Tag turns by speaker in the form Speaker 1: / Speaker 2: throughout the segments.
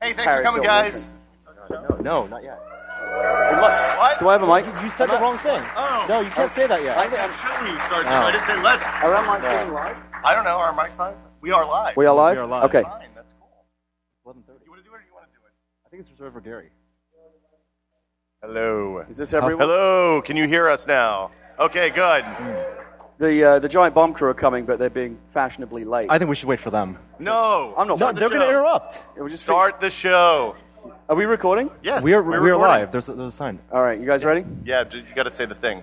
Speaker 1: Hey, thanks for
Speaker 2: Paris
Speaker 1: coming,
Speaker 2: Hilton.
Speaker 1: guys.
Speaker 3: No, no, not yet. Good luck.
Speaker 1: What?
Speaker 3: Do I have a mic? You said the
Speaker 2: not-
Speaker 3: wrong thing.
Speaker 1: Oh.
Speaker 3: No, you can't say that yet.
Speaker 1: I said, should we start this? I didn't say let's.
Speaker 2: Are Oh. I being live?
Speaker 1: I don't know. Are my live? We are live.
Speaker 2: We are live?
Speaker 3: We are live.
Speaker 2: Okay.
Speaker 1: Fine, that's cool.
Speaker 3: 11:30.
Speaker 1: You want to do it or you want to do it?
Speaker 3: I think it's reserved for Gary.
Speaker 1: Hello.
Speaker 2: Is this everyone?
Speaker 1: Hello. Can you hear us now? Okay, good.
Speaker 2: The, uh, the giant bomb crew are coming, but they're being fashionably late.
Speaker 3: I think we should wait for them.
Speaker 1: No.
Speaker 2: I'm not-
Speaker 3: No,
Speaker 1: Start
Speaker 2: the
Speaker 3: they're
Speaker 1: show.
Speaker 3: going to interrupt.
Speaker 2: We'll just
Speaker 1: Start the show.
Speaker 2: Are we recording?
Speaker 1: Yes.
Speaker 3: we are
Speaker 1: we're
Speaker 3: we are
Speaker 1: recording.
Speaker 3: live. There's a, there's a sign.
Speaker 2: All right, you guys ready?
Speaker 1: Yeah, ju- you got to say the thing.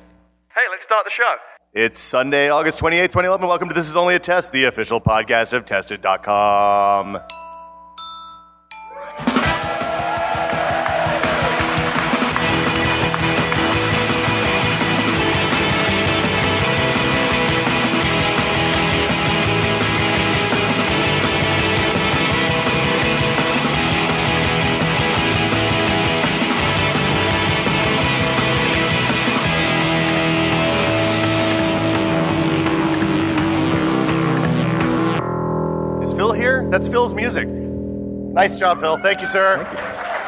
Speaker 4: Hey, let's start the show.
Speaker 1: It's Sunday, August 28th, 2011. Welcome to This Is Only a Test, the official podcast of Tested.com. Is Phil here? That's Phil's music. Nice job, Phil. Thank you, sir.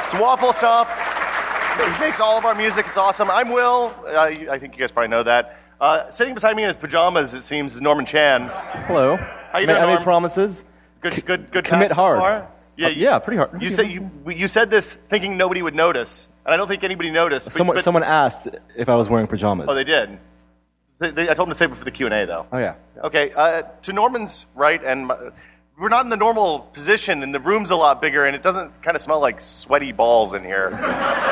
Speaker 1: It's Waffle Stomp. He makes all of our music. It's awesome. I'm Will. Uh, you- I think you guys probably know that. Uh, sitting beside me in his pajamas, it seems, is Norman Chan.
Speaker 3: Hello.
Speaker 1: How you
Speaker 3: Ma-
Speaker 1: doing,
Speaker 3: I made
Speaker 1: Norm?
Speaker 3: promises.
Speaker 1: Good, good, good.
Speaker 3: commit
Speaker 1: time so
Speaker 3: hard.
Speaker 1: far? Yeah,
Speaker 3: Uh,
Speaker 1: you-
Speaker 3: yeah, pretty hard.
Speaker 1: You said you, you said this thinking nobody would notice, and I don't think anybody noticed. but-
Speaker 3: Someone
Speaker 1: but-
Speaker 3: someone asked if I was wearing pajamas.
Speaker 1: Oh, they did. They, they, I told them to save it for the Q and A, though.
Speaker 3: Oh, yeah.
Speaker 1: Okay, uh, to Norman's right, and my, we're not in the normal position, and the room's a lot bigger, and it doesn't kind of smell like sweaty balls in here.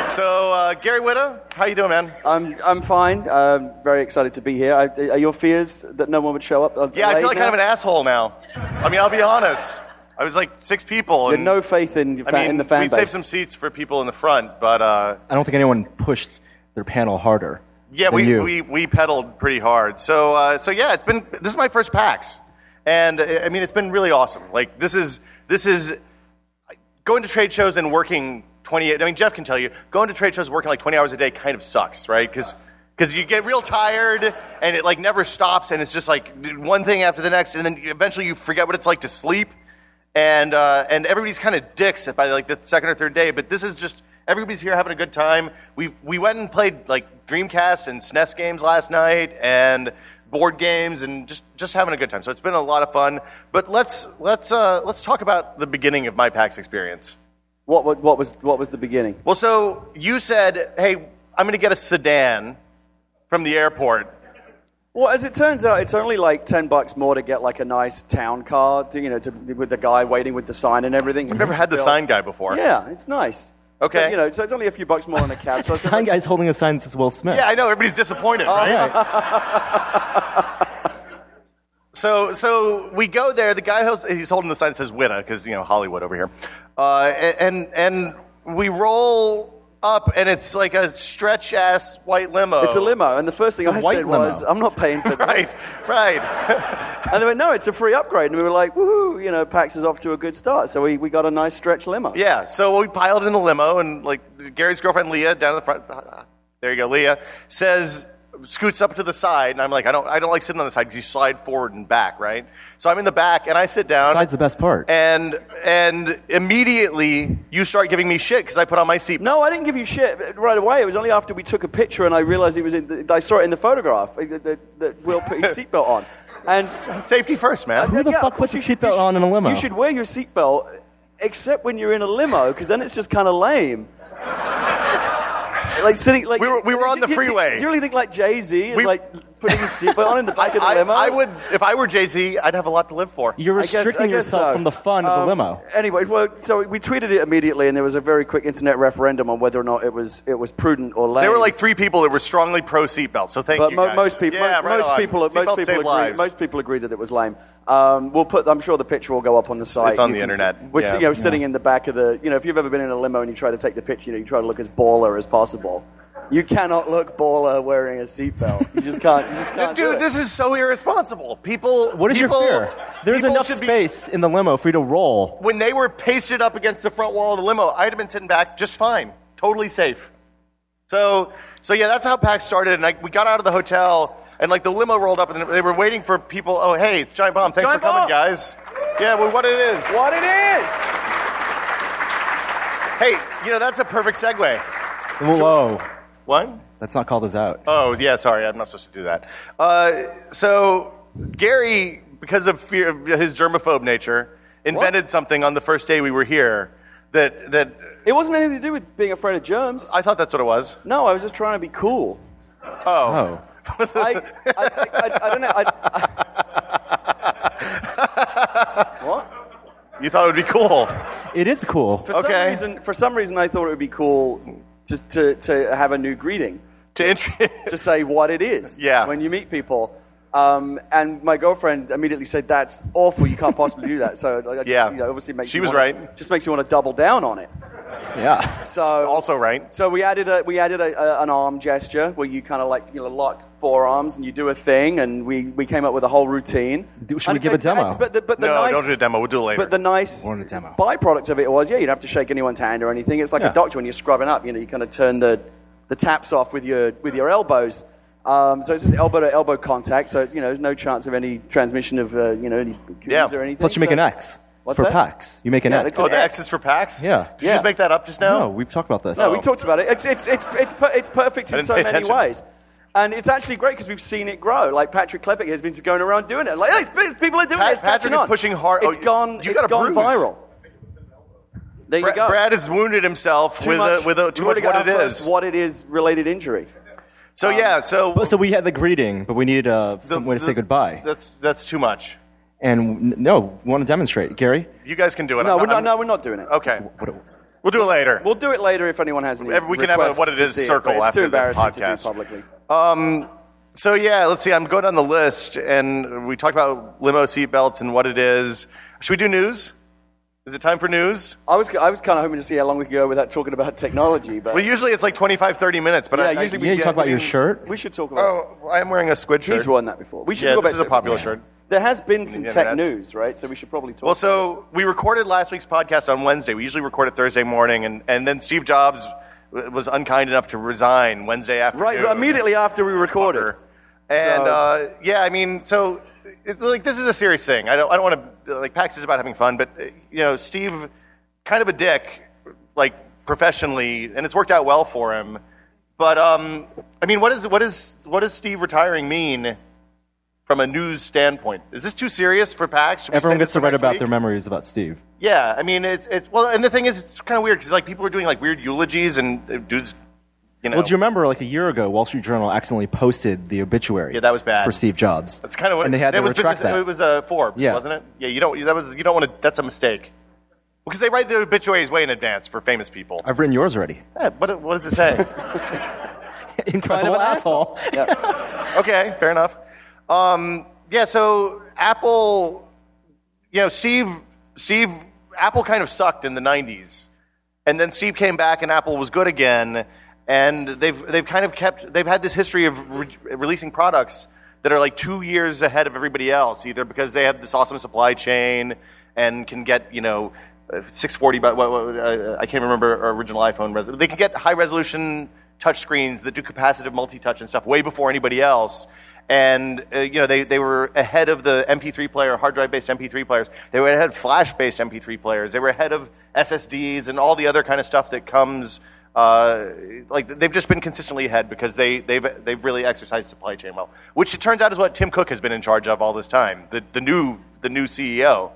Speaker 1: so, uh, Gary Witta, how you doing, man?
Speaker 2: I'm, I'm fine. I'm very excited to be here. I, are your fears that no one would show up? are
Speaker 1: Yeah, I feel
Speaker 2: delayed
Speaker 1: like kind of an
Speaker 2: now?
Speaker 1: asshole now. I mean, I'll be honest. I was like six people,
Speaker 2: You had
Speaker 1: and
Speaker 2: no faith in, your
Speaker 1: I
Speaker 2: fa-
Speaker 1: mean,
Speaker 2: in the fan
Speaker 1: we
Speaker 2: base.
Speaker 1: saved some seats for people in the front, but uh,
Speaker 3: I don't think anyone pushed their panel harder.
Speaker 1: Yeah,
Speaker 3: than
Speaker 1: we,
Speaker 3: you.
Speaker 1: we, we pedaled pretty hard. So, uh, so yeah, it's been, this is my first PAX. And uh, I mean, it's been really awesome. Like, this is, this is going to trade shows and working 28, I mean, Jeff can tell you, going to trade shows working like 20 hours a day kind of sucks, right? Because you get real tired and it like never stops and it's just like one thing after the next. And then eventually you forget what it's like to sleep. And, uh, and everybody's kind of dicks by like the second or third day. But this is just, everybody's here having a good time. We, we went and played like Dreamcast and SNES games last night and board games and just, just having a good time. So it's been a lot of fun. But let's, let's, uh, let's talk about the beginning of my PAX experience.
Speaker 2: what, what, what, was, what was the beginning?
Speaker 1: Well, so you said, hey, I'm going to get a sedan from the airport.
Speaker 2: Well, as it turns out, it's only like 10 bucks more to get like a nice town car, to, you know, to, with the guy waiting with the sign and everything.
Speaker 1: I've never had the sign guy before.
Speaker 2: Yeah, it's nice.
Speaker 1: Okay.
Speaker 2: But, you know, so it's only a few bucks more on a cab. So I
Speaker 3: The
Speaker 2: said,
Speaker 3: sign
Speaker 2: let's-
Speaker 3: guy's holding a sign that says Will Smith.
Speaker 1: Yeah, I know. Everybody's disappointed,
Speaker 2: Uh-huh.
Speaker 1: right?
Speaker 3: Yeah.
Speaker 1: So, so we go there. The guy holds, he's holding the sign that says Witta because you know Hollywood over here, uh, and and we roll up, and it's like a stretch ass white limo.
Speaker 2: It's a limo. And the first thing
Speaker 3: It's a
Speaker 2: I
Speaker 3: white
Speaker 2: said
Speaker 3: limo.
Speaker 2: was, I'm not paying for this.
Speaker 1: Right, right.
Speaker 2: And they went, no, it's a free upgrade. And we were like, woohoo, you know, PAX is off to a good start. So we, we got a nice stretch limo.
Speaker 1: Yeah. So we piled in the limo, and like Gary's girlfriend Leah down in the front. There you go, Leah says scoots up to the side, and I'm like, I don't, I don't like sitting on the side because you slide forward and back, right? So I'm in the back, and I sit down.
Speaker 3: Side's the best part.
Speaker 1: And and immediately you start giving me shit because I put on my seat.
Speaker 2: No, I didn't give you shit right away. It was only after we took a picture and I realized it was in the, I saw it in the photograph uh, that, that, that Will put his seatbelt on. And
Speaker 1: Safety first, man.
Speaker 3: Who the
Speaker 2: Yeah,
Speaker 3: fuck
Speaker 2: of course
Speaker 3: puts a
Speaker 2: you should- you
Speaker 3: seatbelt
Speaker 2: should-
Speaker 3: on in a limo?
Speaker 2: You should wear your seatbelt except when you're in a limo because then it's just kind of lame. like sitting like
Speaker 1: We were- we were on the
Speaker 2: do you- do you-
Speaker 1: freeway.
Speaker 2: Do you really think like Jay Z is
Speaker 1: We-
Speaker 2: like putting his seatbelt on in the back of the
Speaker 1: I,
Speaker 2: limo?
Speaker 1: I would, if I were Jay Z, I'd have a lot to live for.
Speaker 3: You're
Speaker 2: I guess-
Speaker 3: restricting
Speaker 2: I guess
Speaker 3: yourself
Speaker 2: so.
Speaker 1: uh,
Speaker 3: from the fun of the
Speaker 2: Um,
Speaker 3: limo.
Speaker 2: Anyway, well, so we tweeted it immediately, and there was a very quick internet referendum on whether or not it was it was prudent or lame.
Speaker 1: There were like three people that were strongly pro seatbelt, so thank
Speaker 2: but
Speaker 1: you.
Speaker 2: mo-
Speaker 1: guys.
Speaker 2: most people,
Speaker 1: yeah,
Speaker 2: most,
Speaker 1: right
Speaker 2: most
Speaker 1: on.
Speaker 2: people, most
Speaker 1: Seatbelts
Speaker 2: people,
Speaker 1: save
Speaker 2: agree,
Speaker 1: lives.
Speaker 2: most people agree that it was lame. Um, we'll put. I'm sure the picture will go up on the site.
Speaker 1: It's on
Speaker 2: You
Speaker 1: the
Speaker 2: can
Speaker 1: internet,
Speaker 2: see- we're
Speaker 1: yeah.
Speaker 2: you know, sitting in the back of the. You know, if you've ever been in a limo and you try to take the picture, you know, you try to look as baller as possible. You cannot look baller wearing a seatbelt. You just can't. You just can't. do
Speaker 1: Dude,
Speaker 2: it.
Speaker 1: this is so irresponsible. People.
Speaker 3: What is
Speaker 1: people,
Speaker 3: your fear? There's
Speaker 1: people
Speaker 3: enough
Speaker 1: should be-
Speaker 3: space in the limo for you to roll.
Speaker 1: when they were pasted up against the front wall of the limo, I'd have been sitting back just fine, totally safe. So, so yeah, that's how PAX started. And I, we got out of the hotel, and like the limo rolled up, and they were waiting for people. Oh, hey, it's Giant Bomb. Thanks
Speaker 2: Giant
Speaker 1: for coming,
Speaker 2: Bomb.
Speaker 1: guys. Yeah, well, what it is.
Speaker 2: what it is.
Speaker 1: Hey, you know, that's a perfect segue.
Speaker 3: Whoa.
Speaker 1: What?
Speaker 3: Let's not call this out.
Speaker 1: Oh, yeah, sorry, I'm not supposed to do that. Uh, so, Gary, because of fear, his germaphobe nature, invented something on the first day we were here that, that
Speaker 2: It wasn't anything to do with being afraid of germs.
Speaker 1: I thought that's what it was.
Speaker 2: No, I was just trying to be cool.
Speaker 3: Oh.
Speaker 2: I, I, I, I don't know. I, I- what?
Speaker 1: You thought it would be cool.
Speaker 3: It is cool.
Speaker 2: For
Speaker 1: Okay.
Speaker 2: some reason, for some reason, I thought it would be cool to, to, to have a new greeting
Speaker 1: to int-
Speaker 2: to say what it is.
Speaker 1: Yeah.
Speaker 2: When you meet people. Um, and my girlfriend immediately said, "That's awful. You can't possibly do that." So, like, I just,
Speaker 1: Yeah.
Speaker 2: you know, obviously makes
Speaker 1: She
Speaker 2: you
Speaker 1: was
Speaker 2: wanna-
Speaker 1: right.
Speaker 2: Just makes you want to double down on it.
Speaker 3: Yeah.
Speaker 2: So
Speaker 1: also right.
Speaker 2: So we added a we added a, a, an arm gesture where you kind of like you know lock forearms and you do a thing, and we, we came up with a whole routine.
Speaker 3: Do- should we
Speaker 2: And-
Speaker 3: give a
Speaker 2: and- and-
Speaker 3: demo?
Speaker 2: but the, but the
Speaker 1: No,
Speaker 2: nice,
Speaker 1: don't do a demo. We'll do it later.
Speaker 2: But the nice
Speaker 3: We're on a demo.
Speaker 2: byproduct of it was yeah, you don't have to shake anyone's hand or anything. It's like
Speaker 3: Yeah.
Speaker 2: a doctor when you're scrubbing up. You know, you kind of turn the the taps off with your with your elbows. Um, so it's just elbow to elbow contact. So it's, you know, there's no chance of any transmission of uh, you know any
Speaker 1: Yeah.
Speaker 2: disease or anything.
Speaker 3: Plus, you make
Speaker 2: So-
Speaker 3: an X
Speaker 2: What's
Speaker 3: for
Speaker 2: that?
Speaker 3: packs. You make an
Speaker 2: Yeah,
Speaker 3: X.
Speaker 2: it's
Speaker 1: Oh, the
Speaker 2: X.
Speaker 1: X is for PAX?
Speaker 3: Yeah.
Speaker 1: Did you just
Speaker 2: Yeah.
Speaker 1: make that up just now?
Speaker 3: No, we've talked about this.
Speaker 2: No, we
Speaker 1: Oh.
Speaker 2: talked about it. It's, it's, it's, it's, per- it's perfect in
Speaker 1: didn't
Speaker 2: so
Speaker 1: pay
Speaker 2: many
Speaker 1: attention.
Speaker 2: ways. And it's actually great because we've seen it grow. Like Patrick Klepek has been going around doing it. Like, "Hey, it's- people are doing
Speaker 1: Pat-
Speaker 2: it. It's catching
Speaker 1: Patrick is
Speaker 2: on.
Speaker 1: pushing hard-
Speaker 2: It's
Speaker 1: oh,
Speaker 2: gone,
Speaker 1: you
Speaker 2: it's
Speaker 1: got a
Speaker 2: gone
Speaker 1: bruise.
Speaker 2: viral. There you
Speaker 1: Bra-
Speaker 2: go.
Speaker 1: Brad has wounded himself
Speaker 2: Too
Speaker 1: with
Speaker 2: much-
Speaker 1: a, with a, too
Speaker 2: we
Speaker 1: much
Speaker 2: already got
Speaker 1: what it
Speaker 2: our
Speaker 1: is.
Speaker 2: first What it is related injury.
Speaker 1: so yeah, so
Speaker 3: But- so we had the greeting, but we needed uh,
Speaker 1: the-
Speaker 3: some way to
Speaker 1: the-
Speaker 3: say goodbye.
Speaker 1: That's that's too much.
Speaker 3: and n- no, we want to demonstrate. Gary?
Speaker 1: You guys can do it.
Speaker 2: No,
Speaker 1: I'm
Speaker 2: we're not,
Speaker 1: I'm-
Speaker 2: no, we're not doing it.
Speaker 1: Okay,
Speaker 3: What,
Speaker 1: we'll do it later.
Speaker 2: We'll do it later if anyone has any.
Speaker 1: Every- we can have a
Speaker 2: requests
Speaker 1: what it
Speaker 2: to
Speaker 1: is
Speaker 2: see
Speaker 1: circle
Speaker 2: but it's
Speaker 1: after
Speaker 2: too
Speaker 1: the
Speaker 2: embarrassing to
Speaker 1: podcast.
Speaker 2: do publicly.
Speaker 1: So yeah, let's see. I'm going down the list, and we talked about limo seatbelts and what it is. Should we do news? Is it time for news?
Speaker 2: I was, I was kind of hoping to see how long we could go without talking about technology, but
Speaker 1: Well, usually it's like 25, 30 minutes, but I,
Speaker 2: yeah, usually we
Speaker 3: yeah, you
Speaker 2: get-
Speaker 3: talk about
Speaker 2: we-
Speaker 3: your shirt.
Speaker 2: We should talk about.
Speaker 1: oh, I'm wearing a squid shirt.
Speaker 2: He's worn that before. We should
Speaker 1: Yeah,
Speaker 2: talk about
Speaker 1: this is a popular shirt.
Speaker 2: There has been some
Speaker 1: Yeah,
Speaker 2: tech
Speaker 1: that's-
Speaker 2: news, right? So we should probably talk.
Speaker 1: Well, so we recorded last week's podcast on Wednesday. We usually record it Thursday morning, and, and then Steve Jobs w- was unkind enough to resign Wednesday afternoon.
Speaker 2: right immediately after we recorded.
Speaker 1: Fucker. And
Speaker 2: So-
Speaker 1: uh, yeah, I mean, so it's like this is a serious thing. I don't, I don't want to like PAX is about having fun, but uh, you know, Steve, kind of a dick, like professionally, and it's worked out well for him. But um, I mean, what is what is what does Steve retiring mean from a news standpoint? Is this too serious for PAX? Should we
Speaker 3: Everyone
Speaker 1: save
Speaker 3: gets
Speaker 1: this
Speaker 3: to
Speaker 1: for
Speaker 3: write
Speaker 1: next
Speaker 3: about
Speaker 1: week?
Speaker 3: their memories about Steve.
Speaker 1: Yeah, I mean, it's it's well, and the thing is, it's kind of weird because like people are doing like weird eulogies and uh, dudes, you know.
Speaker 3: Well, do you remember like a year ago, Wall Street Journal accidentally posted the obituary?
Speaker 1: Yeah, that was bad.
Speaker 3: for Steve Jobs.
Speaker 1: That's kind of what
Speaker 3: and they had
Speaker 1: it
Speaker 3: to
Speaker 1: was
Speaker 3: retract
Speaker 1: business-
Speaker 3: that.
Speaker 1: It was uh, Forbes,
Speaker 3: Yeah.
Speaker 1: wasn't it? Yeah, you don't. That was you don't want to. That's a mistake. Because they write their obituaries way in advance for famous people.
Speaker 3: I've written yours already.
Speaker 1: Yeah, but what does it say?
Speaker 3: Incredible
Speaker 2: an
Speaker 3: asshole.
Speaker 1: okay, fair enough. Um, yeah, so Apple, you know, Steve, Steve, Apple kind of sucked in the '90s, and then Steve came back, and Apple was good again. And they've they've kind of kept they've had this history of re- releasing products that are like two years ahead of everybody else, either because they have this awesome supply chain and can get you know. uh, 640, but what, what, uh, I can't remember our original iPhone. Res- they can get high resolution touchscreens that do capacitive multi-touch and stuff way before anybody else. And uh, you know they, they were ahead of the MP3 player, hard drive based MP3 players. They were ahead of flash based MP3 players. They were ahead of SSDs and all the other kind of stuff that comes. Uh, like they've just been consistently ahead because they, they've they've really exercised supply chain well, which it turns out is what Tim Cook has been in charge of all this time. The the new the new E CEO.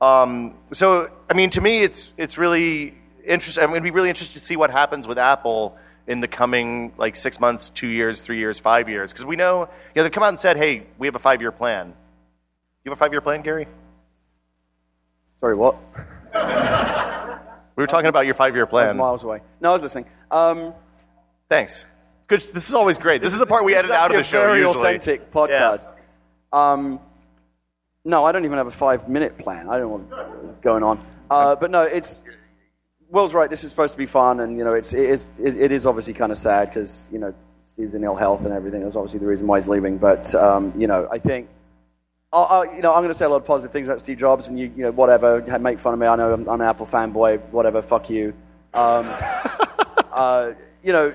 Speaker 1: Um, so, I mean, to me, it's it's really interesting. I'm going to be really interested to see what happens with Apple in the coming like six months, two years, three years, five years, because we know you know they've come out and said, "Hey, we have a five-year plan." You have a five-year plan, Gary?
Speaker 2: Sorry, what?
Speaker 1: We were talking about your five-year
Speaker 2: I was
Speaker 1: plan.
Speaker 2: miles away. No, I was listening. Um,
Speaker 1: Thanks. It's Good. This is always great. This, is the part we
Speaker 2: this
Speaker 1: edit out of
Speaker 2: actually
Speaker 1: the show.
Speaker 2: A very
Speaker 1: usually.
Speaker 2: authentic podcast. Um, no, I don't even have a five-minute plan. I don't know what's going on. Uh, but no, it's Will's right. This is supposed to be fun, and you know, it's it is it, it is obviously kind of sad because you know Steve's in ill health and everything. That's obviously the reason why he's leaving. But um, you know, I think. I'll, I'll, you know, I'm going to say a lot of positive things about Steve Jobs, and you, you know, whatever, ha- make fun of me. I know I'm, I'm an Apple fanboy. Whatever, fuck you. Um, uh, you know,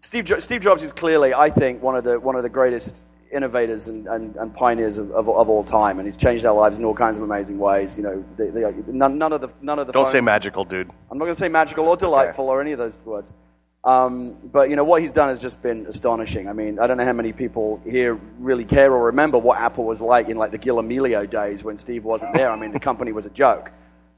Speaker 2: Steve, jo- Steve Jobs is clearly, I think, one of the one of the greatest innovators and, and, and pioneers of, of, of all time, and he's changed our lives in all kinds of amazing ways. You know, they, they, none, none of the none of the
Speaker 1: Don't say
Speaker 2: phones-
Speaker 1: magical, dude.
Speaker 2: I'm not going to say magical or delightful or any of those words. Um, but you know what he's done has just been astonishing. I mean, I don't know how many people here really care or remember what Apple was like in like the Gil Amelio days when Steve wasn't there. I mean, the company was a joke,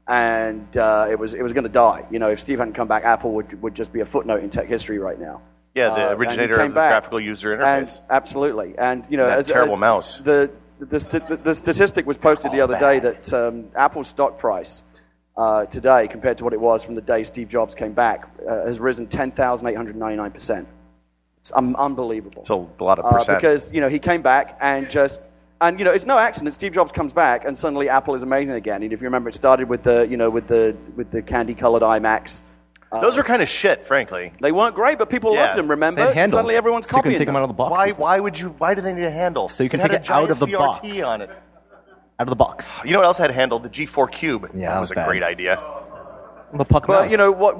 Speaker 2: and uh, it was it was going to die. You know, if Steve hadn't come back, Apple would would just be a footnote in tech history right now. Uh,
Speaker 1: Yeah, the
Speaker 2: and he
Speaker 1: originator of
Speaker 2: came
Speaker 1: the graphical user
Speaker 2: And-
Speaker 1: interface.
Speaker 2: absolutely, and you know,
Speaker 1: That
Speaker 2: as,
Speaker 1: terrible
Speaker 2: as-
Speaker 1: mouse.
Speaker 2: The the, st- the the statistic was posted the other day that um, Apple's stock price uh, today, compared to what it was from the day Steve Jobs came back, uh, has risen ten thousand eight hundred ninety nine percent. It's un- unbelievable.
Speaker 1: It's a lot of
Speaker 2: Uh,
Speaker 1: percent.
Speaker 2: because you know he came back and just and you know it's no accident. Steve Jobs comes back and suddenly Apple is amazing again. And if you remember, it started with the you know with the with the candy colored iMacs.
Speaker 3: Uh,
Speaker 1: Those were kind of shit, frankly.
Speaker 2: They weren't great, but people
Speaker 1: Yeah.
Speaker 2: loved them. Remember,
Speaker 3: They had handles.
Speaker 2: suddenly everyone's
Speaker 3: so you
Speaker 2: copying
Speaker 3: can take them out of the box.
Speaker 1: Why,
Speaker 3: and stuff.
Speaker 1: why would you? Why do they need a handle?
Speaker 3: So you can
Speaker 1: had
Speaker 3: take
Speaker 1: a
Speaker 3: it
Speaker 1: giant
Speaker 3: out of the
Speaker 1: CRT
Speaker 3: box.
Speaker 1: on it.
Speaker 3: Out of the box.
Speaker 1: You know what else had a handle? The G4 Cube.
Speaker 3: Yeah,
Speaker 1: that
Speaker 3: that
Speaker 1: was,
Speaker 3: was
Speaker 1: a
Speaker 3: bad.
Speaker 1: great idea.
Speaker 3: The puck
Speaker 2: But
Speaker 3: mouse.
Speaker 2: you know what?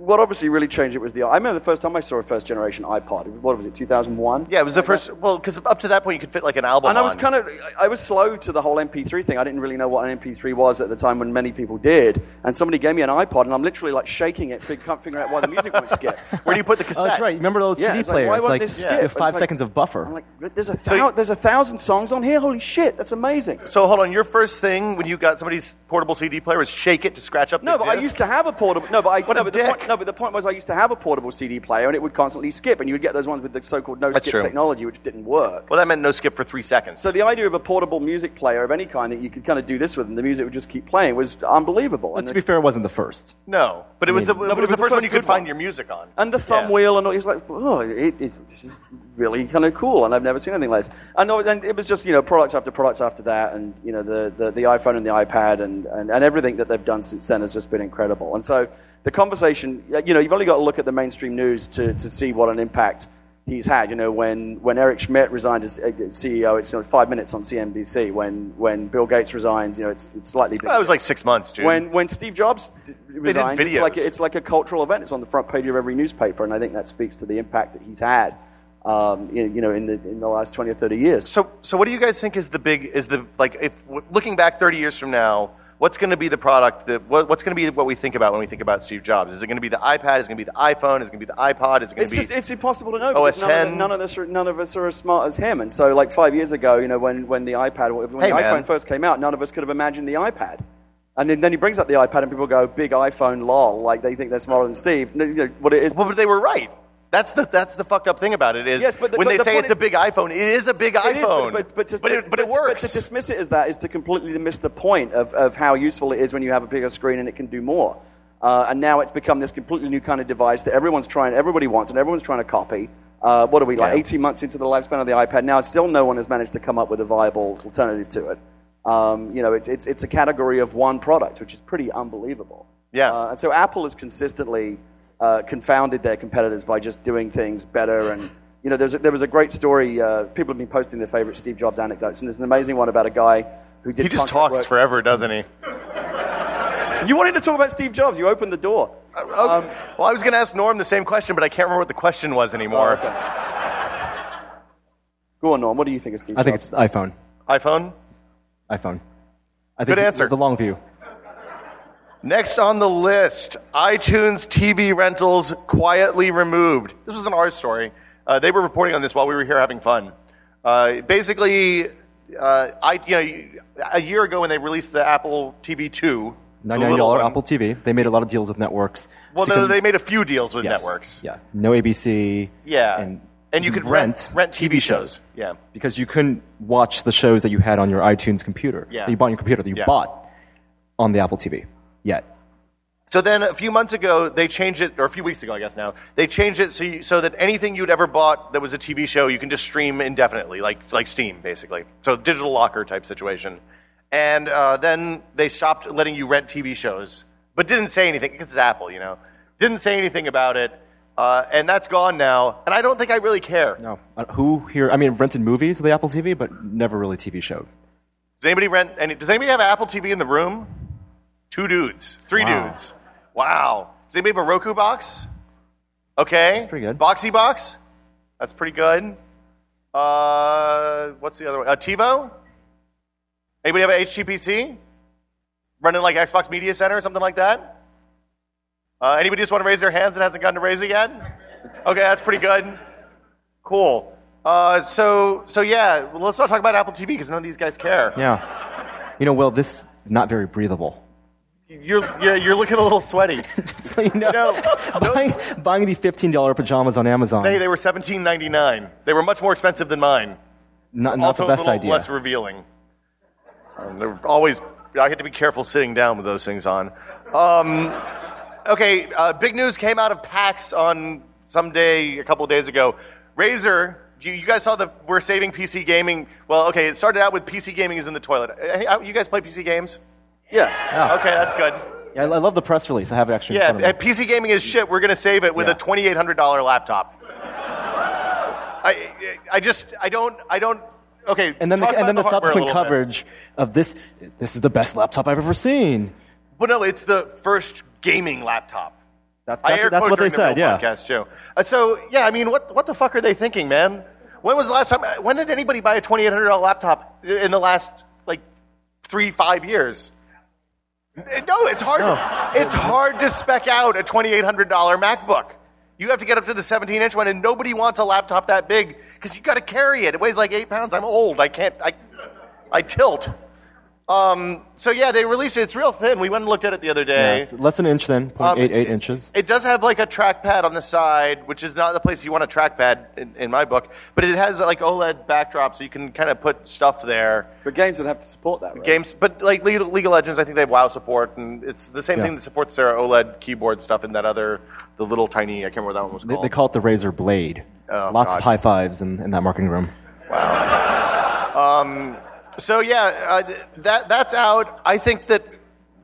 Speaker 2: What obviously really changed it was the. I remember the first time I saw a first generation iPod. What was it? Two thousand one.
Speaker 1: Yeah, it was the first. Well, because up to that point you could fit like an album.
Speaker 2: And I was
Speaker 1: on.
Speaker 2: kind of, I was slow to the whole MP3 thing. I didn't really know what an MP3 was at the time when many people did. And somebody gave me an iPod, and I'm literally like shaking it, fig- can't figure out why the music won't skip.
Speaker 1: Where do you put the
Speaker 3: Oh,
Speaker 1: cassette?
Speaker 3: that's right. You Remember those
Speaker 2: Yeah,
Speaker 3: CD
Speaker 2: it's like, why
Speaker 3: players?
Speaker 2: won't this skip?
Speaker 3: yeah, five
Speaker 2: It's like-
Speaker 3: seconds of buffer.
Speaker 2: I'm like, there's a,
Speaker 1: So
Speaker 2: thou-
Speaker 1: you-
Speaker 2: there's a thousand songs on here. Holy shit, that's amazing.
Speaker 1: So hold on, your first thing when you got somebody's portable CD player was shake it to scratch up.
Speaker 2: No,
Speaker 1: the
Speaker 2: but I
Speaker 1: disc?
Speaker 2: used to have a portable. No, but I.
Speaker 1: What a
Speaker 2: no, but the
Speaker 1: dick.
Speaker 2: point, no, but the point was I used to have a portable CD player, and it would constantly skip, and you would get those ones with the so-called
Speaker 1: That's
Speaker 2: no-skip
Speaker 1: true.
Speaker 2: technology, which didn't work.
Speaker 1: Well, that meant no skip for three seconds.
Speaker 2: So the idea of a portable music player of any kind that you could kind of do this with, and the music would just keep playing, was unbelievable.
Speaker 3: But
Speaker 2: And
Speaker 3: to be
Speaker 2: the-
Speaker 3: fair, it wasn't the first.
Speaker 1: no, but it was the,
Speaker 2: No, but
Speaker 1: it was the first one you could
Speaker 2: good one.
Speaker 1: find your music on.
Speaker 2: and the thumb
Speaker 1: Yeah.
Speaker 2: wheel and all. He was like, oh, it, it's just really kind of cool, and I've never seen anything like this. And, no- and it was just you know product after product after that, and you know the, the, the iPhone and the iPad and, and, and everything that they've done since then has just been incredible. And so the conversation, you know, you've only got to look at the mainstream news to, to see what an impact he's had. You know, when, when Eric Schmidt resigned as uh, CEO, it's you know, five minutes on CNBC. When when Bill Gates resigns, you know, it's it's slightly.
Speaker 1: That was like six months, dude.
Speaker 2: When when Steve Jobs d- resigned, it's
Speaker 1: videos.
Speaker 2: like it's like a cultural event. It's on the front page of every newspaper, and I think that speaks to the impact that he's had, um, in, you know, in the in the last twenty or thirty years.
Speaker 1: So, so what do you guys think is the big is the like if w- looking back 30 years from now, what's going to be the product that what, what's going to be what we think about when we think about Steve Jobs? Is it going to be the iPad? Is it going to be the iPhone? Is it going to be the iPod? Is it going
Speaker 2: it's
Speaker 1: to be
Speaker 2: just it's impossible to know
Speaker 1: OS
Speaker 2: because none of,
Speaker 1: 10.
Speaker 2: the, none of us are, none of us are as smart as him. And so, like five years ago, you know, when, when the iPad or when
Speaker 1: Hey,
Speaker 2: the
Speaker 1: man.
Speaker 2: iPhone first came out, none of us could have imagined the iPad. And then- then he brings up the iPad, and people go, "Big iPhone, lol!" Like they think they're smarter than Steve. No, You know, what it is?
Speaker 1: Well, but they were right. That's the that's the fucked up thing about it is
Speaker 2: Yes, but the-
Speaker 1: when
Speaker 2: but
Speaker 1: they
Speaker 2: the
Speaker 1: say
Speaker 2: point
Speaker 1: it's a
Speaker 2: is-
Speaker 1: big iPhone, it is a big
Speaker 2: It is,
Speaker 1: iPhone.
Speaker 2: but, but, but, to,
Speaker 1: it, but it
Speaker 2: to-
Speaker 1: works.
Speaker 2: But to dismiss it as that is to completely miss the point of, of how useful it is when you have a bigger screen and it can do more. Uh, and now it's become this completely new kind of device that everyone's trying, everybody wants, and everyone's trying to copy. Uh, what are we, like
Speaker 1: Yeah.
Speaker 2: 18 months into the lifespan of the iPad now? Still, no one has managed to come up with a viable alternative to it. Um, you know, it's, it's, it's a category of one product, which is pretty unbelievable.
Speaker 1: Yeah.
Speaker 2: Uh, and so Apple has consistently uh, confounded their competitors by just doing things better. And you know, there's a, there was a great story. Uh, people have been posting their favorite Steve Jobs anecdotes, and there's an amazing one about a guy who did.
Speaker 1: he just
Speaker 2: contract
Speaker 1: talks
Speaker 2: work.
Speaker 1: forever, doesn't he?
Speaker 2: You wanted to talk about Steve Jobs. You opened the door.
Speaker 1: Oh, well, I was going to ask Norm the same question, but I can't remember what the question was anymore.
Speaker 2: Oh, Go on, Norm. What do you think of Steve
Speaker 3: I think
Speaker 2: Jobs?
Speaker 3: it's iPhone.
Speaker 1: iPhone.
Speaker 3: iPhone. I think
Speaker 1: Good answer.
Speaker 3: The long view.
Speaker 1: Next on the list, iTunes TV rentals quietly removed. This was an R story. Uh, they were reporting on this while we were here having fun. Uh, basically, uh, I, you know, a year ago when they released the Apple TV 2, the
Speaker 3: Ninety-nine
Speaker 1: little
Speaker 3: dollar
Speaker 1: one-
Speaker 3: Apple TV. They made a lot of deals with networks.
Speaker 1: Well,
Speaker 3: So you
Speaker 1: no,
Speaker 3: can-
Speaker 1: they made a few deals with
Speaker 3: yes.
Speaker 1: networks.
Speaker 3: Yeah. No ABC.
Speaker 1: Yeah.
Speaker 3: And,
Speaker 1: And you could rent- rent TV shows. Yeah.
Speaker 3: Because you couldn't watch the shows that you had on your iTunes computer.
Speaker 1: Yeah.
Speaker 3: That you bought on your computer that you
Speaker 1: Yeah.
Speaker 3: bought on the Apple TV. Yet.
Speaker 1: So then a few months ago, they changed it, or a few weeks ago, I guess now, they changed it so, you, so that anything you'd ever bought that was a TV show, you can just stream indefinitely, like, like Steam, basically. So digital locker type situation. And uh, then they stopped letting you rent TV shows, but didn't say anything, because it's Apple, you know. Didn't say anything about it, uh, and that's gone now, and I don't think I really care.
Speaker 3: No. Uh, Who here? I mean, rented movies with the Apple TV, but never really TV show.
Speaker 1: Does anybody rent any, does anybody have Apple TV in the room? Two dudes, three
Speaker 3: Wow.
Speaker 1: dudes. Wow. Does anybody have a Roku box? Okay. That's
Speaker 3: pretty good.
Speaker 1: Boxy box? That's pretty good. Uh, what's the other one? Uh, TiVo? Anybody have an HTPC? Running like Xbox Media Center or something like that? Uh, anybody just want to raise their hands that hasn't gotten to raise it yet? Okay, that's pretty good. Cool. Uh, so, so yeah, well, let's not talk about Apple TV because none of these guys care.
Speaker 3: Yeah. You know, Will, this is not very breathable.
Speaker 1: You're, you're, you're looking a little sweaty.
Speaker 3: Just so you know,
Speaker 1: No,
Speaker 3: buying,
Speaker 1: those-
Speaker 3: buying the $15 pajamas on Amazon,
Speaker 1: hey, they were seventeen ninety nine. They were much more expensive than mine.
Speaker 3: not, not
Speaker 1: also
Speaker 3: the best
Speaker 1: a little
Speaker 3: idea.
Speaker 1: less revealing. Um, they're always, I had to be careful sitting down with those things on. Um, okay, uh, big news came out of PAX on someday a couple of days ago. Razer, you, you guys saw the we're saving PC gaming. Well, okay, it started out with PC gaming is in the toilet. Uh, You guys play PC games?
Speaker 2: Yeah.
Speaker 1: Okay, that's good.
Speaker 3: Yeah, I I love the press release. I have it actually in
Speaker 1: Yeah,
Speaker 3: front of
Speaker 1: uh,
Speaker 3: me.
Speaker 1: PC gaming is shit. We're going to save it with
Speaker 3: Yeah.
Speaker 1: a twenty-eight hundred dollar laptop. I, I just, I don't, I don't. Okay,
Speaker 3: And then, the,
Speaker 1: talk
Speaker 3: and
Speaker 1: about
Speaker 3: then the,
Speaker 1: hardware a
Speaker 3: subsequent
Speaker 1: little bit.
Speaker 3: coverage of this. This is the best laptop I've ever seen.
Speaker 1: Well, no, it's the first gaming laptop.
Speaker 3: That,
Speaker 1: I
Speaker 3: that's
Speaker 1: air
Speaker 3: that's
Speaker 1: quote
Speaker 3: what they
Speaker 1: during the
Speaker 3: said.
Speaker 1: Real
Speaker 3: Yeah.
Speaker 1: Podcast Joe. Uh, so yeah, I mean, what what the fuck are they thinking, man? When was the last time? uh, When did anybody buy a twenty eight hundred dollar laptop i- in the last like three five years? Uh, No, it's hard.
Speaker 3: No.
Speaker 1: It's hard to spec out a twenty eight hundred dollar MacBook. You have to get up to the seventeen inch one, and nobody wants a laptop that big because you got to carry it. It weighs like eight pounds. I'm old. I can't. I I tilt. Um, so yeah, they released it. It's real thin. We went and looked at it the other
Speaker 3: Yeah,
Speaker 1: day.
Speaker 3: it's less than an inch then, 0.88
Speaker 1: Um, it-
Speaker 3: inches.
Speaker 1: It does have like a trackpad on the side, which is not the place you want a trackpad in, in my book, but it has like OLED backdrop, so you can kind of put stuff there.
Speaker 2: But games would have to support that, right?
Speaker 1: Games, but like League, League of Legends, I think they have WoW support, and it's the same
Speaker 3: Yeah.
Speaker 1: thing that supports their OLED keyboard stuff and that other, the little tiny, I can't remember what that one was
Speaker 3: They,
Speaker 1: called.
Speaker 3: they call it the Razor Blade.
Speaker 1: Oh,
Speaker 3: Lots
Speaker 1: God.
Speaker 3: of high fives in, in that marketing room.
Speaker 1: so yeah, uh, th- that that's out. I think that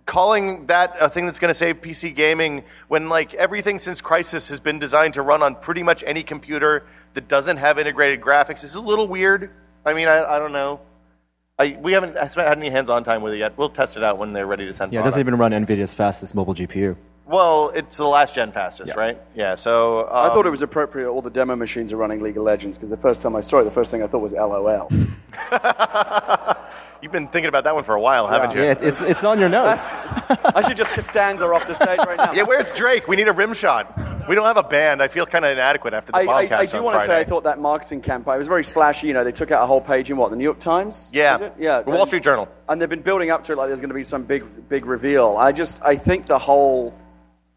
Speaker 1: calling that a thing that's going to save PC gaming when like everything since Crisis has been designed to run on pretty much any computer that doesn't have integrated graphics is a little weird. I mean, I, I don't know. I, we haven't spent, had any hands-on time with it yet. We'll test it out when they're ready to send.
Speaker 3: Yeah, it doesn't
Speaker 1: product.
Speaker 3: even run NVIDIA's fastest mobile GPU.
Speaker 1: Well, it's the last gen fastest,
Speaker 3: Yeah.
Speaker 1: right? Yeah. So um,
Speaker 2: I thought it was appropriate all the demo machines are running League of Legends because the first time I saw it, the first thing I thought was LOL.
Speaker 1: You've been thinking about that one for a while, haven't you?
Speaker 3: Yeah, it's, it's, it's on your nose.
Speaker 2: That's, I should just Costanza off the stage right now.
Speaker 1: Yeah, where's Drake? We need a rim shot. We don't have a band. I feel kind of inadequate after the
Speaker 2: I, I,
Speaker 1: podcast
Speaker 2: I do
Speaker 1: on
Speaker 2: want to say I
Speaker 1: Friday.
Speaker 2: thought that marketing campaign it was very splashy. You know, they took out a whole page in what the New York Times.
Speaker 1: Yeah.
Speaker 2: was it? yeah,
Speaker 1: The Wall Street Journal.
Speaker 2: And they've been building up to it like there's going to be some big, big reveal. I just I think the whole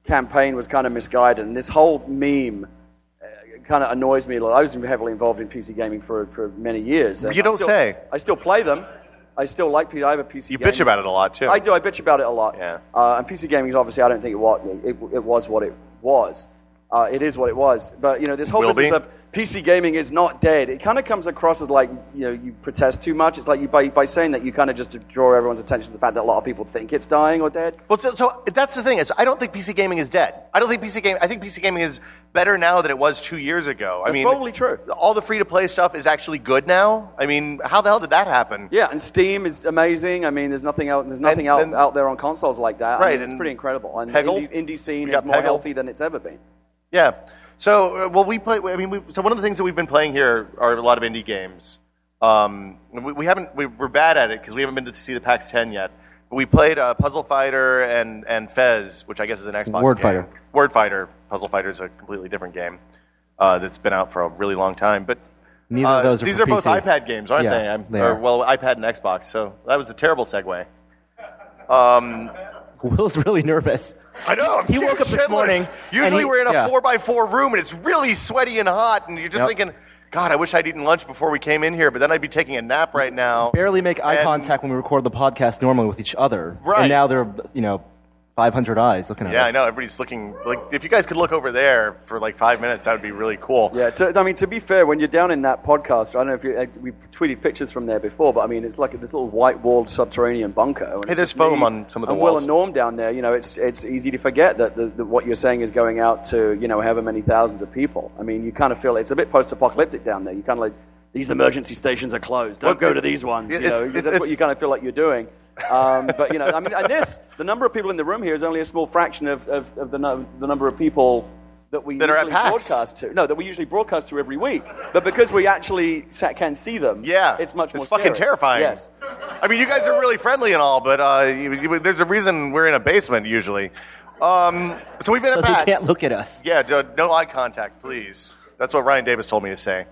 Speaker 2: campaign was kind of misguided, and this whole meme uh, kind of annoys me a lot. I was heavily involved in PC gaming for for many years. and
Speaker 1: You don't
Speaker 2: I still-
Speaker 1: say.
Speaker 2: I still play them. I still like. P- I have a PC.
Speaker 1: You bitch about it a lot too.
Speaker 2: I do. I bitch about it a lot.
Speaker 1: Yeah.
Speaker 2: Uh, and PC gaming is obviously, I don't think it was, it, it was what it was. Uh, it is what it was. But, you know, this whole
Speaker 1: Will
Speaker 2: business
Speaker 1: be.
Speaker 2: of PC gaming is not dead, it kind of comes across as like, you know, you protest too much. It's like you, by, by saying that, you kind of just draw everyone's attention to the fact that a lot of people think it's dying or dead.
Speaker 1: Well, so, so that's the thing is, I don't think PC gaming is dead. I don't think PC gaming. I think PC gaming is better now than it was two years ago. I
Speaker 2: That's
Speaker 1: mean,
Speaker 2: probably true.
Speaker 1: All the free to play stuff is actually good now. I mean, how the hell did that happen?
Speaker 2: Yeah, and Steam is amazing. I mean, there's nothing out, there's nothing out,
Speaker 1: and-
Speaker 2: out there on consoles like that. I
Speaker 1: Right,
Speaker 2: mean, it's
Speaker 1: and
Speaker 2: pretty incredible. And
Speaker 1: Peggle?
Speaker 2: indie, indie
Speaker 1: We
Speaker 2: scene is
Speaker 1: got
Speaker 2: more
Speaker 1: Peggle.
Speaker 2: healthy than it's ever been.
Speaker 1: Yeah. So, uh, well, we play. I mean, we, so one of the things that we've been playing here are a lot of indie games. Um, we, we haven't. We, we're bad at it because we haven't been to see the PAX 10 yet. But we played uh, Puzzle Fighter and and Fez, which I guess is an Xbox
Speaker 3: Word
Speaker 1: game.
Speaker 3: Fighter.
Speaker 1: Word Fighter. Puzzle Fighter is a completely different game uh, that's been out for a really long time. But uh,
Speaker 3: Neither of those are
Speaker 1: these
Speaker 3: for
Speaker 1: are both
Speaker 3: PC.
Speaker 1: iPad games, aren't
Speaker 3: Yeah,
Speaker 1: they? I'm-
Speaker 3: they
Speaker 1: or,
Speaker 3: are.
Speaker 1: Well, iPad and Xbox. So that was a terrible segue.
Speaker 3: Will's really nervous.
Speaker 1: I know. I'm
Speaker 3: He woke
Speaker 1: scared
Speaker 3: up this
Speaker 1: shitless.
Speaker 3: morning and
Speaker 1: Usually
Speaker 3: he-
Speaker 1: we're in a
Speaker 3: yeah.
Speaker 1: four by four room and it's really sweaty and hot, and you're just
Speaker 3: Yep.
Speaker 1: thinking, God, I wish I'd eaten lunch before we came in here, but then I'd be taking a nap right now.
Speaker 3: Barely make eye
Speaker 1: And-
Speaker 3: contact when we record the podcast normally with each other.
Speaker 1: Right.
Speaker 3: And now there are, you know, 500 eyes looking at
Speaker 1: Yeah,
Speaker 3: us.
Speaker 1: I know. Everybody's looking. Like, if you guys could look over there for like five minutes, that would be really cool.
Speaker 2: Yeah, to, I mean, to be fair, when you're down in that podcast, I don't know if you, uh, we tweeted pictures from there before, but I mean, it's like this little white-walled subterranean bunker. and
Speaker 1: Hey,
Speaker 2: it's
Speaker 1: there's
Speaker 2: just
Speaker 1: foam
Speaker 2: me
Speaker 1: on some of the
Speaker 2: and
Speaker 1: walls.
Speaker 2: Will and Norm down there, you know, it's, it's easy to forget that, the, that what you're saying is going out to, you know, however many thousands of people. I mean, you kind of feel it's a bit post-apocalyptic down there. You kind of like, these emergency stations are closed. Don't
Speaker 1: Well,
Speaker 2: go
Speaker 1: it-
Speaker 2: to these ones. You
Speaker 1: it's-
Speaker 2: know,
Speaker 1: it's-
Speaker 2: that's what
Speaker 1: it's-
Speaker 2: you kind of feel like you're doing. Um, but, you know, I mean, and this, the number of people in the room here is only a small fraction of, of, of the, nu- the number of people that we
Speaker 1: That are at
Speaker 2: usually
Speaker 1: PAX.
Speaker 2: broadcast to. No, that we usually broadcast to every week. But because we actually sa- can see them,
Speaker 1: Yeah,
Speaker 2: it's much more.
Speaker 1: It's fucking
Speaker 2: scary.
Speaker 1: terrifying.
Speaker 2: Yes.
Speaker 1: I mean, you guys are really friendly and all, but uh, you, you- there's a reason we're in a basement usually. Um, so we've been
Speaker 3: So
Speaker 1: at
Speaker 3: they
Speaker 1: PAX.
Speaker 3: can't look at us.
Speaker 1: Yeah, d- no eye contact, please. That's what Ryan Davis told me to say.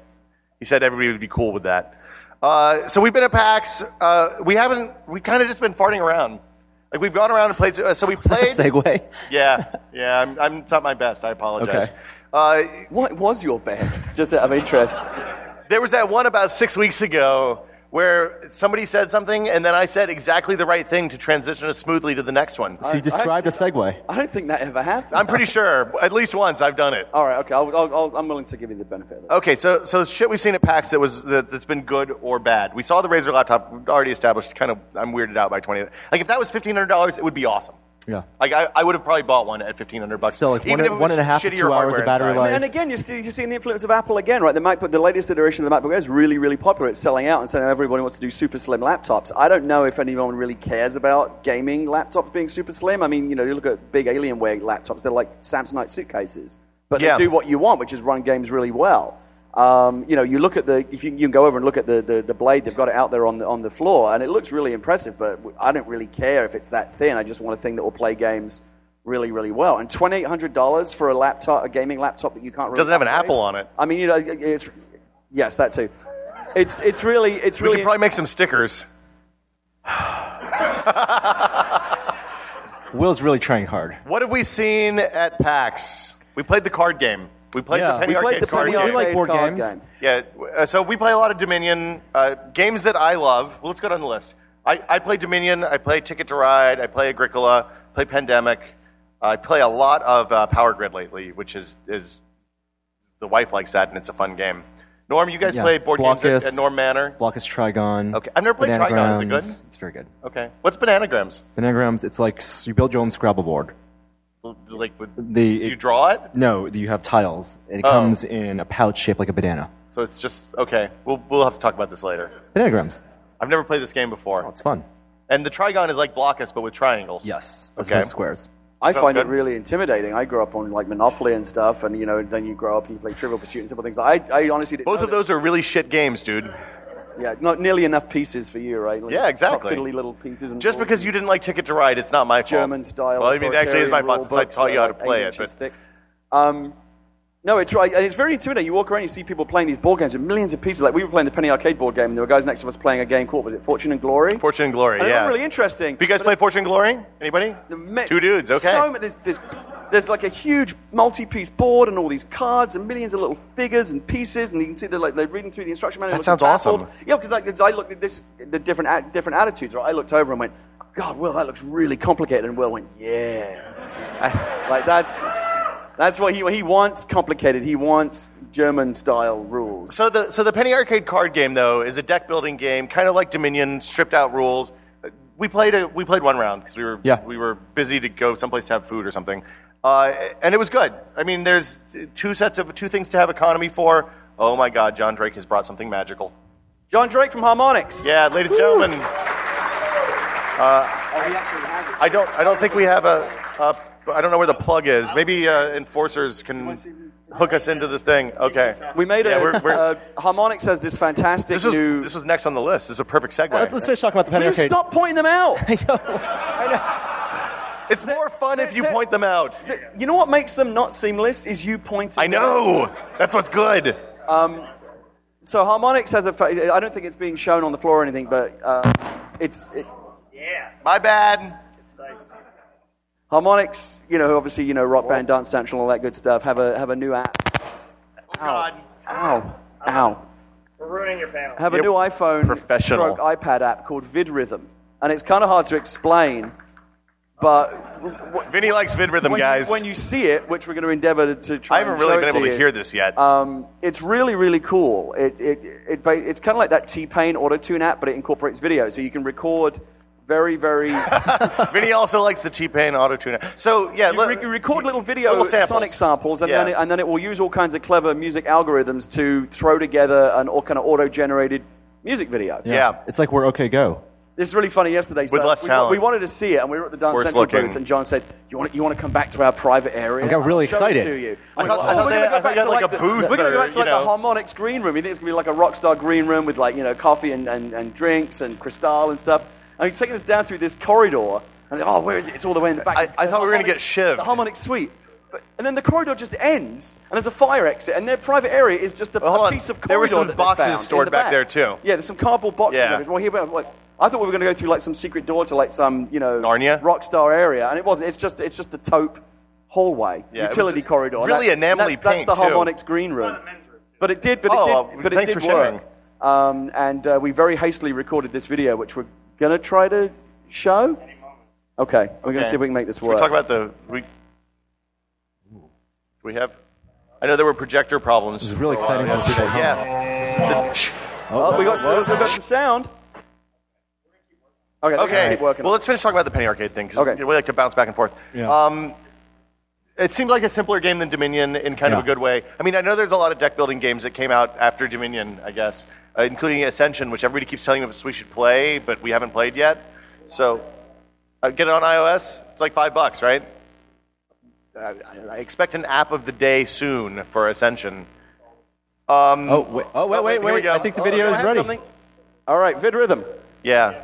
Speaker 1: He said everybody would be cool with that. Uh, so we've been at PAX. Uh, we haven't. We kind of just been farting around. Like we've gone around and played. Uh, so we played.
Speaker 3: Segway.
Speaker 1: yeah, yeah. I'm, I'm it's not my best. I apologize.
Speaker 3: Okay.
Speaker 1: Uh,
Speaker 2: What was your best? Just out of interest.
Speaker 1: There was that one about six weeks ago where somebody said something, and then I said exactly the right thing to transition us smoothly to the next one.
Speaker 3: So you described a Segway.
Speaker 2: I don't think that ever happened.
Speaker 1: I'm pretty sure, at least once, I've done it.
Speaker 2: All right. Okay. I'll, I'll, I'll, I'm willing to give you the benefit of it.
Speaker 1: Okay, so, so shit we've seen at PAX that was, that, that's been good or bad. We saw the Razer laptop, we've already established, kind of, I'm weirded out by 20 Like, if that was $1,500, it would be awesome.
Speaker 3: Yeah.
Speaker 1: Like, I, I would have probably bought one at 1500 bucks.
Speaker 3: Still, like,
Speaker 1: even
Speaker 3: one-
Speaker 1: if it was
Speaker 3: one and a half to
Speaker 1: shittier
Speaker 3: two hours
Speaker 1: hardware
Speaker 3: of battery
Speaker 1: inside.
Speaker 3: life.
Speaker 2: And again, you're, still, you're seeing the influence of Apple again, right? The MacBook, the latest iteration of the MacBook Air is really, really popular. It's selling out, and so now everybody wants to do super slim laptops. I don't know if anyone really cares about gaming laptops being super slim. I mean, you know, you look at big Alienware laptops; they're like Samsonite suitcases, but
Speaker 1: Yeah.
Speaker 2: they do what you want, which is run games really well. Um, you know, you look at the if you, you can go over and look at the, the, the blade they've got it out there on the on the floor, and it looks really impressive. But I don't really care if it's that thin. I just want a thing that will play games really, really well. And twenty eight hundred dollars for a laptop, a gaming laptop that you can't really
Speaker 1: Doesn't have an
Speaker 2: upgrade?
Speaker 1: Apple on it.
Speaker 2: I mean, you know, it's yes, that too. It's it's really it's
Speaker 1: We
Speaker 2: really
Speaker 1: could probably make some stickers.
Speaker 3: Will's really trying hard.
Speaker 1: What have we seen at PAX? We played the card game. We played
Speaker 3: Yeah.
Speaker 1: the penny
Speaker 3: We
Speaker 1: arcade
Speaker 2: played the
Speaker 1: card
Speaker 2: penny
Speaker 1: game.
Speaker 3: We like
Speaker 2: arcade
Speaker 3: board
Speaker 2: card
Speaker 3: games.
Speaker 2: game.
Speaker 1: Yeah, uh, so we play a lot of Dominion uh, games that I love. Well, let's go down the list. I, I play Dominion. I play Ticket to Ride. I play Agricola. Play Pandemic. I play a lot of uh, Power Grid lately, which is is the wife likes that, and it's a fun game. Norm, you guys
Speaker 3: Yeah.
Speaker 1: play board games
Speaker 3: Blockus,
Speaker 1: at, at Norm Manor.
Speaker 3: Blockus Trigon.
Speaker 1: Okay. I've never played Trigon. Is it
Speaker 3: Bananagrams.
Speaker 1: good?
Speaker 3: It's very good.
Speaker 1: Okay, what's Bananagrams?
Speaker 3: Bananagrams, it's like s- you build your own Scrabble board.
Speaker 1: Like, with,
Speaker 3: The-
Speaker 1: you draw Oh. it,
Speaker 3: No, you have tiles. It comes in a pouch shaped like a banana.
Speaker 1: so it's just okay. We'll we'll have to talk about this later.
Speaker 3: Bananagrams.
Speaker 1: I've never played this game before.
Speaker 3: Oh, it's fun.
Speaker 1: And the Trigon is like Blockus, but with triangles.
Speaker 3: Yes. As
Speaker 1: Okay.
Speaker 3: well as squares.
Speaker 2: I
Speaker 1: Sounds
Speaker 2: find
Speaker 1: good.
Speaker 2: it really intimidating. I grew up on like Monopoly and stuff, and you know, then you grow up and you play Trivial Pursuit and simple things. I, I honestly didn't
Speaker 1: Both
Speaker 2: know
Speaker 1: of those are really shit games, dude.
Speaker 2: that- Yeah, not nearly enough pieces for you, right? Like,
Speaker 1: Yeah, exactly.
Speaker 2: Fiddly little pieces. And
Speaker 1: Just because you didn't like Ticket to Ride, it's not my fault.
Speaker 2: German style.
Speaker 1: Well, I mean, it actually is my
Speaker 2: authoritarian uh,
Speaker 1: fault since
Speaker 2: rule
Speaker 1: I
Speaker 2: books
Speaker 1: taught
Speaker 2: that
Speaker 1: you how
Speaker 2: are
Speaker 1: to
Speaker 2: like
Speaker 1: play
Speaker 2: eight
Speaker 1: it.
Speaker 2: inches
Speaker 1: But
Speaker 2: thick. Um, no, it's right, and it's very intimidating. You walk around, you see people playing these board games with millions of pieces. Like we were playing the penny arcade board game, and there were guys next to us playing a game called was it Fortune and Glory?
Speaker 1: Fortune and Glory,
Speaker 2: And they were
Speaker 1: yeah.
Speaker 2: really interesting.
Speaker 1: Have you guys
Speaker 2: But
Speaker 1: played Fortune and Glory? Anybody?
Speaker 2: the me-
Speaker 1: Two dudes, okay.
Speaker 2: So many, there's, there's, there's like a huge multi-piece board and all these cards and millions of little figures and pieces, and you can see they're like they're reading through the instruction manual.
Speaker 1: That
Speaker 2: looking
Speaker 1: sounds
Speaker 2: baffled.
Speaker 1: awesome.
Speaker 2: Yeah, because like, 'cause I looked at this, the different at- different attitudes. Right, I looked over and went, "God, Will, that looks really complicated." And Will went, "Yeah, I- like that's that's what he he wants. Complicated. He wants German style rules."
Speaker 1: so the so the Penny Arcade card game though is a deck building game, kind of like Dominion, stripped out rules. Uh, We played a, we played one round because we were
Speaker 3: Yeah.
Speaker 1: we were busy to go someplace to have food or something, uh, and it was good. I mean, there's two sets of two things to have economy for. Oh my God, John Drake has brought something magical.
Speaker 2: John Drake from Harmonix.
Speaker 1: Yeah, ladies and gentlemen.
Speaker 2: Oh, he actually has it.
Speaker 1: I don't. I don't think we have a. a I don't know where the plug is. Maybe uh, enforcers can hook us into the thing. Okay.
Speaker 2: we made
Speaker 1: Yeah,
Speaker 2: a.
Speaker 1: we're- we're-
Speaker 2: uh, Harmonix has this fantastic
Speaker 1: this was
Speaker 2: new.
Speaker 1: this was next on the list. This is a perfect segue.
Speaker 3: Let's, let's finish talking about the penny
Speaker 2: Will you
Speaker 3: arcade.
Speaker 2: stop pointing them out?
Speaker 1: it's more fun if you
Speaker 2: that-
Speaker 1: point them out.
Speaker 2: Th- You know what makes them not seamless is you pointing.
Speaker 1: I
Speaker 2: them out.
Speaker 1: know. That's what's good.
Speaker 2: So harmonics has a. Fa- I don't think it's being shown on the floor or anything, but uh, it's it,
Speaker 1: My bad.
Speaker 2: harmonics. You know, obviously, you know, rock band, dance central, all that good stuff. Have a have a new app.
Speaker 1: Oh God.
Speaker 2: Ow, ow.
Speaker 4: We're ruining your panel.
Speaker 2: Have a
Speaker 1: You're
Speaker 2: new iPhone
Speaker 1: professional.
Speaker 2: stroke iPad app called VidRhythm, and it's kind of hard to explain, but.
Speaker 1: Vinny likes vid rhythm,
Speaker 2: When
Speaker 1: guys.
Speaker 2: you, when you see it, which we're going to endeavor to try
Speaker 1: I haven't
Speaker 2: and
Speaker 1: really
Speaker 2: show
Speaker 1: been
Speaker 2: it
Speaker 1: able to
Speaker 2: you,
Speaker 1: hear this yet.
Speaker 2: Um, it's really, really cool. It, it, it, ba- it's kind of like that T Pain Auto Tune app, but it incorporates video. So you can record very, very. you
Speaker 1: Vinny also likes the T Pain auto tune. So yeah, look.
Speaker 2: re- you record little video
Speaker 1: Little samples.
Speaker 2: sonic samples, and, then
Speaker 1: Yeah.
Speaker 2: it, and then it will use all kinds of clever music algorithms to throw together an all kind of auto generated music video.
Speaker 1: Yeah.
Speaker 3: It's like we're okay, go.
Speaker 2: It's really funny yesterday. So
Speaker 1: With less
Speaker 2: we,
Speaker 1: talent.
Speaker 2: we wanted to see it, and we were at the Dance
Speaker 1: Worse
Speaker 2: Central
Speaker 1: looking.
Speaker 2: booth, and John said, "You want you want to come back to our private area?"
Speaker 3: I got
Speaker 2: I'll
Speaker 3: really
Speaker 2: show it
Speaker 3: excited.
Speaker 2: to you.
Speaker 1: I thought- I thought
Speaker 2: we're
Speaker 1: they-
Speaker 2: gonna go
Speaker 1: I thought
Speaker 2: back
Speaker 1: you had
Speaker 2: to
Speaker 1: like a
Speaker 2: the-
Speaker 1: booth
Speaker 2: We're going to go
Speaker 1: or,
Speaker 2: back to
Speaker 1: you
Speaker 2: like the
Speaker 1: know.
Speaker 2: harmonics green room. You think it's going to be like a rock star green room with like you know coffee and, and, and drinks and cristal and stuff. And he's taking us down through this corridor, and oh, where is it? It's all the way in the back.
Speaker 1: I- I
Speaker 2: The
Speaker 1: thought we were gonna get
Speaker 2: harmonics-
Speaker 1: shivved.
Speaker 2: The harmonic suite. But- And then the corridor just ends, and there's a fire exit, and their private area is just a,
Speaker 1: Well, hold
Speaker 2: a
Speaker 1: on.
Speaker 2: piece of corridor.
Speaker 1: There were some
Speaker 2: that they
Speaker 1: boxes
Speaker 2: found in
Speaker 1: stored
Speaker 2: the
Speaker 1: back there, too.
Speaker 2: Yeah, there's some cardboard boxes.
Speaker 1: Yeah.
Speaker 2: Well, here, well, like, I thought we were going to go through like some secret door to like some you know
Speaker 1: Narnia?
Speaker 2: rock star area, and it wasn't. It's just it's just a taupe hallway,
Speaker 1: Yeah, it was
Speaker 2: utility corridor. And
Speaker 1: really
Speaker 2: that- and
Speaker 1: enamelly
Speaker 2: that's,
Speaker 1: pink,
Speaker 2: that's the
Speaker 1: too.
Speaker 2: harmonics green room. But it did. But
Speaker 1: Oh,
Speaker 2: it did.
Speaker 1: well,
Speaker 2: but it
Speaker 1: thanks
Speaker 2: did
Speaker 1: for sharing.
Speaker 2: work. Um, and uh, we very hastily recorded this video, which we're going to try to show. Okay, we're going to see if we can make this
Speaker 1: Should
Speaker 2: work.
Speaker 1: We talk about the we. We have. I know there were projector problems. This
Speaker 3: is really exciting for people at
Speaker 1: Oh, Yeah. This is the-
Speaker 2: oh, we got, we got some sound. Okay, they're gonna
Speaker 1: Okay.
Speaker 2: keep working.
Speaker 1: Well, let's finish talking about the penny arcade thing because
Speaker 2: Okay.
Speaker 1: we like to bounce back and forth.
Speaker 3: Yeah.
Speaker 1: Um, it seemed like a simpler game than Dominion in kind of
Speaker 3: Yeah.
Speaker 1: a good way. I mean, I know there's a lot of deck building games that came out after Dominion, I guess, uh, including Ascension, which everybody keeps telling us we should play, but we haven't played yet. So uh, get it on iOS. It's like five bucks, right? Uh, I- I expect an app of the day soon for Ascension.
Speaker 3: Oh wait, oh wait, wait,
Speaker 1: Here we
Speaker 3: wait!
Speaker 1: go.
Speaker 3: I think the
Speaker 1: Oh,
Speaker 3: video
Speaker 1: I
Speaker 3: is
Speaker 1: have
Speaker 3: ready.
Speaker 2: Something? All right, vid rhythm.
Speaker 1: Yeah.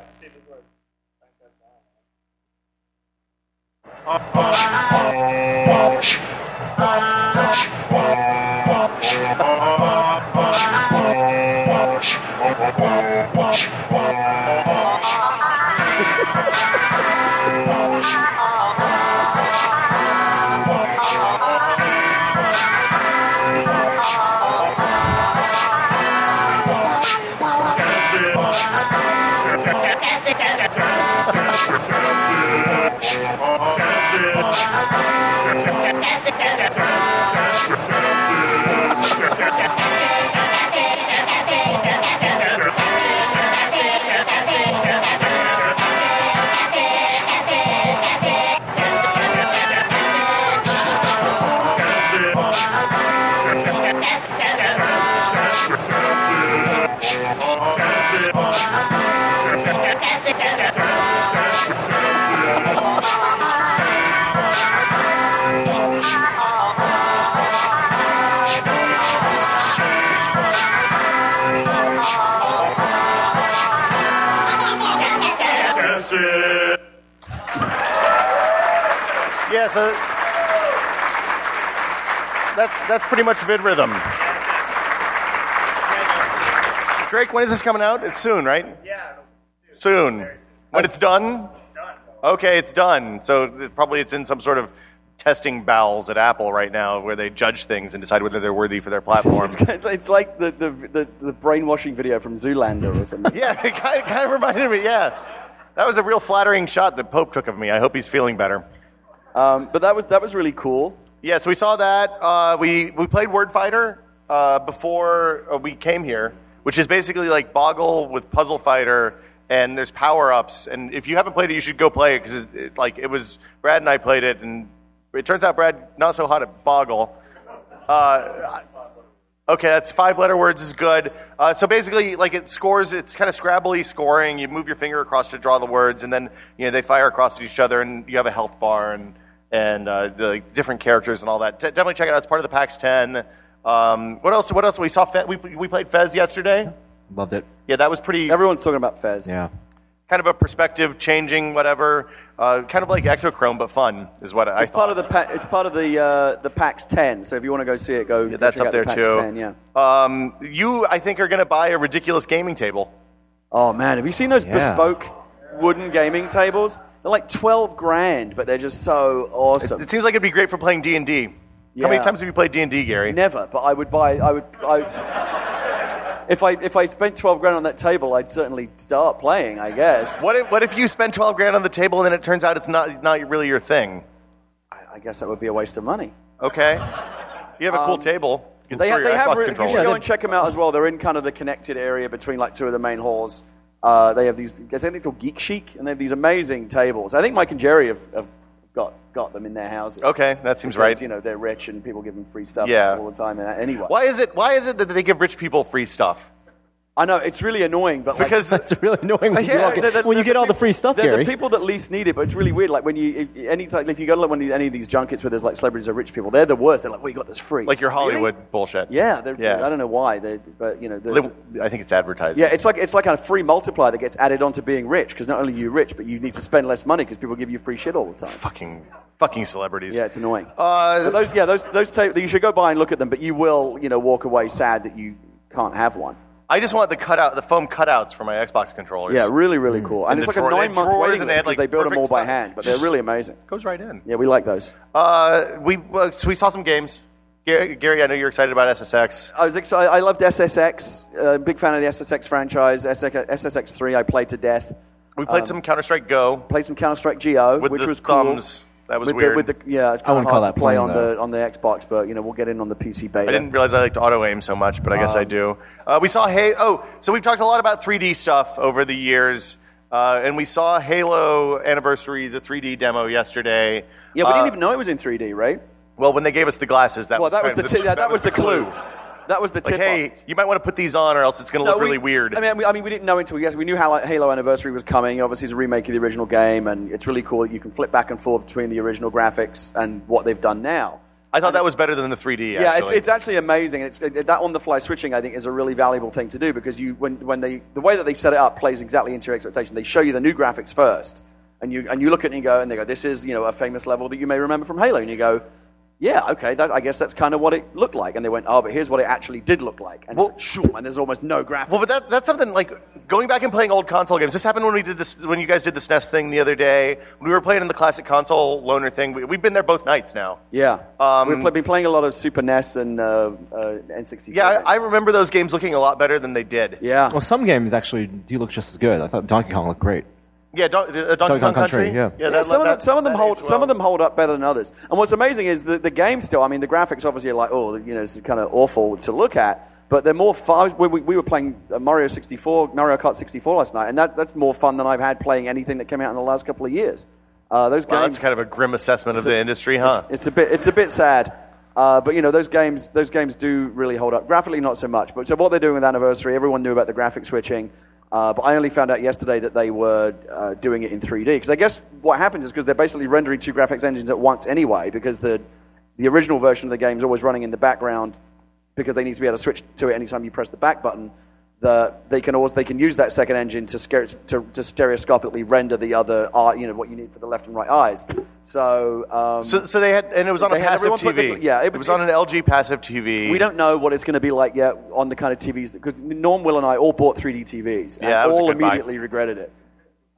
Speaker 1: Yeah, so that, that's pretty much vid rhythm. Drake, when is this coming out? It's soon, right? Yeah. Soon. When it's done? Okay, it's done. So it- probably it's in some sort of testing bowels at Apple right now where they judge things and decide whether they're worthy for their platform.
Speaker 2: It's it's like the, the, the, the brainwashing video from Zoolander or something.
Speaker 1: yeah, it kind of, kind of reminded me, yeah. That was a real flattering shot that Pope took of me. I hope he's feeling better.
Speaker 2: Um, but that was, that was really cool.
Speaker 1: Yeah, so we saw that. Uh, we, we played Word Fighter uh, before uh, we came here, which is basically like Boggle with Puzzle Fighter, and there's power ups. And if you haven't played it, you should go play it because it, it, like it was Brad and I played it, and it turns out Brad not so hot at Boggle. Okay, that's five letter words is good. Uh, so basically, like it scores, it's kind of scrabbly scoring. You move your finger across to draw the words, and then you know they fire across at each other, and you have a health bar and and uh, the like, different characters and all that. De- definitely check it out. It's part of the PAX 10. Um, what else? What else? We saw Fe- we we played Fez yesterday.
Speaker 3: Loved it.
Speaker 1: Yeah, that was pretty
Speaker 2: Everyone's talking about Fez.
Speaker 3: Yeah.
Speaker 1: kind of a perspective changing, whatever. Uh, kind of like Ectochrome, but fun is what I.
Speaker 2: It's part of the pa- it's part of the uh, the PAX 10. So if you want to go see it, go. go
Speaker 1: that's up
Speaker 2: check out the
Speaker 1: there
Speaker 2: PAX
Speaker 1: too.
Speaker 2: 10, yeah.
Speaker 1: Um, you, I think, are going to buy a ridiculous gaming table.
Speaker 2: Oh man, have you seen those
Speaker 3: Yeah.
Speaker 2: bespoke wooden gaming tables? They're like 12 grand, but they're just so awesome.
Speaker 1: It seems like it'd be great for playing D and D. How many
Speaker 2: Yeah.
Speaker 1: times have you played D and D, Gary?
Speaker 2: Never, but I would buy. I would. I, if I if I spent 12 grand on that table, I'd certainly start playing. I guess.
Speaker 1: What if, what if you spend twelve grand on the table and then it turns out it's not not really your thing?
Speaker 2: I- I guess that would be a waste of money.
Speaker 1: Okay, you have a cool table. You can
Speaker 2: Um, They,
Speaker 1: store
Speaker 2: they
Speaker 1: your
Speaker 2: have.
Speaker 1: Xbox
Speaker 2: Re- you
Speaker 1: controller.
Speaker 2: should go and check them out as well. They're in kind of the connected area between like two of the main halls. Uh, they have these. I think they're called Geek Chic, and they have these amazing tables. I think Mike and Jerry have, have got got them in their houses.
Speaker 1: Okay, that seems
Speaker 2: Because,
Speaker 1: right.
Speaker 2: You know they're rich and people give them free stuff
Speaker 1: Yeah.
Speaker 2: all the time. and- Anyway,
Speaker 1: Why is it why is it that they give rich people free stuff?
Speaker 2: I know it's really annoying, but like,
Speaker 1: Because
Speaker 3: That's really annoying when,
Speaker 1: Yeah,
Speaker 3: you, walk in-
Speaker 1: the-
Speaker 2: the-
Speaker 3: when you get all the free stuff,
Speaker 2: they're
Speaker 3: Gary.
Speaker 2: the people that least need it, but it's really weird. Like when you, if, any time, if you go to like one of these, any of these junkets where there's like celebrities or rich people, they're the worst. They're like, "We got this free."
Speaker 1: like your
Speaker 2: Really?
Speaker 1: Hollywood bullshit.
Speaker 2: Yeah, they're,
Speaker 1: yeah.
Speaker 2: I don't know why, they're, but you know, the-
Speaker 1: Li- I think it's advertising.
Speaker 2: yeah, it's like it's like a free multiplier that gets added onto being rich because not only are you rich, but you need to spend less money because people give you free shit all the time.
Speaker 1: Fucking, fucking celebrities.
Speaker 2: Yeah, it's annoying.
Speaker 1: Uh,
Speaker 2: But those, yeah, those those tape, you should go buy and look at them, but you will, you know, walk away sad that you can't have one.
Speaker 1: I just want the cutout, the foam cutouts for my Xbox controllers.
Speaker 2: Yeah, really, really cool. And,
Speaker 1: Mm. And
Speaker 2: it's
Speaker 1: the drawer-
Speaker 2: like a
Speaker 1: they had
Speaker 2: nine month
Speaker 1: drawers
Speaker 2: waiting list
Speaker 1: and they had,
Speaker 2: 'cause
Speaker 1: like,
Speaker 2: they build them all
Speaker 1: perfect
Speaker 2: by
Speaker 1: si-
Speaker 2: hand, but they're really amazing.
Speaker 1: goes right in.
Speaker 2: Yeah, we like those.
Speaker 1: Uh, we uh, so we saw some games. Gary, Gary, I know you're excited about SSX.
Speaker 2: I was excited. I loved SSX. Uh, big fan of the SSX franchise. SSX three, I played to death.
Speaker 1: We played some Counter Strike Go.
Speaker 2: Played some Counter Strike Geo,
Speaker 1: With
Speaker 2: Um, which
Speaker 1: the
Speaker 2: was cool.
Speaker 1: thumbs. That was
Speaker 2: with
Speaker 1: weird.
Speaker 2: The, with the, yeah, it's
Speaker 3: I wouldn't
Speaker 2: hard
Speaker 3: call
Speaker 2: to
Speaker 3: that
Speaker 2: play
Speaker 3: playing,
Speaker 2: on
Speaker 3: though.
Speaker 2: the on the Xbox, but you know we'll get in on the PC beta.
Speaker 1: I didn't realize I liked auto aim so much, but I
Speaker 2: Um,
Speaker 1: guess I do. Uh, we saw Hey. Oh, so we've talked a lot about 3D stuff over the years, uh, and we saw Halo Anniversary, the 3D demo yesterday.
Speaker 2: yeah, we
Speaker 1: Uh,
Speaker 2: didn't even know it was in three D, right?
Speaker 1: Well, when they gave us the glasses, that
Speaker 2: Well,
Speaker 1: was
Speaker 2: that was
Speaker 1: kind
Speaker 2: the
Speaker 1: of
Speaker 2: ti- yeah, that was the clue. That was the
Speaker 1: Like,
Speaker 2: tip.
Speaker 1: hey, you might want to put these on, or else it's going to look really weird.
Speaker 2: I mean, we, I mean, we didn't know until yes, we knew Halo, Halo Anniversary was coming. Obviously, it's a remake of the original game, and it's really cool that you can flip back and forth between the original graphics and what they've done now.
Speaker 1: I thought that was better than the 3D.
Speaker 2: Yeah, it's,
Speaker 1: actually.
Speaker 2: it's actually amazing. It's, it, that on-the-fly switching, I think, is a really valuable thing to do because you, when, when they, the way that they set it up plays exactly into your expectation. They show you the new graphics first, and you, and you look at it and you go, and they go, this is, you know, a famous level that you may remember from Halo. And you go, yeah, okay, that, I guess that's kind of what it looked like. And they went, oh, but here's what it actually did look like. And,
Speaker 1: Well-
Speaker 2: it's like, shoom, and there's almost no graphics.
Speaker 1: Well, but that, that's something like going back and playing old console games. This happened when we did this, when you guys did the SNES thing the other day. We were playing in the classic console loaner thing. We, we've been there both nights now.
Speaker 2: yeah.
Speaker 1: Um,
Speaker 2: We've pl- been playing a lot of Super NES and uh, uh, N64.
Speaker 1: Yeah, I, I
Speaker 2: games.
Speaker 1: remember those games looking a lot better than they did.
Speaker 2: yeah.
Speaker 3: well, some games actually do look just as good. I thought Donkey Kong looked great.
Speaker 1: yeah. Don, uh, Donkey Kong Country.
Speaker 3: yeah.
Speaker 1: yeah.
Speaker 2: Yeah,
Speaker 1: that-
Speaker 2: some, of them,
Speaker 1: that-
Speaker 2: some of them
Speaker 1: that
Speaker 2: hold
Speaker 1: aged
Speaker 2: some
Speaker 1: well.
Speaker 2: of them hold up better than others. And what's amazing is the the game still. I mean, the graphics obviously are like oh, you know, it's kind of awful to look at. But they're more fun. We, we, we were playing uh, Mario 64, Mario Kart 64 last night, and that, that's more fun than I've had playing anything that came out in the last couple of years. Uh, those
Speaker 1: Wow,
Speaker 2: games.
Speaker 1: that's kind of a grim assessment of the industry, huh?
Speaker 2: It's a bit. It's a bit sad. Uh, but you know those games. Those games do really hold up. Graphically, not so much. But so what they're doing with anniversary, everyone knew about the graphic switching. Uh, but I only found out yesterday that they were uh, doing it in 3D. Because I guess what happens is because they're basically rendering two graphics engines at once anyway. Because the the original version of the game is always running in the background because they need to be able to switch to it anytime you press the back button. The, they can always they can use that second engine to, scare, to, to stereoscopically render the other eye, you know what you need for the left and right eyes. So um,
Speaker 1: So, so they had, and it was on a
Speaker 2: They had
Speaker 1: passive
Speaker 2: everyone put
Speaker 1: TV.
Speaker 2: the- yeah, it
Speaker 1: it was,
Speaker 2: was-
Speaker 1: on an LG passive TV.
Speaker 2: we don't know what it's going to be like yet on the kind of TVs because Norm, Will, and I all bought 3D TVs and
Speaker 1: Yeah, that was a
Speaker 2: all
Speaker 1: good buy.
Speaker 2: immediately regretted it.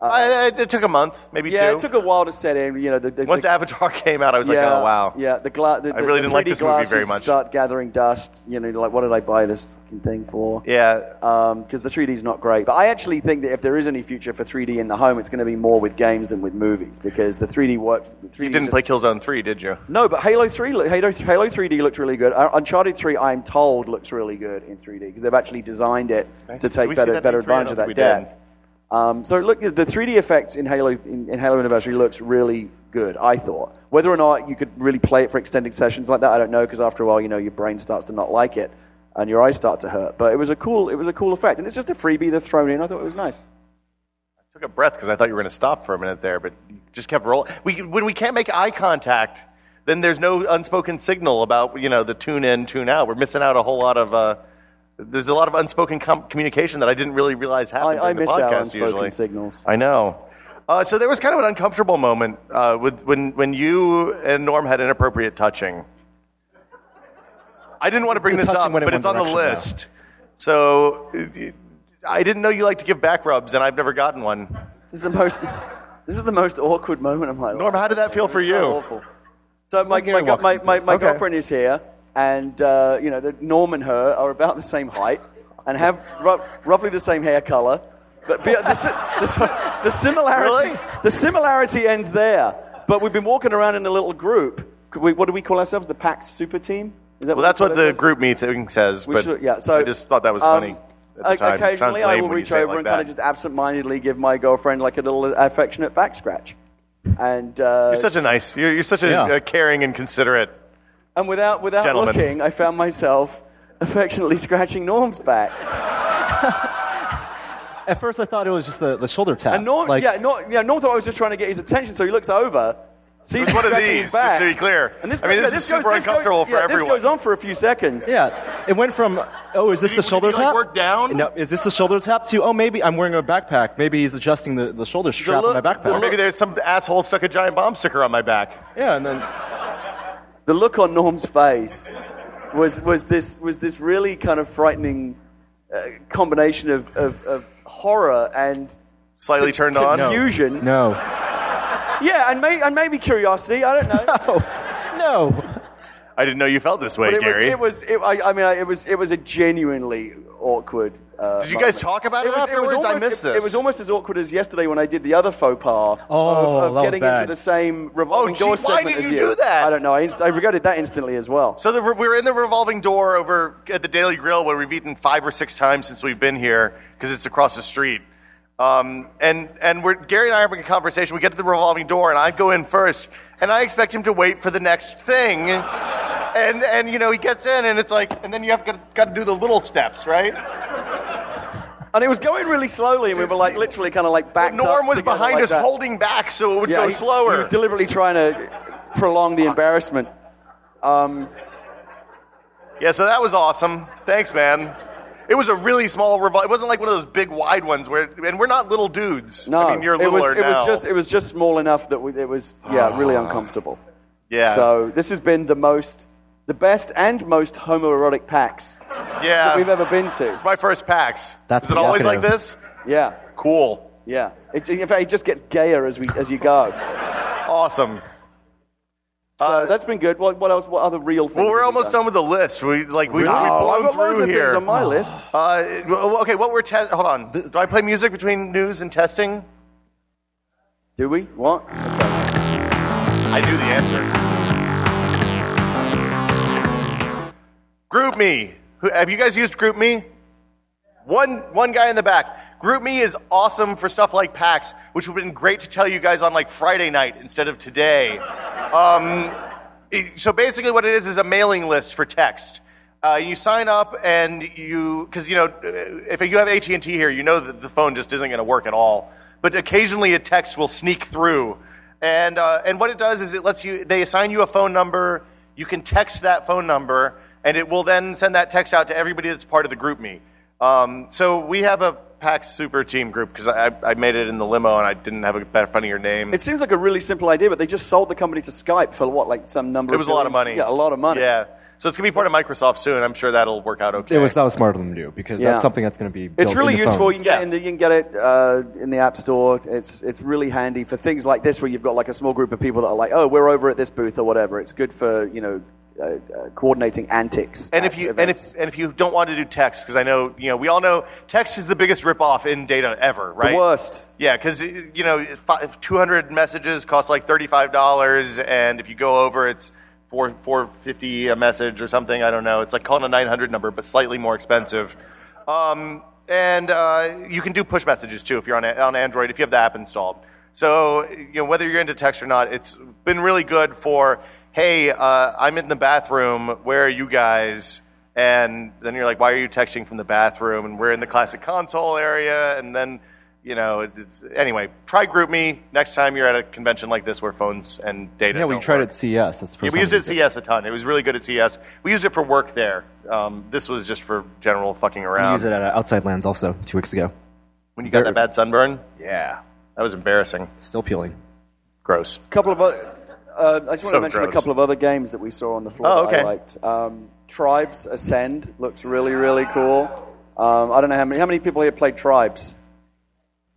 Speaker 1: I, I, it took a month, maybe
Speaker 2: Yeah,
Speaker 1: two.
Speaker 2: it took a while to set in. You know, the, the,
Speaker 1: Once
Speaker 2: the,
Speaker 1: Avatar came out, I was like, oh wow.
Speaker 2: yeah. The, gla- the
Speaker 1: I really
Speaker 2: the
Speaker 1: didn't like
Speaker 2: 3D
Speaker 1: this movie very
Speaker 2: glasses
Speaker 1: much.
Speaker 2: Start gathering dust. You know, like what did I buy this fucking thing for?
Speaker 1: Yeah.
Speaker 2: because the 3D is not great. But I actually think that if there is any future for 3D in the home, it's going to be more with games than with movies because the 3D works. The 3D
Speaker 1: you didn't play Killzone Three, did you?
Speaker 2: No, but Halo 3, lo- Halo, Halo 3D looked really good. Uh, Uncharted 3, I'm told, looks really good in 3D because they've actually designed it
Speaker 1: Nice.
Speaker 2: to
Speaker 1: Did we
Speaker 2: take
Speaker 1: see that
Speaker 2: better,
Speaker 1: in
Speaker 2: better
Speaker 1: 3? I
Speaker 2: advantage
Speaker 1: don't
Speaker 2: of that
Speaker 1: think we did.
Speaker 2: depth. Um, so look, the 3D effects in Halo in, in Halo Anniversary looks really good. I thought whether or not you could really play it for extended sessions like that, I don't know because after a while, you know, your brain starts to not like it and your eyes start to hurt. But it was a cool, it was a cool effect, and it's just a freebie they've thrown in. I thought it was nice.
Speaker 1: took a breath because I thought you were going to stop for a minute there, but you just kept rolling. We, when we can't make eye contact, then there's no unspoken signal about you know the tune in, tune out. We're missing out a whole lot of. Uh, there's a lot of unspoken com- communication that I didn't really realize happened
Speaker 2: I- I
Speaker 1: in the
Speaker 2: miss
Speaker 1: podcast
Speaker 2: our unspoken
Speaker 1: usually.
Speaker 2: signals.
Speaker 1: I know. Uh, so there was kind of an uncomfortable moment uh, with, when, when you and Norm had inappropriate touching. I didn't want to bring
Speaker 3: The
Speaker 1: this
Speaker 3: touching
Speaker 1: up,
Speaker 3: went in
Speaker 1: but
Speaker 3: one
Speaker 1: it's on the
Speaker 3: direction, though.
Speaker 1: list. So it- it- I didn't know you like to give back rubs, and I've never gotten one.
Speaker 2: This is the most. This is the most awkward moment of my life.
Speaker 1: Norm, how did that feel for
Speaker 2: It's so
Speaker 1: you?
Speaker 2: awful. So my,
Speaker 3: Gary
Speaker 2: my, go-
Speaker 3: walks
Speaker 2: my,
Speaker 3: into
Speaker 2: my,
Speaker 3: it.
Speaker 2: my
Speaker 1: Okay.
Speaker 2: girlfriend is here, and uh, you know that Norm and her are about the same height, and have ru- roughly the same hair color, but be- the, si- the, si- the similarity
Speaker 1: Really?
Speaker 2: the similarity ends there. But we've been walking around in a little group. Could We, what do we call ourselves? The PAX Super Team? Is that
Speaker 1: Well, that's
Speaker 2: we
Speaker 1: what
Speaker 2: call
Speaker 1: the
Speaker 2: ourselves?
Speaker 1: group me thing says.
Speaker 2: We
Speaker 1: but
Speaker 2: should- yeah, so,
Speaker 1: I just thought that was
Speaker 2: um,
Speaker 1: funny. At the
Speaker 2: o-
Speaker 1: time. It sounds
Speaker 2: Occasionally,
Speaker 1: lame
Speaker 2: I will
Speaker 1: when you
Speaker 2: reach
Speaker 1: say it
Speaker 2: over
Speaker 1: like
Speaker 2: and
Speaker 1: that.
Speaker 2: kind of just absentmindedly give my girlfriend like a little affectionate back scratch, and uh,
Speaker 1: You're such a nice. You're, you're such a,
Speaker 3: Yeah.
Speaker 1: a caring and considerate.
Speaker 2: and without without
Speaker 1: Gentlemen.
Speaker 2: looking, I found myself affectionately scratching Norm's back.
Speaker 3: At first, I thought it was just the, the shoulder tap.
Speaker 2: And Norm,
Speaker 3: like,
Speaker 2: yeah, Norm, yeah, Norm thought I was just trying to get his attention, so he looks over. Sees
Speaker 1: It's one of
Speaker 2: scratching his
Speaker 1: these, just
Speaker 2: back.
Speaker 1: to be clear.
Speaker 2: And this
Speaker 1: I mean,
Speaker 2: goes-
Speaker 1: this
Speaker 2: yeah,
Speaker 1: is super
Speaker 2: goes,
Speaker 1: uncomfortable
Speaker 2: this
Speaker 1: for
Speaker 2: goes, yeah,
Speaker 1: everyone.
Speaker 2: This goes on for a few seconds.
Speaker 3: yeah. It went from oh, is this
Speaker 1: Did
Speaker 3: the
Speaker 1: he-
Speaker 3: shoulder
Speaker 1: did he, like,
Speaker 3: tap?
Speaker 1: work down?
Speaker 3: No, is this the shoulder tap? To oh, maybe I'm wearing a backpack. Maybe he's adjusting the, the shoulder strap
Speaker 2: look-
Speaker 3: on my backpack.
Speaker 2: the
Speaker 1: Or maybe there's some asshole stuck a giant bomb sticker on my back.
Speaker 3: yeah, and then
Speaker 2: The look on Norm's face was, was, this, was this really kind of frightening uh, combination of, of, of horror and
Speaker 1: Slightly turned on.
Speaker 2: confusion.
Speaker 3: no,
Speaker 2: Yeah, and, may, and maybe curiosity. I don't know.
Speaker 3: no.
Speaker 1: I didn't know you felt this way,
Speaker 2: But it was,
Speaker 1: Gary.
Speaker 2: it was it, I, I mean, I- it was, it was a genuinely awkward. Uh,
Speaker 1: Did you guys
Speaker 2: moment.
Speaker 1: talk about it
Speaker 2: was-
Speaker 1: afterwards?
Speaker 2: was
Speaker 1: I
Speaker 2: almost-
Speaker 1: missed
Speaker 2: it- It
Speaker 1: this.
Speaker 2: was almost as awkward as yesterday when I did the other faux
Speaker 3: Oh,
Speaker 2: pas of,
Speaker 3: that
Speaker 2: of
Speaker 3: was
Speaker 2: getting into
Speaker 3: bad.
Speaker 2: the same revolving
Speaker 1: Oh,
Speaker 2: door
Speaker 1: gee, why
Speaker 2: segment
Speaker 1: did
Speaker 2: as
Speaker 1: you do that?
Speaker 2: I don't know. I, inst- I regretted that instantly as well.
Speaker 1: so the, we were in the revolving door over at the Daily Grill where we've eaten five or six times since we've been here because it's across the street. Um, and and we're, Gary and I are having a conversation. We get to the revolving door, and I go in first, and I expect him to wait for the next thing. And, and you know he gets in, and it's like, and then you have to got to do the little steps, right?
Speaker 2: And it was going really slowly, and we were like literally kind of like back.
Speaker 1: Norm was behind us, holding back so it would go
Speaker 2: he- He
Speaker 1: slower.
Speaker 2: was deliberately trying to prolong the embarrassment.
Speaker 1: Yeah, so that was awesome. Thanks, man. It was a really small revolver. It wasn't like one of those big wide ones where, and we're not little dudes.
Speaker 2: No,
Speaker 1: I mean, you're
Speaker 2: it
Speaker 1: littler
Speaker 2: was it
Speaker 1: now.
Speaker 2: was just it was just small enough that we, it was yeah really uncomfortable.
Speaker 1: yeah,
Speaker 2: So this has been the most, the best and most homoerotic packs
Speaker 1: yeah.
Speaker 2: that we've ever been to.
Speaker 1: my first PAX.
Speaker 3: That's
Speaker 1: Is it always like
Speaker 3: provocative.
Speaker 1: this?
Speaker 2: Yeah,
Speaker 1: Cool.
Speaker 2: yeah. It, in fact, it just gets gayer as we as you go.
Speaker 1: Awesome. Uh,
Speaker 2: So that's been good. What, what else? What other real things?
Speaker 1: Well, we're
Speaker 2: have we
Speaker 1: almost
Speaker 2: done?
Speaker 1: done with the list. We like we,
Speaker 2: Oh, I've
Speaker 1: we've
Speaker 2: got
Speaker 1: blown
Speaker 2: loads
Speaker 1: through
Speaker 2: of
Speaker 1: here.
Speaker 2: things on my list.
Speaker 1: Uh, well, okay, what we're testing. Hold on. Do I play music between news and testing?
Speaker 2: Do we? What?
Speaker 1: I knew the answer. GroupMe. Who, have you guys used GroupMe? One, one guy in the back. GroupMe is awesome for stuff like PAX, which would have been great to tell you guys on like Friday night instead of today. Um, it- so basically, what it is is a mailing list for text. Uh, you sign up and you, because you know, uh, if you have AT and T here, you know that the phone just isn't going to work at all. But occasionally, a text will sneak through, and uh, and what it does is it lets you. They assign you a phone number. You can text that phone number, and it will then send that text out to everybody that's part of the group me. Um, so we have a PAX Super Team group because I, I made it in the limo and I didn't have a better- funnier name.
Speaker 2: It seems like a really simple idea, but they just sold the company to Skype for what, like some number.
Speaker 1: It
Speaker 2: of
Speaker 1: was a lot of money.
Speaker 2: billions? Yeah, a lot of money.
Speaker 1: Yeah. So it's going to be part of Microsoft soon. I'm sure that'll work out okay.
Speaker 3: It was that was smart of them to do because
Speaker 2: Yeah.
Speaker 3: that's something that's going to be.
Speaker 2: It's
Speaker 3: built
Speaker 2: really
Speaker 3: into
Speaker 2: useful.
Speaker 3: phones.
Speaker 2: You can, get
Speaker 1: Yeah.
Speaker 2: it in the, you can get it uh, in the App Store. It's, it's really handy for things like this where you've got like a small group of people that are like, oh, we're over at this booth or whatever. It's good for, you know, uh, uh, coordinating antics.
Speaker 1: and
Speaker 2: at
Speaker 1: if you and
Speaker 2: events.
Speaker 1: if and if you don't want to do text, because I know you know we all know text is the biggest ripoff in data ever, right?
Speaker 2: worst.
Speaker 1: Yeah, because you know two hundred messages cost like thirty five dollars, and if you go over, it's four four fifty a message or something. I don't know. It's like calling a nine hundred number, but slightly more expensive. Um, and uh, you can do push messages too if you're on, a- on Android if you have the app installed. So you know whether you're into text or not, it's been really good for. Hey, uh, I'm in the bathroom. Where are you guys? And then you're like, why are you texting from the bathroom? And we're in the classic console area. And then, you know, it- it's, anyway, try GroupMe next time you're at a convention like this where phones and data.
Speaker 3: Yeah, we
Speaker 1: don't
Speaker 3: tried it
Speaker 1: work.
Speaker 3: at CES. That's the first
Speaker 1: Yeah, we
Speaker 3: time
Speaker 1: used it at
Speaker 3: did
Speaker 1: CES a ton. It was really good at CES. We used it for work there. Um, this was just for general fucking
Speaker 3: We
Speaker 1: around.
Speaker 3: used it at uh, Outside Lands also two weeks ago.
Speaker 1: When you got
Speaker 3: There-
Speaker 1: that bad sunburn?
Speaker 3: Yeah,
Speaker 1: That was embarrassing.
Speaker 3: still peeling.
Speaker 1: Gross.
Speaker 2: couple of other, uh, I just want
Speaker 1: So
Speaker 2: to mention
Speaker 1: gross.
Speaker 2: a couple of other games that we saw on the floor
Speaker 1: Oh,
Speaker 2: that I
Speaker 1: okay.
Speaker 2: liked. Um, Tribes Ascend looks really, really cool. Um, I don't know how many, how many people here played Tribes?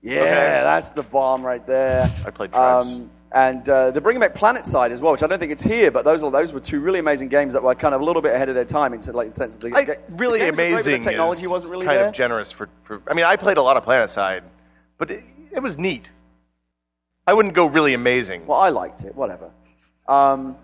Speaker 2: Yeah, that's the bomb right there.
Speaker 1: I played Tribes.
Speaker 2: and uh, they're bringing back Planetside as well, which I don't think it's here, but those are, those were two really amazing games that were kind of a little bit ahead of their time in, like, in the sense of the,
Speaker 1: I,
Speaker 2: the
Speaker 1: really
Speaker 2: games were great, but
Speaker 1: amazing.
Speaker 2: The technology
Speaker 1: is
Speaker 2: wasn't really
Speaker 1: kind
Speaker 2: there.
Speaker 1: of generous for, for. I mean, I played a lot of Planetside, but it, it was neat. I wouldn't go really amazing.
Speaker 2: Well, I liked it, whatever. Um,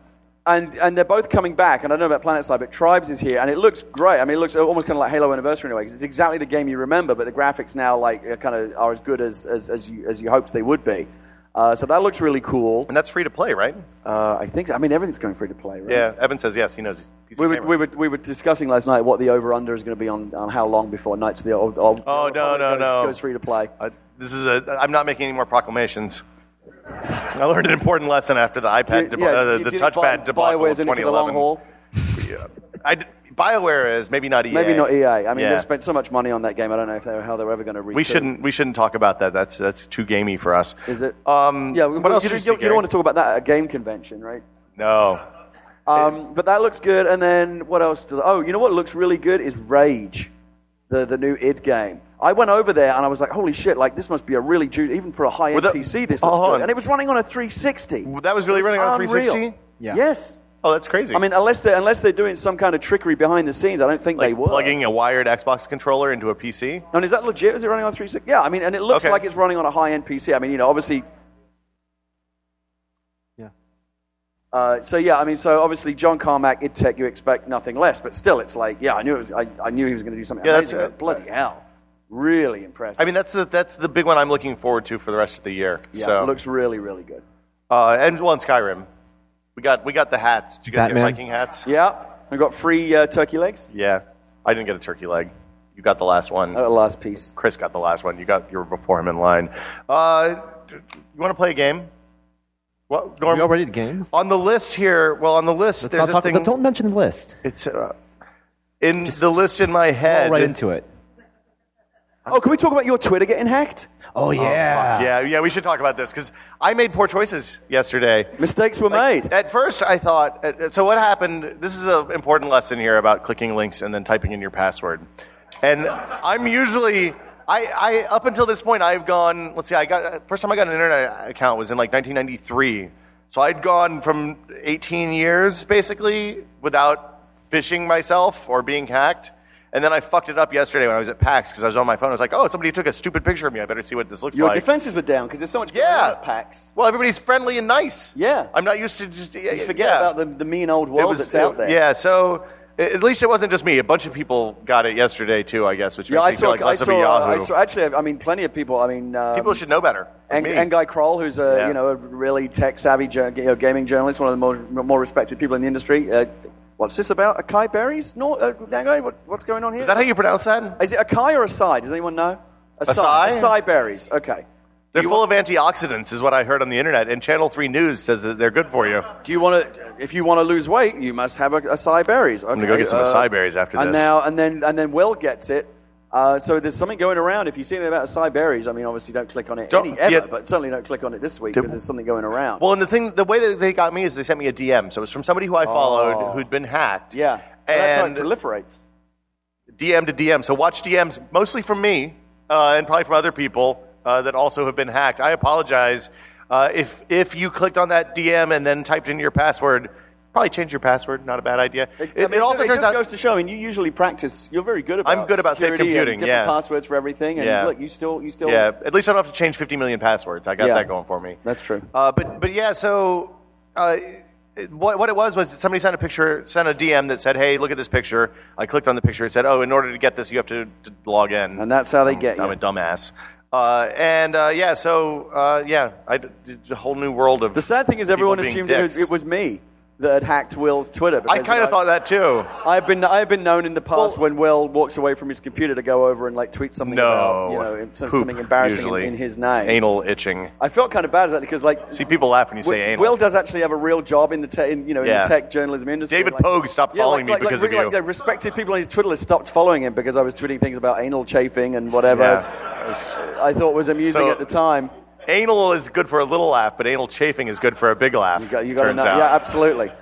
Speaker 2: and, and they're both coming back, and I don't know about Planetside, but Tribes is here, and it looks great. I mean, it looks almost kind of like Halo Anniversary in a way, 'cause it's exactly the game you remember, but the graphics now like are kind of are as good as, as, as, you, as you hoped they would be. Uh, so that looks really cool.
Speaker 1: And that's free to play, right?
Speaker 2: Uh, I think, I mean, everything's going free to play, right?
Speaker 1: Yeah. Evan says yes. He knows. He's, he's
Speaker 2: We
Speaker 1: a
Speaker 2: were,
Speaker 1: gamer.
Speaker 2: we, were, we were discussing last night what the over under is going to be on, on how long before Knights of the Old. Old
Speaker 1: Oh,
Speaker 2: Old
Speaker 1: no,
Speaker 2: Republic
Speaker 1: no,
Speaker 2: goes,
Speaker 1: no.
Speaker 2: Goes free to play.
Speaker 1: I, this is a. I'm not making any more proclamations. I learned an important lesson after the iPad, deb- uh, the,
Speaker 2: you
Speaker 1: the
Speaker 2: did it
Speaker 1: touchpad
Speaker 2: by-
Speaker 1: debacle
Speaker 2: Bioware's
Speaker 1: of
Speaker 2: in it for the long
Speaker 1: 2011.
Speaker 2: haul.
Speaker 1: Yeah. I d- Bioware is maybe not EA.
Speaker 2: Maybe not EA. I mean,
Speaker 1: Yeah.
Speaker 2: they've spent so much money on that game. I don't know if they're, how they're ever going to reach
Speaker 1: We
Speaker 2: it.
Speaker 1: shouldn't. We shouldn't talk about that. That's that's too gamey for us.
Speaker 2: Is it?
Speaker 1: Um,
Speaker 2: yeah,
Speaker 1: what
Speaker 2: well,
Speaker 1: else
Speaker 2: you,
Speaker 1: did you
Speaker 2: don't-
Speaker 1: see,
Speaker 2: you don't want
Speaker 1: Gary?
Speaker 2: to talk about that at a game convention, right?
Speaker 1: No.
Speaker 2: Um, but that looks good. And then what else? Do, oh, you know what looks really good is Rage, the, the new id game. I went over there and I was like, holy shit! Like this must be a really ju- even for a high end
Speaker 1: Well, that-
Speaker 2: PC. This looks
Speaker 1: Oh, hold
Speaker 2: good.
Speaker 1: on.
Speaker 2: And it was running on a 360.
Speaker 1: Well, that was really running on a 360?
Speaker 2: Yeah.
Speaker 3: Yeah.
Speaker 2: Yes.
Speaker 1: Oh, that's crazy.
Speaker 2: I mean, unless they're unless they're doing some kind of trickery behind the scenes, I don't think they
Speaker 1: like
Speaker 2: were.
Speaker 1: plugging a wired Xbox controller into a PC.
Speaker 2: And is that legit? Is it running on 360? Yeah, I mean, and it looks
Speaker 1: Okay.
Speaker 2: like it's running on a high end PC. I mean, you know, obviously.
Speaker 3: Yeah.
Speaker 2: Uh, so yeah, I mean, so obviously John Carmack, id Tech, you expect nothing less, but still, it's like, yeah, I knew it was, I, I knew he was going to do something.
Speaker 1: Yeah, that's
Speaker 2: amazing,
Speaker 1: good.
Speaker 2: but bloody hell, really impressive.
Speaker 1: I mean, that's the that's the big one I'm looking forward to for the rest of the year.
Speaker 2: yeah,
Speaker 1: so
Speaker 2: it looks really, really good.
Speaker 1: uh, and well, and Skyrim. We got we got the hats. Did you guys
Speaker 3: Batman.
Speaker 1: get Viking hats?
Speaker 2: Yeah, I got free uh, turkey legs.
Speaker 1: Yeah. I didn't get a turkey leg. You got the last one.
Speaker 2: Uh, last piece.
Speaker 1: Chris got the last one. You got you were before him in line. Uh, you want to play a game? What Norm?
Speaker 3: We already did games.
Speaker 1: on the list here. Well, on the list,
Speaker 3: Let's
Speaker 1: Oh, there's
Speaker 3: not
Speaker 1: a
Speaker 3: talk,
Speaker 1: thing.
Speaker 3: don't- Don't mention the list.
Speaker 1: It's uh, in the list in my head.
Speaker 3: Fall right into it.
Speaker 2: Oh, can we talk about your Twitter getting hacked?
Speaker 3: Oh yeah.
Speaker 1: Fuck, yeah, yeah. We should talk about this because I made poor choices yesterday.
Speaker 2: Mistakes were
Speaker 1: Like,
Speaker 2: made.
Speaker 1: At first, I thought. at- at- So what happened? This is an important lesson here about clicking links and then typing in your password. And I'm usually. I, I up until this point I've gone. Let's see. I got uh, first time I got an internet account was in like 1993. So I'd gone from 18 years basically without phishing myself or being hacked. And then I fucked it up yesterday when I was at PAX because I was on my phone. I was like, oh, somebody took a stupid picture of me. I better see what this looks
Speaker 2: Your
Speaker 1: like.
Speaker 2: defenses were down because there's so much going on
Speaker 1: yeah.
Speaker 2: at PAX.
Speaker 1: Well, everybody's friendly and nice.
Speaker 2: Yeah.
Speaker 1: I'm not used to just. Yeah,
Speaker 2: You forget
Speaker 1: yeah.
Speaker 2: about the, the mean old world that's out there.
Speaker 1: Yeah, so a- at least it wasn't just me. A bunch of people got it yesterday too, I guess, which
Speaker 2: Yeah,
Speaker 1: makes
Speaker 2: I
Speaker 1: me
Speaker 2: saw,
Speaker 1: feel like
Speaker 2: I,
Speaker 1: less
Speaker 2: saw,
Speaker 1: of a
Speaker 2: uh, I
Speaker 1: Yahoo.
Speaker 2: saw. Actually, I mean, plenty of people. I mean, um,
Speaker 1: people should know better. than
Speaker 2: and,
Speaker 1: me.
Speaker 2: and Guy Kroll, who's a
Speaker 1: Yeah.
Speaker 2: you know a really tech savvy jour- you know, gaming journalist, one of the more, more respected people in the industry. Uh, what's this about? Akai Berries? No, uh, Nangai? What, what's going on here?
Speaker 1: Is that how you pronounce that?
Speaker 2: Is it Akai or Asai? Does anyone know?
Speaker 1: Acai?
Speaker 2: Acai berries. Okay.
Speaker 1: They're full of antioxidants, is what I heard on the internet. And Channel 3 News says that they're good for you.
Speaker 2: Do you want to? If you want to lose weight, you must have a, acai berries. I'm
Speaker 1: gonna go get some acai berries after
Speaker 2: and
Speaker 1: this.
Speaker 2: now and then and then Will gets it. Uh, so there's something going around. If you see anything about acai berries, I mean, obviously don't click on it
Speaker 1: Don't-
Speaker 2: any ever,
Speaker 1: yeah.
Speaker 2: but certainly don't click on it this week because there's something going around.
Speaker 1: Well, and the thing, the way that they got me is they sent me a DM. So it was from somebody who I followed who'd been hacked.
Speaker 2: Oh. yeah, and that's how it
Speaker 1: And
Speaker 2: proliferates.
Speaker 1: uh, uh, it also
Speaker 2: I mean, just,
Speaker 1: turns
Speaker 2: just
Speaker 1: out
Speaker 2: goes to show. I mean, you usually practice. You're very good about.
Speaker 1: I'm good about safe
Speaker 2: security and
Speaker 1: computing,
Speaker 2: Different
Speaker 1: yeah.
Speaker 2: passwords for everything, and
Speaker 1: Yeah.
Speaker 2: look, you still, you still.
Speaker 1: Yeah, at least I don't have to change 50 million passwords. I got
Speaker 2: Yeah.
Speaker 1: that going for me.
Speaker 2: That's true.
Speaker 1: Uh, but but yeah, so uh, it- what what it was was somebody sent a picture, sent a DM that said, "Hey, look at this picture." I clicked on the picture. It said, "Oh, in order to get this, you have to, to log in."
Speaker 2: And that's how they get
Speaker 1: I'm
Speaker 2: you.
Speaker 1: a dumbass. Uh, and uh, yeah, so uh, yeah, I d- d- a whole new world of
Speaker 2: The sad thing is,
Speaker 1: people
Speaker 2: everyone
Speaker 1: being
Speaker 2: assumed it was,
Speaker 1: dicks.
Speaker 2: it was me that had hacked Will's Twitter.
Speaker 1: I kind
Speaker 2: because, you
Speaker 1: of
Speaker 2: know,
Speaker 1: thought that too.
Speaker 2: I've been I've been known in the past
Speaker 1: Well-
Speaker 2: when Will walks away from his computer to go over and like tweet something about
Speaker 1: No,
Speaker 2: you know in- some-
Speaker 1: Poop,
Speaker 2: something embarrassing in,
Speaker 1: usually.
Speaker 2: in his name.
Speaker 1: Anal itching.
Speaker 2: I felt kind of bad actually because like
Speaker 1: See, people laugh when you say
Speaker 2: Wi-
Speaker 1: anal.
Speaker 2: Will does actually have a real job in the te- in, you know in
Speaker 1: Yeah.
Speaker 2: the tech journalism industry.
Speaker 1: David Pogue stopped following me because of
Speaker 2: really,
Speaker 1: you.
Speaker 2: Like, respected people on his Twitter list stopped following him because I was tweeting things about anal chafing and whatever
Speaker 1: Yeah. It was-
Speaker 2: I thought was amusing
Speaker 1: So-
Speaker 2: at the time.
Speaker 1: Anal is good for a little laugh, but anal chafing is good for a big laugh.
Speaker 2: You got, you got
Speaker 1: turns
Speaker 2: to know.
Speaker 1: out.
Speaker 2: Yeah, absolutely.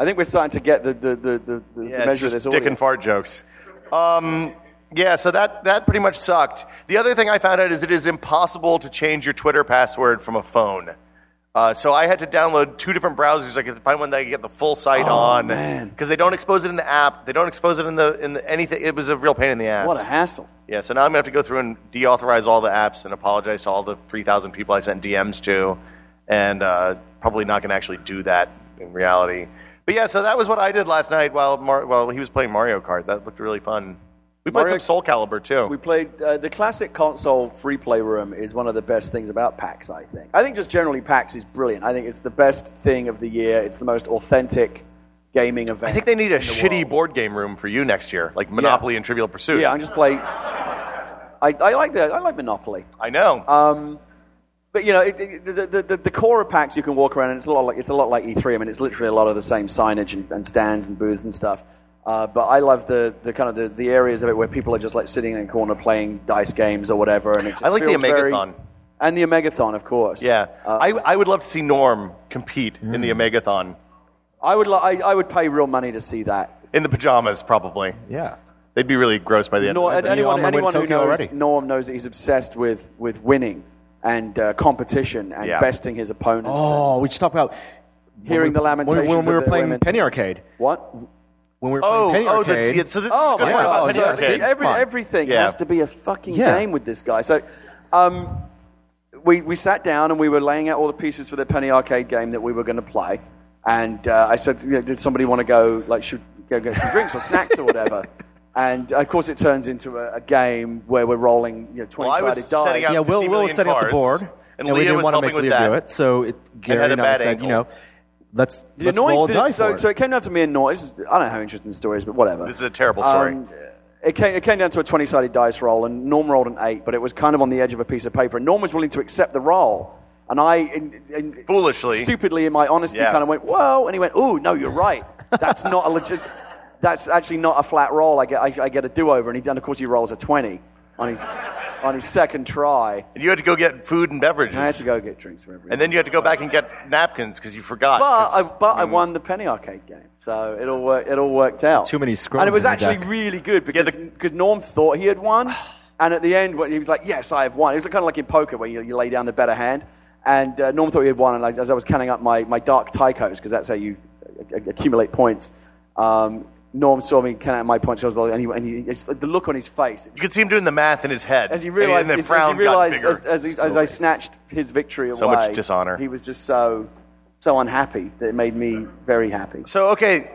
Speaker 2: I think we're starting to get the the the, the, the
Speaker 1: Yeah,
Speaker 2: measure
Speaker 1: it's
Speaker 2: of this
Speaker 1: just
Speaker 2: audience.
Speaker 1: dick and fart jokes. Um, yeah, so that, that pretty much sucked. The other thing I found out is it is impossible to change your Twitter password from a phone. Uh, so I had to download two different browsers. I could find one that I could get the full site on,
Speaker 2: Oh, man.
Speaker 1: because they don't expose it in the app. They don't expose it in the in the, anything. It was a real pain in the ass.
Speaker 2: What a hassle.
Speaker 1: Yeah, so now I'm gonna have to go through and deauthorize all the apps and apologize to all the 3,000 people I sent DMs to, and uh, probably not gonna actually do that in reality. But yeah, so that was what I did last night while Mar- while he was playing Mario Kart. That looked really fun. We played
Speaker 2: Mario-
Speaker 1: some Soul Calibur too.
Speaker 2: We played uh, the classic console free play room is one of the best things about PAX. I think. I think just generally PAX is brilliant. I think it's the best thing of the year. It's the most authentic gaming event.
Speaker 1: I think they need a
Speaker 2: in the
Speaker 1: shitty
Speaker 2: world.
Speaker 1: board game room for you next year, like Monopoly and Trivial Pursuit.
Speaker 2: Yeah, I just play. I, I like that. I like Monopoly.
Speaker 1: I know.
Speaker 2: Uh, But you know, it, it, the, the, the, the core of PAX, you can walk around, and it's a lot like it's a lot like E3. I mean, it's literally a lot of the same signage and, and stands and booths and stuff. Uh, but I love the, the kind of the, the areas of it where people are just like sitting in a corner playing dice games or whatever. And it just
Speaker 1: I like the
Speaker 2: feels very-
Speaker 1: Omegathon.
Speaker 2: and the Omegathon, of course.
Speaker 1: yeah,
Speaker 2: Uh, Hmm.
Speaker 1: I, I would love to see Norm compete in the Omegathon
Speaker 2: I would li- I, I would pay real money to see that.
Speaker 1: in the pajamas, probably.
Speaker 4: Yeah.
Speaker 1: They'd be really gross by the end.
Speaker 2: Nor-
Speaker 1: of
Speaker 2: and
Speaker 1: it.
Speaker 3: Yeah, I'm
Speaker 2: anyone
Speaker 3: on my way to
Speaker 2: anyone who
Speaker 3: Tokyo
Speaker 2: knows
Speaker 3: already.
Speaker 2: Norm knows that he's obsessed with with winning and uh, competition and
Speaker 1: Yeah.
Speaker 2: besting his opponents.
Speaker 3: Oh, we just talked about
Speaker 2: Hearing the
Speaker 3: when we-
Speaker 2: lamentations
Speaker 3: when,
Speaker 2: of
Speaker 3: we were
Speaker 2: the
Speaker 3: playing
Speaker 2: women.
Speaker 3: Penny Arcade.
Speaker 2: and what?
Speaker 3: When we were
Speaker 1: Oh,
Speaker 3: playing Penny
Speaker 1: oh, the,
Speaker 3: Arcade.
Speaker 1: yeah, so this is
Speaker 2: Oh
Speaker 1: a good
Speaker 2: my
Speaker 1: point
Speaker 3: yeah,
Speaker 1: about
Speaker 2: god!
Speaker 3: oh,
Speaker 1: Penny
Speaker 2: So
Speaker 1: Arcade.
Speaker 3: see,
Speaker 2: every,
Speaker 3: Come on.
Speaker 2: everything
Speaker 1: Yeah.
Speaker 2: has to be a fucking
Speaker 3: Yeah.
Speaker 2: game with this guy. So, um, we we sat down and we were laying out all the pieces for the penny arcade game that we were going to play. And uh, I said, you know, "Did somebody want to go like should go get some drinks or snacks or whatever?" And of course, it turns into a, a game where we're rolling you know,
Speaker 1: Well, I
Speaker 2: twenty-sided
Speaker 1: was
Speaker 2: dice.
Speaker 1: setting up
Speaker 3: yeah, Will,
Speaker 1: 50
Speaker 3: Will was
Speaker 1: million
Speaker 3: setting up the board,
Speaker 1: cards, and
Speaker 3: and,
Speaker 1: Leah
Speaker 3: we didn't
Speaker 1: was
Speaker 3: want to
Speaker 1: helping
Speaker 3: make
Speaker 1: with
Speaker 3: Leah do
Speaker 1: that.
Speaker 3: it. So it, Gary
Speaker 1: had a
Speaker 3: and I
Speaker 1: bad
Speaker 3: said, you know,
Speaker 1: ankle.
Speaker 3: let's,
Speaker 2: The
Speaker 3: let's
Speaker 2: annoying
Speaker 3: roll a
Speaker 2: thing-
Speaker 3: die
Speaker 2: so,
Speaker 3: for it.
Speaker 2: so it came down to me and Norm. this is- I don't know how interesting the story is, but whatever. Um,
Speaker 1: This is a terrible story.
Speaker 2: it, came, it came down to a 20 sided dice roll, and Norm rolled an eight, but it was kind of on the edge of a piece of paper. And Norm was willing to accept the roll. And I, in, in,
Speaker 1: Foolishly.
Speaker 2: stupidly, in my honesty,
Speaker 1: Yeah.
Speaker 2: kind of went, whoa. And he went, ooh, no, you're right. That's not a legit, that's actually not a flat roll. I get, I, I get a do over. And, he, and of course, he rolls a 20 on his, on his second try.
Speaker 1: and you had to go get food and beverages,
Speaker 2: And I had to go get drinks from everyone.
Speaker 1: and then you had to go back and get napkins because you forgot.
Speaker 2: But
Speaker 1: 'cause-
Speaker 2: I, but
Speaker 3: mm.
Speaker 2: I won the penny arcade game, so it all worked. It all worked out.
Speaker 3: Too many scrums
Speaker 2: And it was
Speaker 3: in the
Speaker 2: actually
Speaker 3: deck.
Speaker 2: really good because
Speaker 1: the-
Speaker 2: because Norm thought he had won, and at the end when he was like, "Yes, I have won." It was kind of like in poker where you, you lay down the better hand, and uh, Norm thought he had won. And I, as I was counting up my my dark tycos because that's how you uh, accumulate points. Um, Norm saw me counting out my points, so I was like- and, he, and he, it's the look on his face
Speaker 1: you could see him doing the math in his head
Speaker 2: as he
Speaker 1: and
Speaker 2: realized,
Speaker 1: and the
Speaker 2: as, as
Speaker 1: frown
Speaker 2: he realized,
Speaker 1: got bigger.
Speaker 2: as, as, he, as I snatched his victory away,
Speaker 1: So much dishonor.
Speaker 2: He was just so, so unhappy that it made me very happy.
Speaker 1: So okay,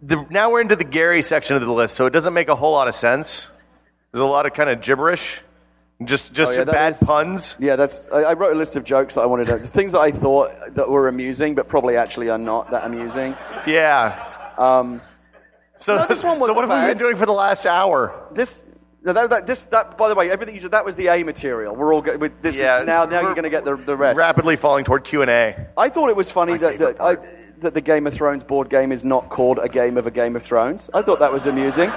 Speaker 1: the, now we're into the Gary section of the list, so it doesn't make a whole lot of sense. There's a lot of kind of gibberish, just just
Speaker 2: Oh, yeah, that
Speaker 1: bad
Speaker 2: is-
Speaker 1: puns.
Speaker 2: Yeah, that's. I, I wrote a list of jokes that I wanted to, things that I thought that were amusing, but probably actually are not that amusing.
Speaker 1: Yeah. so
Speaker 2: Um, no, this one
Speaker 1: so
Speaker 2: wasn't
Speaker 1: what have we
Speaker 2: bad.
Speaker 1: been doing for the last hour?
Speaker 2: This. No, that, that, this, that, by the way, everything you said, that was the A material. We're all good. This
Speaker 1: Yeah,
Speaker 2: is, now, now
Speaker 1: we're-
Speaker 2: you're going to get the, the rest.
Speaker 1: Rapidly falling toward Q and A.
Speaker 2: I thought it was funny
Speaker 1: My
Speaker 2: that,
Speaker 1: favorite
Speaker 2: that, I, that the Game of Thrones board game is not called a game of a Game of Thrones. I thought that was amusing.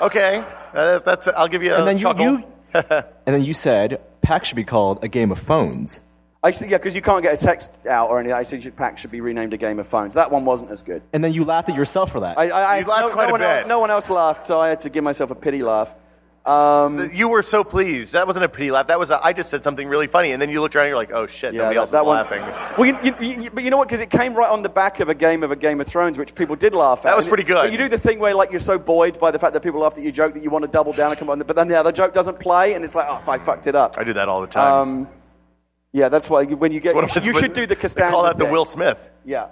Speaker 1: Okay, uh, that's. I'll give you a
Speaker 3: and then you,
Speaker 1: chuckle.
Speaker 3: you and then you said PAX should be called a game of phones.
Speaker 2: I said, yeah, because you can't get a text out or anything. I said your pack should be renamed a game of phones. That one wasn't as good.
Speaker 3: And then you laughed at yourself for that.
Speaker 2: I, I,
Speaker 1: You
Speaker 2: I,
Speaker 1: laughed
Speaker 2: no,
Speaker 1: quite
Speaker 2: no
Speaker 1: a
Speaker 2: one else-
Speaker 1: bit.
Speaker 2: no one else laughed, so I had to give myself a pity laugh. Um,
Speaker 1: You were so pleased. That wasn't a pity laugh. That was a, I just said something really funny, and then you looked around and you're like, oh shit,
Speaker 2: yeah,
Speaker 1: nobody
Speaker 2: that,
Speaker 1: else
Speaker 2: that
Speaker 1: is
Speaker 2: one.
Speaker 1: laughing.
Speaker 2: Well, you, you, you- you- but you know what? Because it came right on the back of a game of a Game of Thrones, which people did laugh at.
Speaker 1: That was
Speaker 2: And
Speaker 1: pretty
Speaker 2: it-
Speaker 1: good.
Speaker 2: But you do the thing where like you're so buoyed by the fact that people laughed at your joke that you want to double down and come on, but then the other joke doesn't play, and it's like, oh, I fucked it up.
Speaker 1: I do that all the time.
Speaker 2: Um, yeah, that's why you- when you get
Speaker 1: One of
Speaker 2: you,
Speaker 1: us
Speaker 2: should- you
Speaker 1: was-
Speaker 2: should do the
Speaker 1: they
Speaker 2: Costanza.
Speaker 1: Call that the
Speaker 2: bit.
Speaker 1: Will Smith.
Speaker 2: Yeah.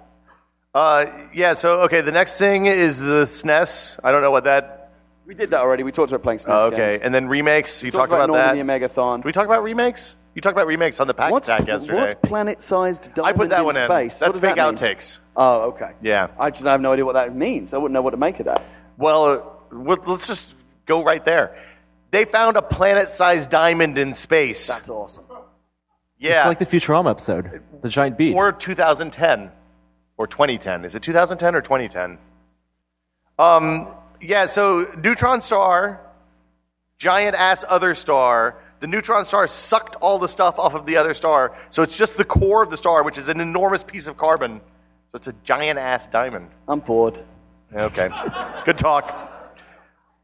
Speaker 1: Uh, yeah. So okay, the next thing is the SNES. I don't know what that.
Speaker 2: We did that already. We talked about playing SNES
Speaker 1: Oh,
Speaker 2: games.
Speaker 1: okay, and then remakes. You talked
Speaker 2: talked
Speaker 1: about, that.
Speaker 2: about Norman the Omegathon.
Speaker 1: Did we talk about remakes? You talked about remakes on the pack
Speaker 2: What's,
Speaker 1: attack yesterday.
Speaker 2: what's planet-sized diamond
Speaker 1: I put that
Speaker 2: in
Speaker 1: one in.
Speaker 2: space?
Speaker 1: That's
Speaker 2: What does
Speaker 1: fake
Speaker 2: that mean?
Speaker 1: outtakes.
Speaker 2: Oh, okay.
Speaker 1: Yeah.
Speaker 2: I just have no idea what that means. I wouldn't know what to make of that.
Speaker 1: Well, uh, well, let's just go right there. They found a planet-sized diamond in space.
Speaker 2: That's awesome.
Speaker 1: yeah,
Speaker 3: It's like the Futurama episode, the giant bee.
Speaker 1: or 2010 or 2010. Is it 2010 or 2010? Um, yeah, so neutron star, giant ass other star. The neutron star sucked all the stuff off of the other star, so it's just the core of the star, which is an enormous piece of carbon. So it's a giant ass diamond.
Speaker 2: I'm bored.
Speaker 1: Okay, good talk.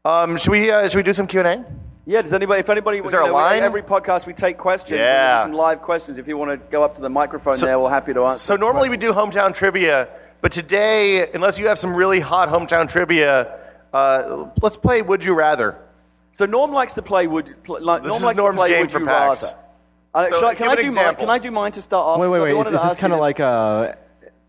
Speaker 1: Um, should we uh, should we do some Q and A?
Speaker 2: Yeah, does anybody, if anybody,
Speaker 1: there
Speaker 2: you
Speaker 1: a
Speaker 2: know,
Speaker 1: line?
Speaker 2: Every podcast we take questions.
Speaker 1: Yeah.
Speaker 2: Yeah. Some live questions. If you want to go up to the microphone
Speaker 1: So-
Speaker 2: there, we're happy to answer.
Speaker 1: So normally we do hometown trivia, but today, unless you have some really hot hometown trivia, uh, let's play Would You Rather.
Speaker 2: So Norm likes to play Would. Pl- like,
Speaker 1: This
Speaker 2: Norm
Speaker 1: is
Speaker 2: likes
Speaker 1: Norm's
Speaker 2: to play
Speaker 1: game
Speaker 2: Would
Speaker 1: for
Speaker 2: You
Speaker 1: PAX.
Speaker 2: Rather. Uh,
Speaker 1: So,
Speaker 2: shall I- can,
Speaker 1: give
Speaker 2: I
Speaker 1: an
Speaker 2: do mine,
Speaker 1: example.
Speaker 2: can I do mine to start off?
Speaker 3: wait,
Speaker 2: Because I
Speaker 3: wait, wait.
Speaker 2: wanted
Speaker 3: Is,
Speaker 2: to
Speaker 3: is this
Speaker 2: ask you
Speaker 3: kind of like a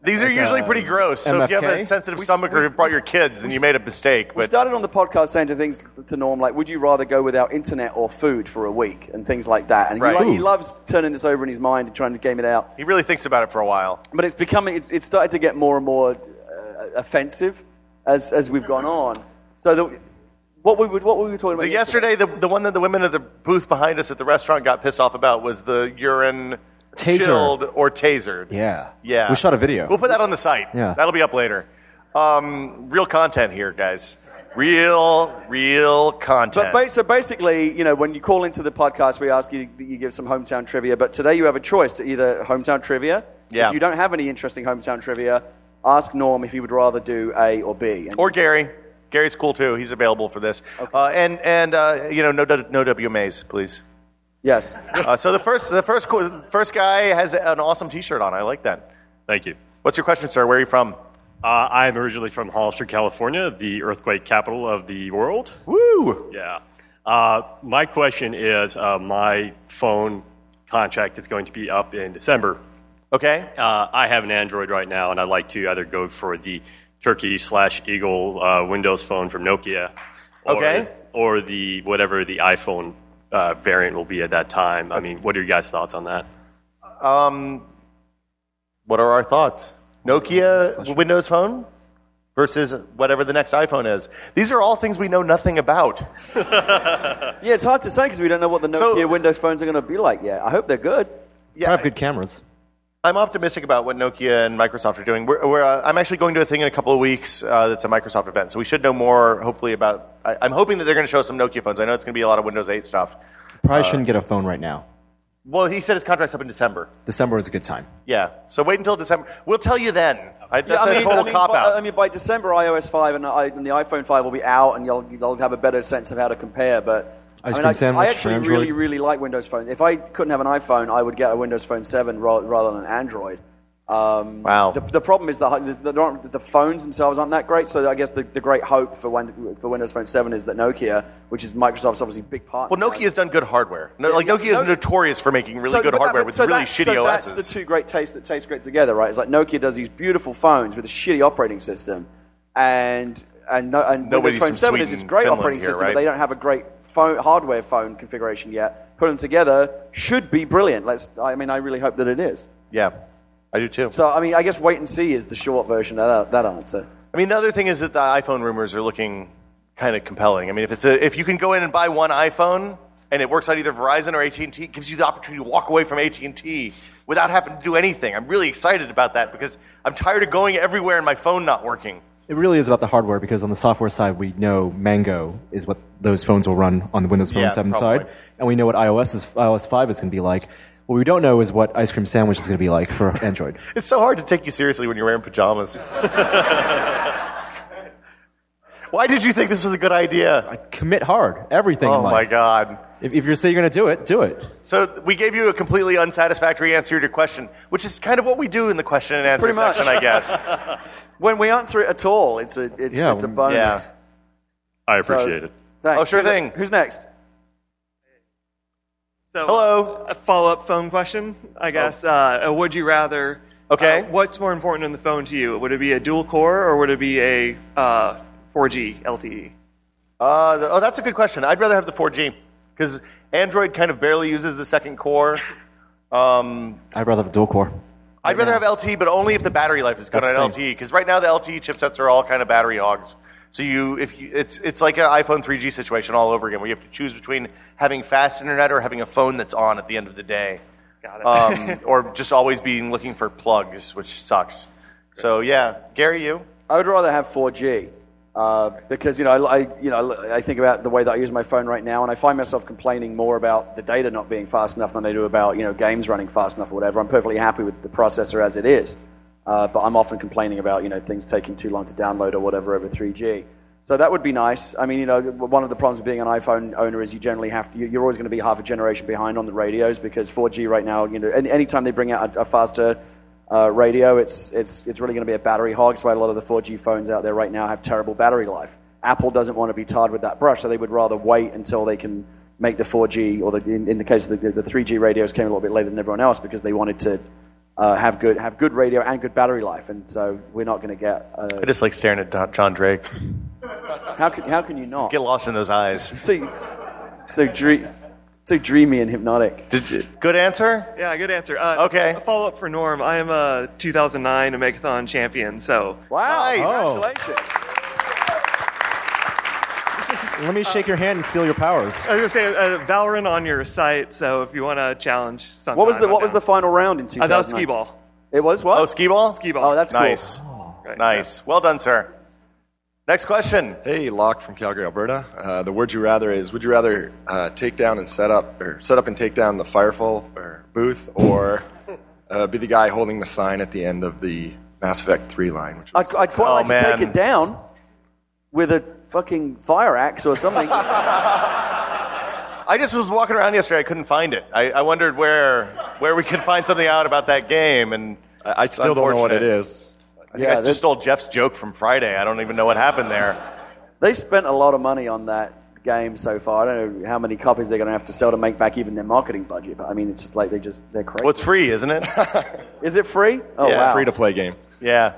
Speaker 1: These are
Speaker 3: Like,
Speaker 1: usually
Speaker 3: uh,
Speaker 2: um,
Speaker 1: pretty gross. So if you have
Speaker 3: MFK?
Speaker 1: a sensitive
Speaker 2: We-
Speaker 1: stomach or
Speaker 2: we-
Speaker 1: you brought your kids and you made a mistake,
Speaker 2: We
Speaker 1: but
Speaker 2: started on the podcast saying to things to Norm like, "Would you rather go without internet or food for a week?" and things like that. And he,
Speaker 1: Right.
Speaker 2: like, he
Speaker 1: Ooh.
Speaker 2: loves turning this over in his mind and trying to game it out.
Speaker 1: he really thinks about it for a while.
Speaker 2: but it's becoming it's, it's started to get more and more uh, offensive as as we've gone on so the, what we would what we were talking about
Speaker 1: But yesterday, the, the one that the women at the booth behind us at the restaurant got pissed off about was the urine
Speaker 3: Taser.
Speaker 1: chilled or tasered.
Speaker 3: Yeah.
Speaker 1: Yeah.
Speaker 3: We shot a video.
Speaker 1: We'll put that on the site.
Speaker 3: Yeah.
Speaker 1: That'll be up later. Um, real content here, guys. Real, real content.
Speaker 2: but ba- so basically, you know, when you call into the podcast, we ask you that you give some hometown trivia. But today, you have a choice to either hometown trivia.
Speaker 1: Yeah.
Speaker 2: If you don't have any interesting hometown trivia, ask Norm if he would rather do A or B. And
Speaker 1: or Gary. Gary's cool too. He's available for this. Uh, and and uh, you know, no du- no WMAs, please.
Speaker 2: yes.
Speaker 1: Uh, so the first the first qu- first guy has an awesome T-shirt on. I like that.
Speaker 4: Thank you.
Speaker 1: What's your question, sir? Where are you from?
Speaker 4: Uh, I am originally from Hollister, California, the earthquake capital of the world.
Speaker 1: Woo!
Speaker 4: Yeah. Uh, my question is uh, my phone contract is going to be up in December.
Speaker 1: Okay.
Speaker 4: Uh, I have an Android right now, and I'd like to either go for the Turkey slash Eagle uh, Windows phone from Nokia, or,
Speaker 1: Okay.
Speaker 4: or the whatever the iPhone uh, variant will be at that time. I mean, what are your guys' thoughts on that?
Speaker 1: What are our thoughts? Nokia Windows Phone versus whatever the next iPhone is. These are all things we know nothing about.
Speaker 2: Yeah, it's hard to say because we don't know what the Nokia
Speaker 1: So-
Speaker 2: Windows phones are going to be like yet. I hope they're good.
Speaker 3: I have good cameras.
Speaker 1: I'm optimistic about what Nokia and Microsoft are doing. We're, we're, uh, I'm actually going to a thing in a couple of weeks uh, that's a Microsoft event, so we should know more, hopefully, about. I, I'm hoping that they're going to show us some Nokia phones. I know it's going to be a lot of Windows 8 stuff.
Speaker 3: Probably shouldn't get a phone right now.
Speaker 1: Well, he said his contract's up in December.
Speaker 3: December is a good time.
Speaker 1: Yeah, so wait until December. We'll tell you then. I,
Speaker 2: Yeah,
Speaker 1: that's a total
Speaker 2: I mean,
Speaker 1: cop
Speaker 2: by,
Speaker 1: out.
Speaker 2: I mean, by December, iOS 5 and, I, and the iPhone 5 will be out, and you'll, you'll have a better sense of how to compare. But
Speaker 3: Ice
Speaker 2: I,
Speaker 3: cream
Speaker 2: mean, I,
Speaker 3: sandwich
Speaker 2: I
Speaker 3: for
Speaker 2: actually
Speaker 3: Android.
Speaker 2: really, really like Windows Phone. If I couldn't have an iPhone, I would get a Windows Phone 7 ra- rather than an Android. Um,
Speaker 1: Wow.
Speaker 2: The, the problem is the, hu- the, the, the phones themselves aren't that great. So I guess the, the great hope for, when, for Windows Phone 7 is that Nokia, which is Microsoft's obviously big partner.
Speaker 1: well, Nokia's done good hardware. No, like
Speaker 2: yeah,
Speaker 1: Nokia is
Speaker 2: Nokia-
Speaker 1: notorious for making really
Speaker 2: So-
Speaker 1: good
Speaker 2: but that-
Speaker 1: hardware
Speaker 2: but
Speaker 1: with
Speaker 2: so
Speaker 1: really
Speaker 2: that-
Speaker 1: shitty
Speaker 2: so
Speaker 1: OSs.
Speaker 2: That's the two great tastes that taste great together, right? It's like Nokia does these beautiful phones with a shitty operating system, and and, no, and Windows
Speaker 1: Nobody's
Speaker 2: Phone
Speaker 1: from
Speaker 2: Seven is
Speaker 1: Sweden,
Speaker 2: this great
Speaker 1: Finland
Speaker 2: operating
Speaker 1: here,
Speaker 2: system,
Speaker 1: right?
Speaker 2: but they don't have a great phone, hardware phone configuration yet. Put them together should be brilliant. Let's. I mean, I really hope that it is.
Speaker 1: yeah, I do too.
Speaker 2: So, I mean, I guess wait and see is the short version of that, that answer.
Speaker 1: I mean, the other thing is that the iPhone rumors are looking kind of compelling. I mean, if it's a, if you can go in and buy one iPhone and it works on either Verizon or AT and T, gives you the opportunity to walk away from AT and T without having to do anything. I'm really excited about that because I'm tired of going everywhere and my phone not working.
Speaker 3: It really is about the hardware because on the software side, we know Mango is what those phones will run on the Windows Phone
Speaker 1: Yeah,
Speaker 3: 7
Speaker 1: probably.
Speaker 3: side, and we know what iOS is, iOS 5 is going to be like. What we don't know is what ice cream sandwich is going to be like for Android.
Speaker 1: It's so hard to take you seriously when you're wearing pajamas. Why did you think this was a good idea?
Speaker 3: Commit hard, everything.
Speaker 1: Oh
Speaker 3: in
Speaker 1: my
Speaker 3: life.
Speaker 1: god.
Speaker 3: If, if you say you're going to do it, do it.
Speaker 1: So th- we gave you a completely unsatisfactory answer to your question, which is kind of what we do in the question and answer
Speaker 2: Pretty much.
Speaker 1: section, I guess.
Speaker 2: When we answer it at all, it's a it's,
Speaker 3: Yeah,
Speaker 2: it's a
Speaker 3: well,
Speaker 2: bonus.
Speaker 1: yeah.
Speaker 4: I appreciate it.
Speaker 2: Thanks.
Speaker 1: Oh, sure
Speaker 2: Who's-
Speaker 1: thing.
Speaker 2: Who's next?
Speaker 5: So
Speaker 1: Hello.
Speaker 5: a follow-up phone question,
Speaker 2: Oh.
Speaker 5: I guess. Uh, a would you rather?
Speaker 1: Okay.
Speaker 5: uh, what's more important on the phone to you? Would it be a dual core or would it be a uh, 4G LTE?
Speaker 1: Uh, th- oh, that's a good question. I'd rather have the 4G because Android kind of barely uses the second core.
Speaker 3: I'd rather have a dual core.
Speaker 1: I'd rather have LTE, but only if the battery life is good
Speaker 3: That's
Speaker 1: on
Speaker 3: the thing.
Speaker 1: LTE. Because right now the LTE chipsets are all kind of battery hogs. So you, if you, it's it's like an iPhone 3G situation all over again, where you have to choose between having fast internet or having a phone that's on at the end of the day,
Speaker 5: Got it.
Speaker 1: um, or just always being looking for plugs, which sucks. So yeah, Gary, you.
Speaker 2: I would rather have 4G uh, because you know I, I- you know I think about the way that I use my phone right now, and I find myself complaining more about the data not being fast enough than I do about you know games running fast enough or whatever. I'm perfectly happy with the processor as it is, uh, but I'm often complaining about you know things taking too long to download or whatever over 3G. So that would be nice. I mean, you know, one of the problems with being an iPhone owner is you generally have to, you- you're always going to be half a generation behind on the radios because 4G right now, you know, any, anytime they bring out a, a faster uh, radio, it's, it's, it's really going to be a battery hog. That's why a lot of the 4G phones out there right now have terrible battery life. Apple doesn't want to be tarred with that brush, so they would rather wait until they can make the 4G, or the, in, in the case of the, the 3G radios came a little bit later than everyone else because they wanted to uh, have good have good radio and good battery life. And so we're not going to get. Uh,
Speaker 1: I just like staring at Don- John Drake.
Speaker 2: how can how can you not?
Speaker 1: Get lost in those eyes.
Speaker 2: So so dream. So dreamy and hypnotic.
Speaker 1: Did you- good answer?
Speaker 5: Yeah, good answer. Uh,
Speaker 1: Okay.
Speaker 5: A follow up for Norm. I am a 2009 Omegathon champion, so
Speaker 2: Wow!
Speaker 1: Nice. Oh.
Speaker 2: Congratulations.
Speaker 3: Let me shake your hand and steal your powers.
Speaker 5: I was gonna say uh, Valorant on your site. So if you want to challenge something,
Speaker 2: What was the What was the final round in 2009?
Speaker 5: Uh, that was skee ball.
Speaker 2: It was what?
Speaker 1: Oh, skee ball?
Speaker 5: Skee ball.
Speaker 2: Oh, that's cool.
Speaker 1: Nice.
Speaker 5: Right.
Speaker 1: Nice. Well done, sir. Next question.
Speaker 6: Hey, Locke from Calgary, Alberta. Uh, the would you rather is would you rather uh, take down and set up or set up and take down the firefall or booth or uh, be the guy holding the sign at the end of the Mass Effect 3 line? Which
Speaker 2: I'd,
Speaker 6: was
Speaker 2: I'd quite
Speaker 1: Oh,
Speaker 2: like to take
Speaker 1: man.
Speaker 2: it down with a fucking fire axe or something.
Speaker 1: I just was walking around yesterday. I couldn't find it. I, I wondered where where we could find something out about that game, and
Speaker 6: I, I still don't know what it
Speaker 1: unfortunate.
Speaker 6: is.
Speaker 1: I think
Speaker 2: Yeah,
Speaker 1: I
Speaker 2: this-
Speaker 1: just stole Jeff's joke from Friday. I don't even know what happened there.
Speaker 2: they spent a lot of money on that game so far. I don't know how many copies they're going to have to sell to make back even their marketing budget. But I mean, it's just like they just they're crazy.
Speaker 1: Well, it's free, isn't it?
Speaker 2: is it free? Oh
Speaker 1: Yeah,
Speaker 2: wow!
Speaker 6: Free to play game.
Speaker 1: Yeah.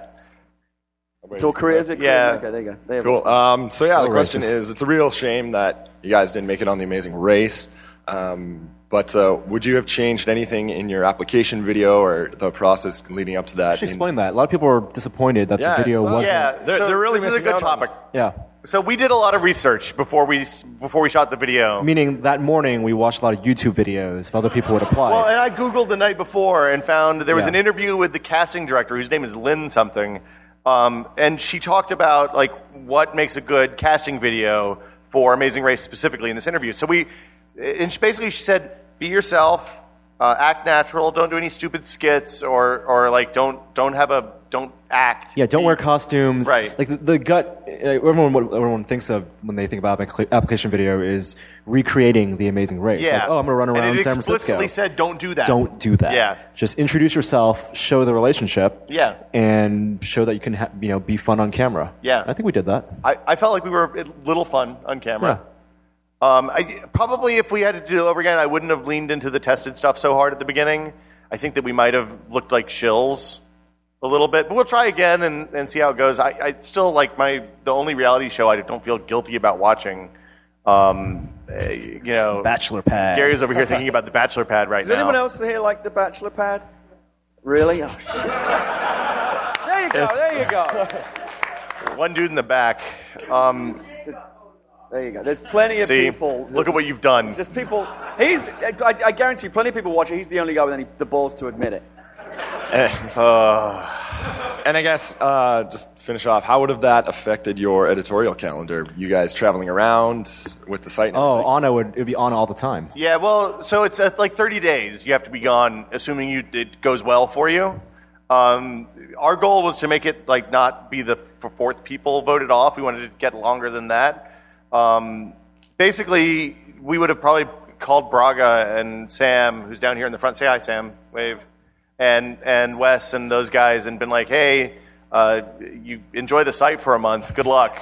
Speaker 2: It's all Korea. Is it Korea?
Speaker 1: Yeah.
Speaker 2: Okay, there you go. They have-
Speaker 6: Cool. Um, so yeah,
Speaker 3: So
Speaker 6: the question
Speaker 3: racist.
Speaker 6: is, it's a real shame that you guys didn't make it on the Amazing Race. Um, but uh, would you have changed anything in your application video or the process leading up to that?
Speaker 3: I should
Speaker 6: in-
Speaker 3: explain that. A lot of people were disappointed that
Speaker 6: Yeah,
Speaker 3: the video
Speaker 6: it's, uh,
Speaker 3: wasn't.
Speaker 1: Yeah.
Speaker 6: They're-
Speaker 1: so
Speaker 6: they're really
Speaker 1: this is a
Speaker 6: missing
Speaker 1: good
Speaker 6: out on-
Speaker 1: topic.
Speaker 3: yeah.
Speaker 1: So we did a lot of research before we s- before we shot the video.
Speaker 3: Meaning that morning we watched a lot of YouTube videos of other people would apply.
Speaker 1: Well, and I googled the night before and found there was
Speaker 3: Yeah.
Speaker 1: an interview with the casting director whose name is Lynn something, um, and she talked about like what makes a good casting video for Amazing Race specifically in this interview. So we, and she, basically she said, be yourself, uh, act natural, don't do any stupid skits or or like don't don't have a don't act.
Speaker 3: yeah, don't wear costumes.
Speaker 1: Right.
Speaker 3: Like the, the gut, uh, everyone, what everyone thinks of when they think about applica- application video is recreating the amazing race.
Speaker 1: Yeah.
Speaker 3: Like, oh, I'm going to run
Speaker 1: And
Speaker 3: around
Speaker 1: it
Speaker 3: San Francisco.
Speaker 1: explicitly said, don't do that.
Speaker 3: don't do that.
Speaker 1: Yeah.
Speaker 3: Just introduce yourself, show the relationship.
Speaker 1: Yeah.
Speaker 3: And show that you can, ha- you know, be fun on camera.
Speaker 1: Yeah.
Speaker 3: I think we did that.
Speaker 1: I, I felt like we were a little fun on camera. Um, I, probably if we had to do it over again, I wouldn't have leaned into the tested stuff so hard at the beginning. I think that we might have looked like shills a little bit, but we'll try again and, and see how it goes. I, I still like my the only reality show I don't feel guilty about watching. Um, eh, you know,
Speaker 3: Bachelor pad.
Speaker 1: Gary's over here thinking about the bachelor pad right
Speaker 2: Does
Speaker 1: now.
Speaker 2: anyone else here like the bachelor pad? Really? Oh shit! there you go. There you go.
Speaker 1: One dude in the back. Um,
Speaker 2: There you go. There's plenty of
Speaker 1: see,
Speaker 2: people.
Speaker 1: look at what you've done.
Speaker 2: It's just people. He's. I, I guarantee you, plenty of people watch it. He's the only guy with any the balls to admit it.
Speaker 6: And I guess uh, just to finish off. How would have that affected your editorial calendar? You guys traveling around with the site? and
Speaker 3: Oh,
Speaker 6: everything?
Speaker 3: Anna would, it would be Anna all the time.
Speaker 1: Yeah, well, so it's uh, like 30 days you have to be gone, assuming you, it goes well for you. Um, our goal was to make it like not be the f- fourth people voted off. We wanted to get longer than that. Um, basically, we would have probably called Braga and Sam, who's down here in the front. Say hi, Sam. Wave. And and Wes and those guys, and been like, hey, uh, you enjoy the site for a month. Good luck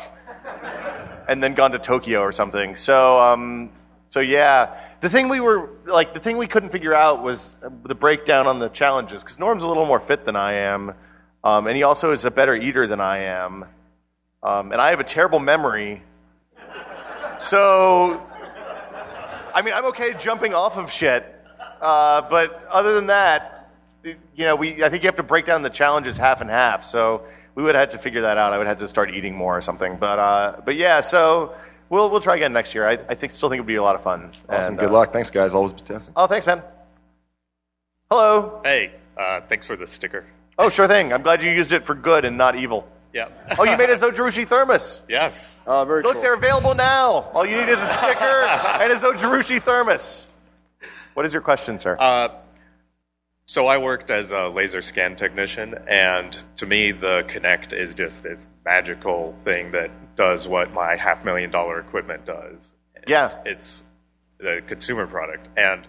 Speaker 1: and then gone to Tokyo or something. So, um, so yeah, the thing we were like the thing we couldn't figure out was the breakdown on the challenges because Norm's a little more fit than I am, um, and he also is a better eater than I am, um, and I have a terrible memory. So, I mean, I'm okay jumping off of shit, uh, but other than that, you know, we I think you have to break down the challenges half and half. So we would have had to figure that out. I would have to start eating more or something. But uh, but yeah, so we'll we'll try again next year. I, I think still think it'll be a lot of fun.
Speaker 6: awesome.
Speaker 1: And,
Speaker 6: Good
Speaker 1: uh,
Speaker 6: luck. Thanks, guys. Always be testing.
Speaker 1: Oh, thanks, man. Hello.
Speaker 4: Hey, uh, thanks for the sticker.
Speaker 1: Oh, sure thing. I'm glad you used it for good and not evil.
Speaker 4: Yeah.
Speaker 1: Oh, you made a Zojirushi thermos.
Speaker 4: yes.
Speaker 2: Oh, very
Speaker 1: Look,
Speaker 2: cool.
Speaker 1: they're available now. All you need is a sticker and a Zojirushi thermos. What is your question, sir?
Speaker 4: So I worked as a laser scan technician, and to me, the Kinect is just this magical thing that does what my half million dollar equipment does.
Speaker 1: Yeah.
Speaker 4: it's the consumer product, and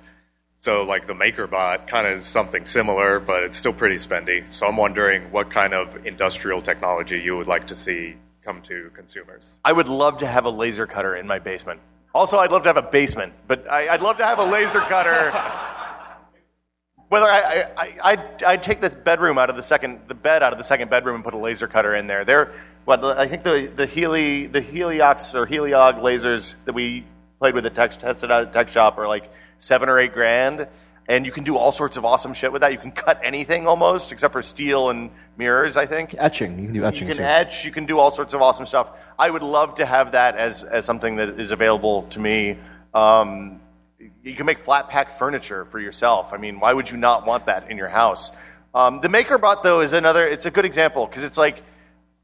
Speaker 4: so like the MakerBot kind of is something similar, but it's still pretty spendy. So I'm wondering what kind of industrial technology you would like to see come to consumers.
Speaker 1: I would love to have a laser cutter in my basement. Also, I'd love to have a basement, but I, I'd love to have a laser cutter Whether I, I, I I'd, I'd take this bedroom out of the second the bed out of the second bedroom and put a laser cutter in there. There, what I think the the Heli the Heliox or Heliog lasers that we played with at tech, tested out at Tech Shop are like seven or eight grand, and you can do all sorts of awesome shit with that. You can cut anything almost except for steel and mirrors. I think
Speaker 3: Etching. You can do etching.
Speaker 1: you
Speaker 3: too.
Speaker 1: can etch, you can do all sorts of awesome stuff. I would love to have that as, as something that is available to me. Um, you can make flat pack furniture for yourself. I mean, why would you not want that in your house? Um, the MakerBot though is another. It's a good example because it's like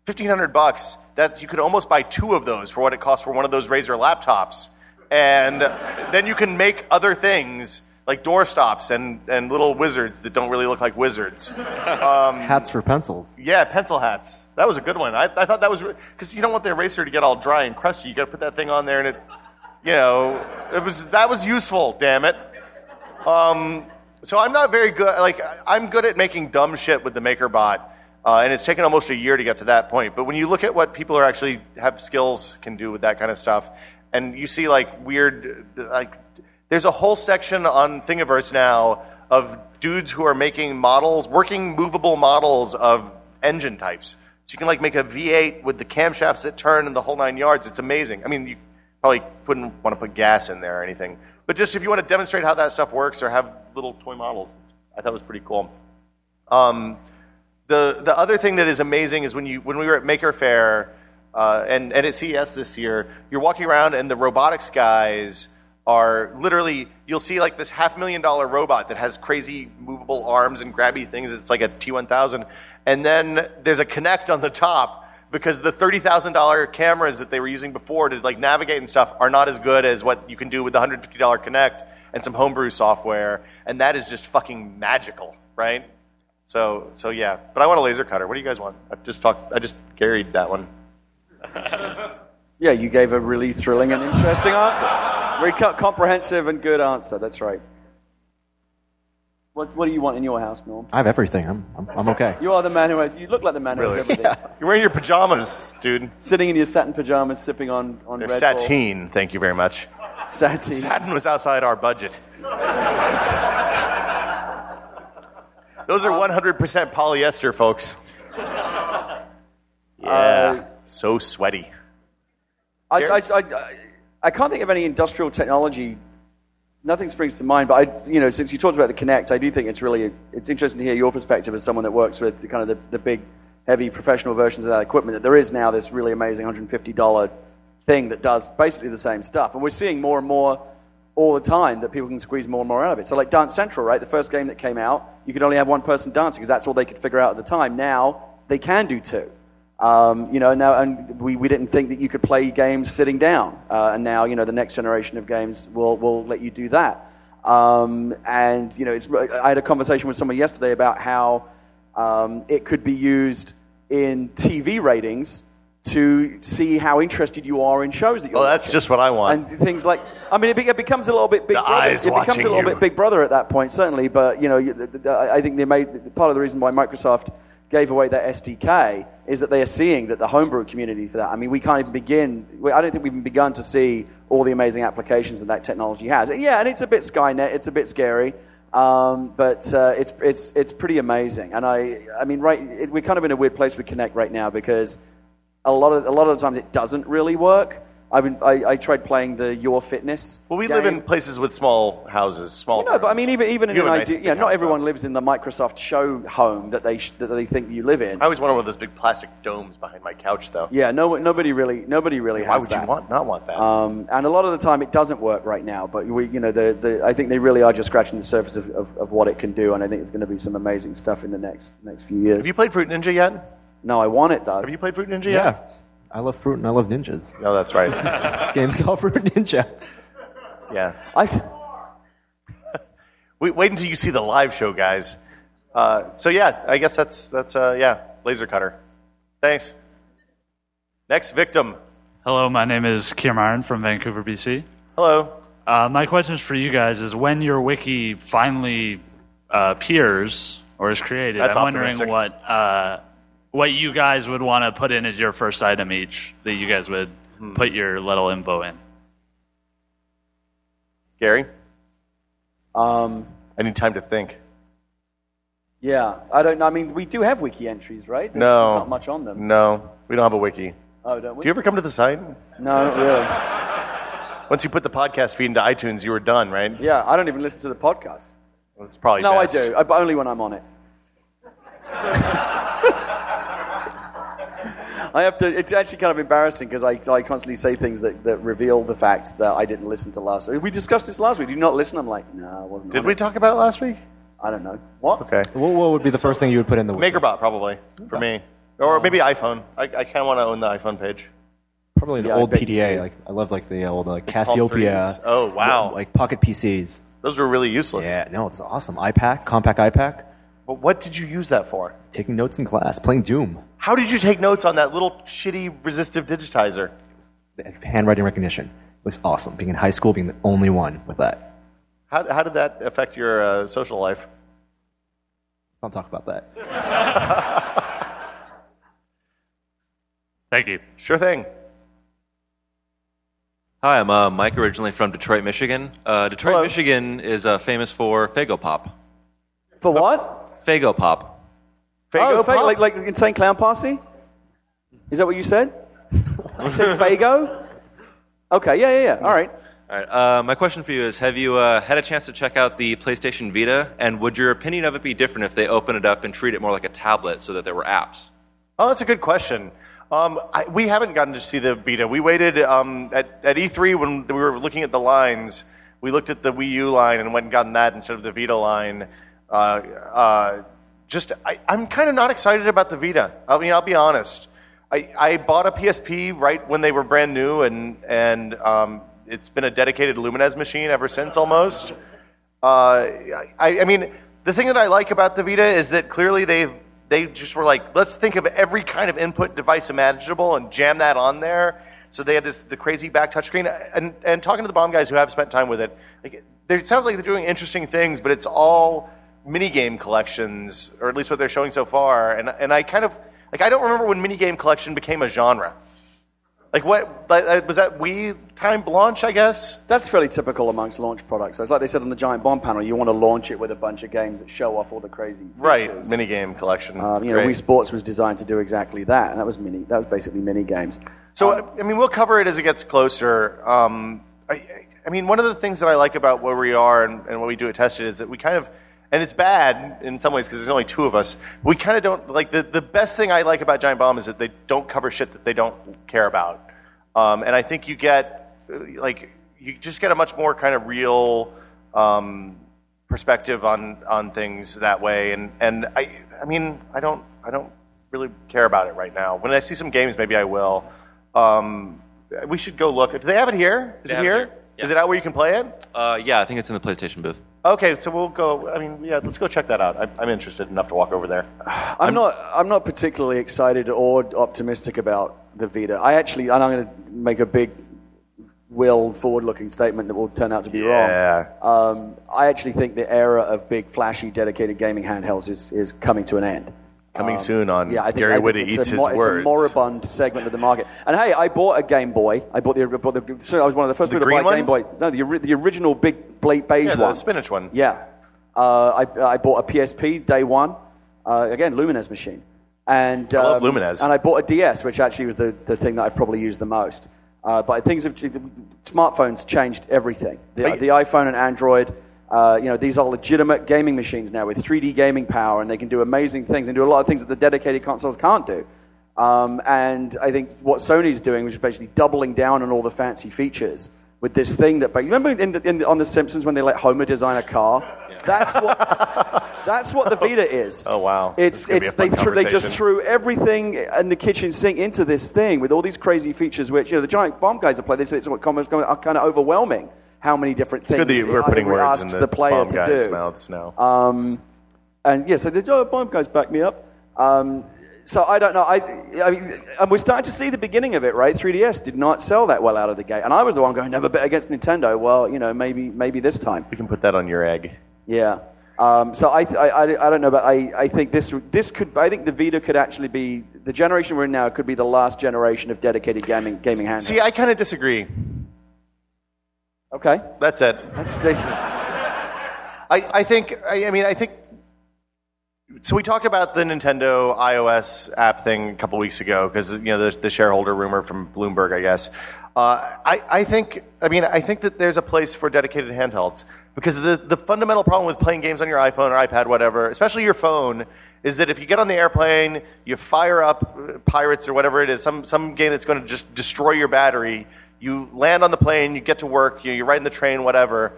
Speaker 1: fifteen hundred bucks. That you could almost buy two of those for what it costs for one of those Razer laptops, and then you can make other things like doorstops and and little wizards that don't really look like wizards.
Speaker 3: Hats for pencils.
Speaker 1: Yeah, pencil hats. That was a good one. I, I thought that was because you don't want the eraser to get all dry and crusty. You got to put that thing on there, and it, you know, it was that was useful. Damn it. Um, so I'm not very good. Like I- I'm good at making dumb shit with the MakerBot, uh, and it's taken almost a year to get to that point. But when you look at what people are actually have skills can do with that kind of stuff, and you see like weird, uh, like there's a whole section on Thingiverse now of dudes who are making models, working movable models of engine types. So you can like make a V8 with the camshafts that turn and the whole nine yards. It's amazing. I mean, you probably wouldn't want to put gas in there or anything, but just if you want to demonstrate how that stuff works or have little toy models, I thought it was pretty cool. Um, the the other thing that is amazing is when you when we were at Maker Fair uh, and and at CES this year, you're walking around and the robotics guys are literally you'll see like this half million dollar robot that has crazy movable arms and grabby things. It's like a T1000, and then there's a Kinect on the top because the thirty thousand dollar cameras that they were using before to like navigate and stuff are not as good as what you can do with the hundred fifty dollar Kinect and some homebrew software, and that is just fucking magical, right? So, so yeah. But I want a laser cutter. What do you guys want? I just talked. I just carried that one.
Speaker 2: Yeah, you gave a really thrilling and interesting answer. Very co- comprehensive and good answer. That's right. What, what do you want in your house, Norm?
Speaker 3: I have everything. I'm, I'm, I'm okay.
Speaker 2: You are the man who has. You look like the man who has
Speaker 1: Really?
Speaker 2: everything.
Speaker 1: You're wearing your pajamas, dude.
Speaker 2: Sitting in your satin pajamas, sipping on on
Speaker 1: They're
Speaker 2: Red
Speaker 1: sateen. Thank you very much.
Speaker 2: Bull. Satin.
Speaker 1: Satin was outside our budget. Those are 100% polyester, folks. Yeah. so sweaty.
Speaker 2: I, I, I, I- I can't think of any industrial technology. Nothing springs to mind, but I, you know, since you talked about the Connect, I do think it's really it's interesting to hear your perspective as someone that works with the, kind of the, the big, heavy professional versions of that equipment. That there is now this really amazing hundred and fifty dollar thing that does basically the same stuff, and we're seeing more and more all the time that people can squeeze more and more out of it. So like Dance Central, right? The first game that came out, you could only have one person dancing because that's all they could figure out at the time. Now they can do two. Um, you know, now, and we, we didn't think that you could play games sitting down. Uh, and now, you know, the next generation of games will, will let you do that. Um, and, you know, it's, I had a conversation with someone yesterday about how um, it could be used in TV ratings to see how interested you are in shows that you're
Speaker 1: Well, that's
Speaker 2: watching.
Speaker 1: just what I want.
Speaker 2: And things like, I mean, it, be, it becomes a little bit Big
Speaker 1: The
Speaker 2: Brother.
Speaker 1: eyes
Speaker 2: it becomes a
Speaker 1: watching
Speaker 2: little
Speaker 1: you.
Speaker 2: bit Big Brother at that point, certainly. But you know, you- the- the- I I think they made part of the reason why Microsoft gave away their SDK is that they are seeing that the homebrew community for that. I mean, we can't even begin. we- I don't think we've even begun to see all the amazing applications that that technology has. And yeah, and it's a bit Skynet. It's a bit scary. Um, but uh, it's, it's, it's pretty amazing. And I, I mean, right, it, we're kind of in a weird place with Connect right now because a lot of, a lot of the times it doesn't really work. I've been, I, I tried playing the Your Fitness.
Speaker 1: Well, we live
Speaker 2: game.
Speaker 1: in places with small houses, small.
Speaker 2: No, but I mean,
Speaker 1: rooms.
Speaker 2: even even in
Speaker 1: You
Speaker 2: an
Speaker 1: have a nice
Speaker 2: idea, yeah,
Speaker 1: big
Speaker 2: not
Speaker 1: house,
Speaker 2: everyone
Speaker 1: though.
Speaker 2: lives in the Microsoft show home that they sh- that they think you live in.
Speaker 1: I always wanted one of those big plastic domes behind my couch, though.
Speaker 2: yeah, no, nobody really, nobody really
Speaker 1: Why
Speaker 2: has
Speaker 1: would
Speaker 2: that.
Speaker 1: you want not want that? Uh,
Speaker 2: Um, and a lot of the time, it doesn't work right now. But we, you know, the, the, I think they really are just scratching the surface of, of, of what it can do, and I think it's going to be some amazing stuff in the next next few years.
Speaker 1: have you played Fruit Ninja yet?
Speaker 2: no, I want it though.
Speaker 1: Have you played Fruit Ninja
Speaker 3: Yeah.
Speaker 1: yet?
Speaker 3: I love fruit and I love ninjas.
Speaker 1: No, that's right.
Speaker 3: This game's called Fruit Ninja.
Speaker 1: yeah.
Speaker 2: I,
Speaker 1: Wait, wait until you see the live show, guys. Uh, so yeah, I guess that's that's uh, yeah, laser cutter. Thanks. Next victim.
Speaker 7: Hello, my name is Kim Iron from Vancouver, BC.
Speaker 1: Hello.
Speaker 7: Uh, my question for you guys is when your wiki finally uh, appears or is created,
Speaker 1: That's
Speaker 7: I'm wondering
Speaker 1: optimistic.
Speaker 7: what uh, what you guys would want to put in as your first item each that you guys would
Speaker 8: Hmm.
Speaker 7: put your little info in.
Speaker 1: Gary.
Speaker 2: um,
Speaker 1: I need time to think.
Speaker 2: Yeah, I don't. know. I mean, we do have wiki entries, right? There's,
Speaker 1: No.
Speaker 2: there's not much on them.
Speaker 1: No, we don't have a wiki.
Speaker 2: Oh, don't we?
Speaker 1: Do you ever come to the site?
Speaker 2: no, not really.
Speaker 1: Once you put the podcast feed into iTunes, you were done, right?
Speaker 2: Yeah, I don't even listen to the podcast.
Speaker 1: It's probably
Speaker 2: No, I
Speaker 1: best.
Speaker 2: do, I- but only when I'm on it. I have to. It's actually kind of embarrassing because I, I constantly say things that, that reveal the fact that I didn't listen to last. We discussed this last week. Do you not listen? I'm like, no, I wasn't.
Speaker 1: Did
Speaker 2: on
Speaker 1: we
Speaker 2: it."
Speaker 1: talk about it last week?
Speaker 2: I don't know. What?
Speaker 1: Okay.
Speaker 3: What, what would be the first thing you would put in the wiki?
Speaker 1: MakerBot probably for me, or
Speaker 2: Um,
Speaker 1: maybe iPhone. I, I kind of want to own the iPhone page.
Speaker 3: Probably the
Speaker 2: Yeah, I
Speaker 3: old
Speaker 2: bet you
Speaker 3: PDA.
Speaker 2: do.
Speaker 3: Like I love like the old like
Speaker 1: Palm threes.
Speaker 3: Cassiopeia.
Speaker 1: Oh, wow.
Speaker 3: Like pocket PCs.
Speaker 1: Those were really useless.
Speaker 3: Yeah, no, it's awesome. iPac, compact iPac.
Speaker 1: But what did you use that for?
Speaker 3: Taking notes in class, playing Doom,
Speaker 1: How did you take notes on that little shitty resistive digitizer?
Speaker 3: handwriting recognition. It was awesome. Being in high school, being the only one with that.
Speaker 1: How, how did that affect your uh, social life?
Speaker 3: Don't talk about that.
Speaker 7: Thank you.
Speaker 1: Sure thing.
Speaker 9: Hi, I'm uh, Mike, originally from Detroit, Michigan. Uh, Detroit,
Speaker 1: Hello.
Speaker 9: Michigan is uh, famous for Fago Pop.
Speaker 2: For what?
Speaker 9: Fago Pop.
Speaker 1: Fago
Speaker 2: oh, Fa-
Speaker 1: Pop?
Speaker 2: like like the insane clown posse. Is that what you said? you said Fago. Okay. Yeah. Yeah. Yeah. All right.
Speaker 9: All right, uh, my question for you is Have you uh, had a chance to check out the PlayStation Vita? And would your opinion of it be different if they open it up and treat it more like a tablet so that there were apps?
Speaker 1: Oh, that's a good question. Um, I, we haven't gotten to see the Vita. We waited um, at, at E3 when we were looking at the lines. We looked at the Wii U line and went and gotten that instead of the Vita line. Uh, uh, just, I, I'm kind of not excited about the Vita. I mean, I'll be honest. I, I bought a PSP right when they were brand new, and, and um, it's been a dedicated Lumines machine ever since almost. Uh, I, I mean, the thing that I like about the Vita is that clearly they they just were like, let's think of every kind of input device imaginable and jam that on there. So they have this the crazy back touchscreen. And and talking to the bomb guys who have spent time with it, like there- it sounds like they're doing interesting things, but it's all minigame collections, or at least what they're showing so far. And and I kind of like I don't remember when minigame collection became a genre. Like what like, uh, was that Wii time launch? I guess.
Speaker 2: That's fairly typical amongst launch products. It's like they said on the Giant Bomb panel, you want to launch it with a bunch of games that show off all the crazy.
Speaker 1: Right,
Speaker 2: features.
Speaker 1: minigame collection.
Speaker 2: Um, you know,
Speaker 1: Great.
Speaker 2: Wii Sports was designed to do exactly that, and that was mini. That was basically mini games.
Speaker 1: So I- I mean, we'll cover it as it gets closer. Um, I- I, I mean, one of the things that I like about where we are and, and what we do at Tested is that we kind of, and it's bad in some ways because there's only two of us. We kind of don't like the the best thing I like about Giant Bomb is that they don't cover shit that they don't care about, um, and I think you get uh, like you just get a much more kind of real. Um, perspective on on things that way and and i i mean i don't i don't really care about it right now when i see some games maybe i will um we should go look do they have it here is
Speaker 9: They
Speaker 1: it
Speaker 9: have it
Speaker 1: here? Is
Speaker 9: here. Yeah.
Speaker 1: it out where you can play it
Speaker 9: Uh, yeah, I think it's in the PlayStation booth.
Speaker 1: okay so we'll go i mean yeah let's go check that out i'm, I'm interested enough to walk over there
Speaker 2: I'm, not. I'm not particularly excited or optimistic about the Vita. I actually, and I'm going to make a big, will forward-looking statement that will turn out to be
Speaker 1: Yeah.
Speaker 2: wrong. Um, I actually think the era of big, flashy, dedicated gaming handhelds is is coming to an end.
Speaker 1: coming soon on
Speaker 2: Yeah, I think,
Speaker 1: gary
Speaker 2: I think
Speaker 1: Whitta
Speaker 2: it's
Speaker 1: eats
Speaker 2: a,
Speaker 1: his
Speaker 2: mo- it's
Speaker 1: words
Speaker 2: a moribund segment of the market. And hey, I bought a Game Boy. I bought the, I bought the so I was one of the first
Speaker 1: The
Speaker 2: people to buy a
Speaker 1: green
Speaker 2: Game Boy. No, the, ori- the original big bla- beige
Speaker 1: yeah
Speaker 2: one.
Speaker 1: the spinach one
Speaker 2: Um, Yeah. Uh, I, I bought a PSP day one. Uh, again, Lumines machine. And, um,
Speaker 1: love Lumines.
Speaker 2: And I bought a DS, which actually was the, the thing that I probably used the most. Uh, but things have smartphones changed everything. The,
Speaker 1: Hey.
Speaker 2: the iPhone and Android. Uh, you know, these are legitimate gaming machines now with 3D gaming power, and they can do amazing things and do a lot of things that the dedicated consoles can't do. Um, and I think what Sony's doing, which is basically doubling down on all the fancy features with this thing that, but you remember in the, in the, on The Simpsons when they let Homer design a car? That's what that's what the Vita is.
Speaker 1: Oh, wow. This is
Speaker 2: It's
Speaker 1: gonna be
Speaker 2: it's
Speaker 1: a
Speaker 2: they
Speaker 1: fun
Speaker 2: threw, they just
Speaker 1: conversation.
Speaker 2: threw everything in the kitchen sink into this thing with all these crazy features, which you know the giant bomb guys have played. They said it's what comments are kind of overwhelming. How many different things
Speaker 1: Good that you- we're
Speaker 2: it
Speaker 1: putting words
Speaker 2: asks
Speaker 1: in the,
Speaker 2: the, player
Speaker 1: bomb
Speaker 2: to
Speaker 1: guys'
Speaker 2: do.
Speaker 1: mouths now.
Speaker 2: And yeah, so the oh, bomb guys back me up. Um, so I don't know. I, I mean, and we're starting to see the beginning of it, right? 3DS did not sell that well out of the gate, and I was the one going, "Never bet against Nintendo." Well, you know, maybe maybe this time.
Speaker 1: you can put that on your egg.
Speaker 2: Yeah. Um, so I, th- I, I, I don't know, but I, I think this, this could, I think the Vita could actually be, the generation we're in now could be the last generation of dedicated gaming, gaming handhelds.
Speaker 1: See, I kind of disagree.
Speaker 2: okay.
Speaker 1: That's it.
Speaker 2: That's, that's,
Speaker 1: I, I think I, I mean I think so we talked about the Nintendo iOS app thing a couple weeks ago because you know the, the shareholder rumor from Bloomberg, I guess. Uh, I, I think I mean I think that there's a place for dedicated handhelds because the the fundamental problem with playing games on your iPhone or iPad, whatever, especially your phone, is that if you get on the airplane, you fire up uh, Pirates or whatever it is, some some game that's going to just destroy your battery. You land on the plane, you get to work, you you're riding the train, whatever.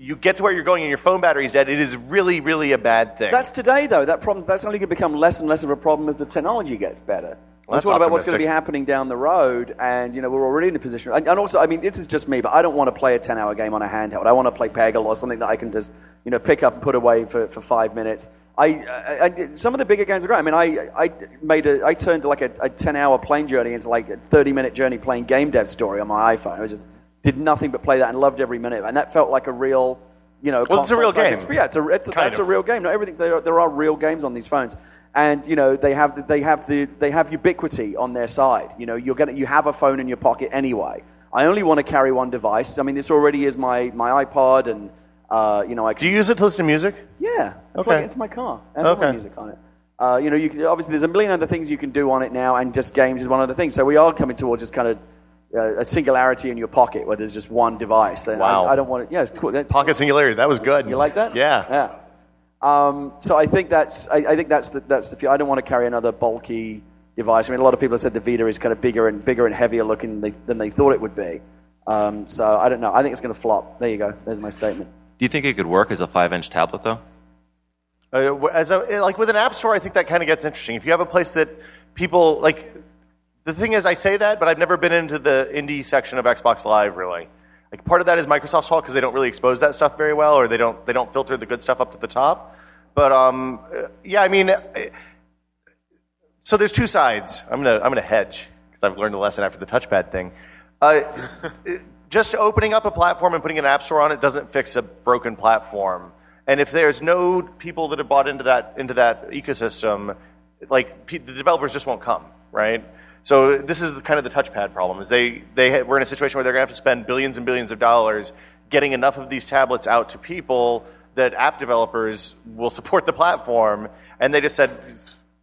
Speaker 1: You get to where you're going, and your phone battery's dead. It is really, really a bad thing.
Speaker 2: That's today, though. That problem, that's only going to become less and less of a problem as the technology gets better.
Speaker 1: Well,
Speaker 2: We're
Speaker 1: that's
Speaker 2: talking about what's
Speaker 1: optimistic.
Speaker 2: going to be happening down the road, and you know we're already in a position. And, and also, I mean, this is just me, but I don't want to play a ten-hour game on a handheld. I want to play Peggle or something that I can just you know pick up and put away for, for five minutes. I, I, I some of the bigger games are great. I mean, I, I made a I turned like a, a ten-hour plane journey into like a thirty-minute journey playing Game Dev Story on my iPhone. I just did nothing but play that and loved every minute. of it. And that felt like a real you know
Speaker 1: Well, it's a real
Speaker 2: console-type
Speaker 1: game.
Speaker 2: experience. Yeah, it's a it's, a-
Speaker 1: Kind
Speaker 2: that's
Speaker 1: of.
Speaker 2: a real game. No, everything there are, there are real games on these phones, and you know they have the, they have the they have ubiquity on their side. You know you're gonna you have a phone in your pocket anyway. I only want to carry one device. I mean, this already is my my iPod, and uh, you know I can
Speaker 1: Do you use it to listen to music?
Speaker 2: yeah, I plug
Speaker 1: Okay.
Speaker 2: it into my car. It has all my
Speaker 1: Okay.
Speaker 2: music on it. Uh, you know, you can, obviously there's a million other things you can do on it now, and just games is one of the things. So we are coming towards just kind of uh, a singularity in your pocket where there's just one device. And
Speaker 1: Wow.
Speaker 2: I, I don't want it. Yeah, it's cool. That-
Speaker 1: Pocket Singularity. That was good.
Speaker 2: you like that?
Speaker 1: Yeah.
Speaker 2: Yeah. Um, so I think that's I, I think that's the that's the few. I don't want to carry another bulky device. I mean, a lot of people have said the Vita is kind of bigger and bigger and heavier looking they, than they thought it would be. Um, so I don't know. I think it's going to flop. There you go. There's my statement.
Speaker 9: Do you think it could work as a five-inch tablet though?
Speaker 1: Uh, w- as a, like with an app store, I think that kind of gets interesting. If you have a place that people like, the thing is, I say that, but I've never been into the indie section of Xbox Live really. Like part of that is Microsoft's fault because they don't really expose that stuff very well, or they don't they don't filter the good stuff up to the top. But um, uh, yeah, I mean, uh, so there's two sides. I'm gonna I'm gonna hedge because I've learned a lesson after the touchpad thing. Uh, it- just opening up a platform and putting an app store on it doesn't fix a broken platform. And if there's no people that have bought into that into that ecosystem, like pe- the developers just won't come, right? So this is kind of the touchpad problem. Is they they ha- we're in a situation where they're gonna have to spend billions and billions of dollars getting enough of these tablets out to people that app developers will support the platform, and they just said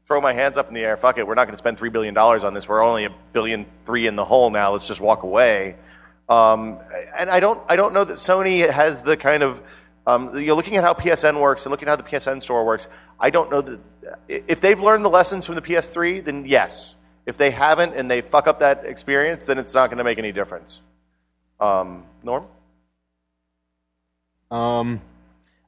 Speaker 1: throw my hands up in the air. Fuck it. We're not going to spend three billion dollars on this. We're only a billion three in the hole now. Let's just walk away. Um, and I don't, I don't know that Sony has the kind of, um, you know, looking at how PSN works and looking at how the PSN store works. I don't know that if they've learned the lessons from the PS3, then yes. If they haven't and they fuck up that experience, then it's not going to make any difference. Um, Norm,
Speaker 3: Um,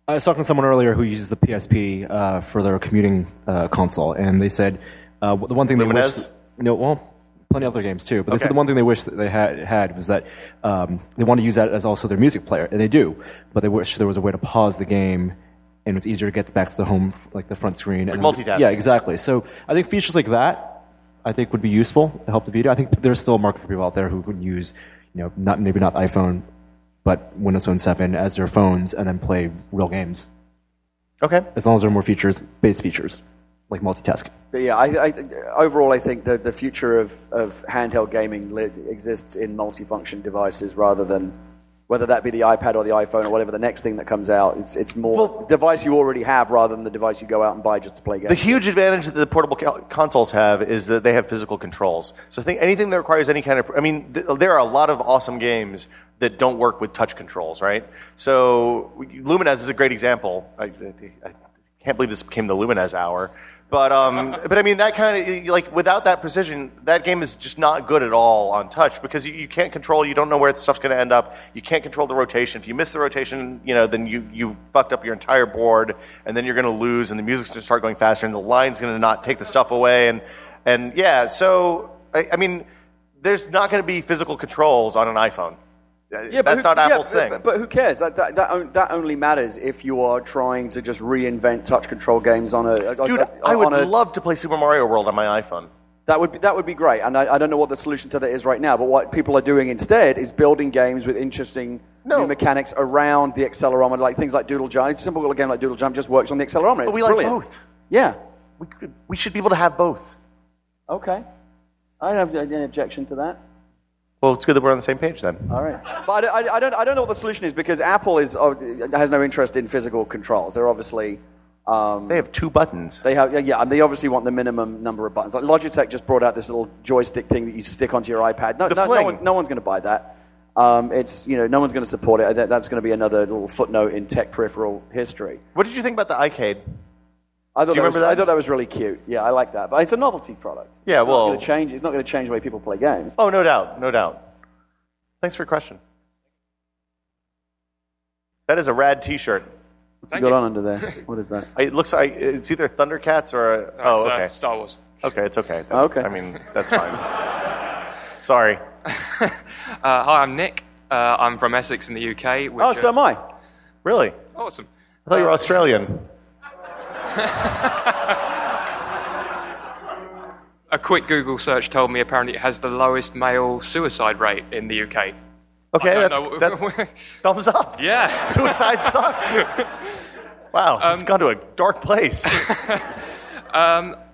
Speaker 3: I was talking to someone earlier who uses the PSP uh, for their commuting uh, console, and they said uh, the one thing they
Speaker 1: Luminez?
Speaker 3: wish. No, well, plenty of other games too, but they
Speaker 1: Okay.
Speaker 3: said the one thing they wish that they had, had was that um, they want to use that as also their music player, and they do, but they wish there was a way to pause the game. And it's easier to get back to the home, like the front screen. and
Speaker 1: multitasking.
Speaker 3: Yeah, exactly. So I think features like that, I think would be useful to help the Vita. I think there's still a market for people out there who would use, you know, not maybe not iPhone, but Windows Phone 7 as their phones and then play real games.
Speaker 1: Okay.
Speaker 3: As long as there are more features, base features, like multitask.
Speaker 2: But yeah, I, I, overall, I think the, the future of, of handheld gaming li- exists in multifunction devices rather than whether that be the iPad or the iPhone or whatever the next thing that comes out. It's, it's more
Speaker 1: Well-
Speaker 2: device you already have rather than the device you go out and buy just to play games.
Speaker 1: The huge advantage that the portable co- consoles have is that they have physical controls. So think anything that requires any kind of, I mean, th- there are a lot of awesome games that don't work with touch controls, right? So Lumines is a great example. I, I, I can't believe this became the Lumines hour. But, um, but I mean, that kind of, like, without that precision, that game is just not good at all on touch because you, you can't control, you don't know where the stuff's going to end up. You can't control the rotation. If you miss the rotation, you know, then you, you fucked up your entire board and then you're going to lose and the music's going to start going faster and the line's going to not take the stuff away. And, and yeah, so, I, I mean, there's not going to be physical controls on an iPhone.
Speaker 2: Yeah, but
Speaker 1: That's
Speaker 2: who-
Speaker 1: not
Speaker 2: yeah,
Speaker 1: Apple's
Speaker 2: but-
Speaker 1: thing.
Speaker 2: But, but who cares? That, that, that, on- that only matters if you are trying to just reinvent touch control games on a.
Speaker 1: Dude,
Speaker 2: on,
Speaker 1: I would
Speaker 2: on a,
Speaker 1: love to play Super Mario World on my iPhone.
Speaker 2: That would be, that would be great, and I, I don't know what the solution to that is right now. But what people are doing instead is building games with interesting
Speaker 1: No.
Speaker 2: new mechanics around the accelerometer, like things like Doodle Jump. A simple little game like Doodle Jump just works on the accelerometer.
Speaker 1: But
Speaker 2: It's
Speaker 1: we like
Speaker 2: brilliant.
Speaker 1: both.
Speaker 2: Yeah.
Speaker 1: We, could, we should be able to have both.
Speaker 2: Okay. I don't have any objection to that.
Speaker 1: Well, it's good that we're on the same page then.
Speaker 2: All right. But I, I- I don't, I don't know what the solution is because Apple is, uh, has no interest in physical controls. They're obviously
Speaker 1: They have two buttons.
Speaker 2: They have, yeah, yeah, and they obviously want the minimum number of buttons. Like Logitech just brought out this little joystick thing that you stick onto your iPad. No,
Speaker 1: The
Speaker 2: no, no,
Speaker 1: fling.
Speaker 2: one, no one's going to buy that. Um, it's you know, no one's going to support it. That, that's going to be another little footnote in tech peripheral history.
Speaker 1: What did you think about the iCade?
Speaker 2: I thought,
Speaker 1: Do you
Speaker 2: was,
Speaker 1: remember that?
Speaker 2: I thought that was really cute. Yeah, I like that. But it's a novelty product.
Speaker 1: Yeah,
Speaker 2: it's
Speaker 1: well-
Speaker 2: not gonna change, it's not going to change the way people play games.
Speaker 1: Oh, no doubt, no doubt. Thanks for your question. That is a rad T-shirt.
Speaker 2: What's he got on under there? What is that?
Speaker 1: I- It looks like it's either Thundercats or a, oh,
Speaker 4: It's, uh,
Speaker 1: okay,
Speaker 4: Star Wars.
Speaker 1: okay, it's okay.
Speaker 2: Oh, okay.
Speaker 1: I mean that's fine. Sorry.
Speaker 10: Uh, hi, I'm Nick. Uh, I'm from Essex in the UK. Which
Speaker 2: Oh, so am I.
Speaker 1: Really? I
Speaker 10: awesome. Uh,
Speaker 1: thought you were Australian.
Speaker 10: A quick Google search told me apparently it has the lowest male suicide rate in the UK.
Speaker 1: Okay,
Speaker 10: I
Speaker 1: that's,
Speaker 10: don't know.
Speaker 1: that's thumbs up.
Speaker 10: Yeah. Um,
Speaker 1: Suicide sucks. Wow, it's gone to a dark place.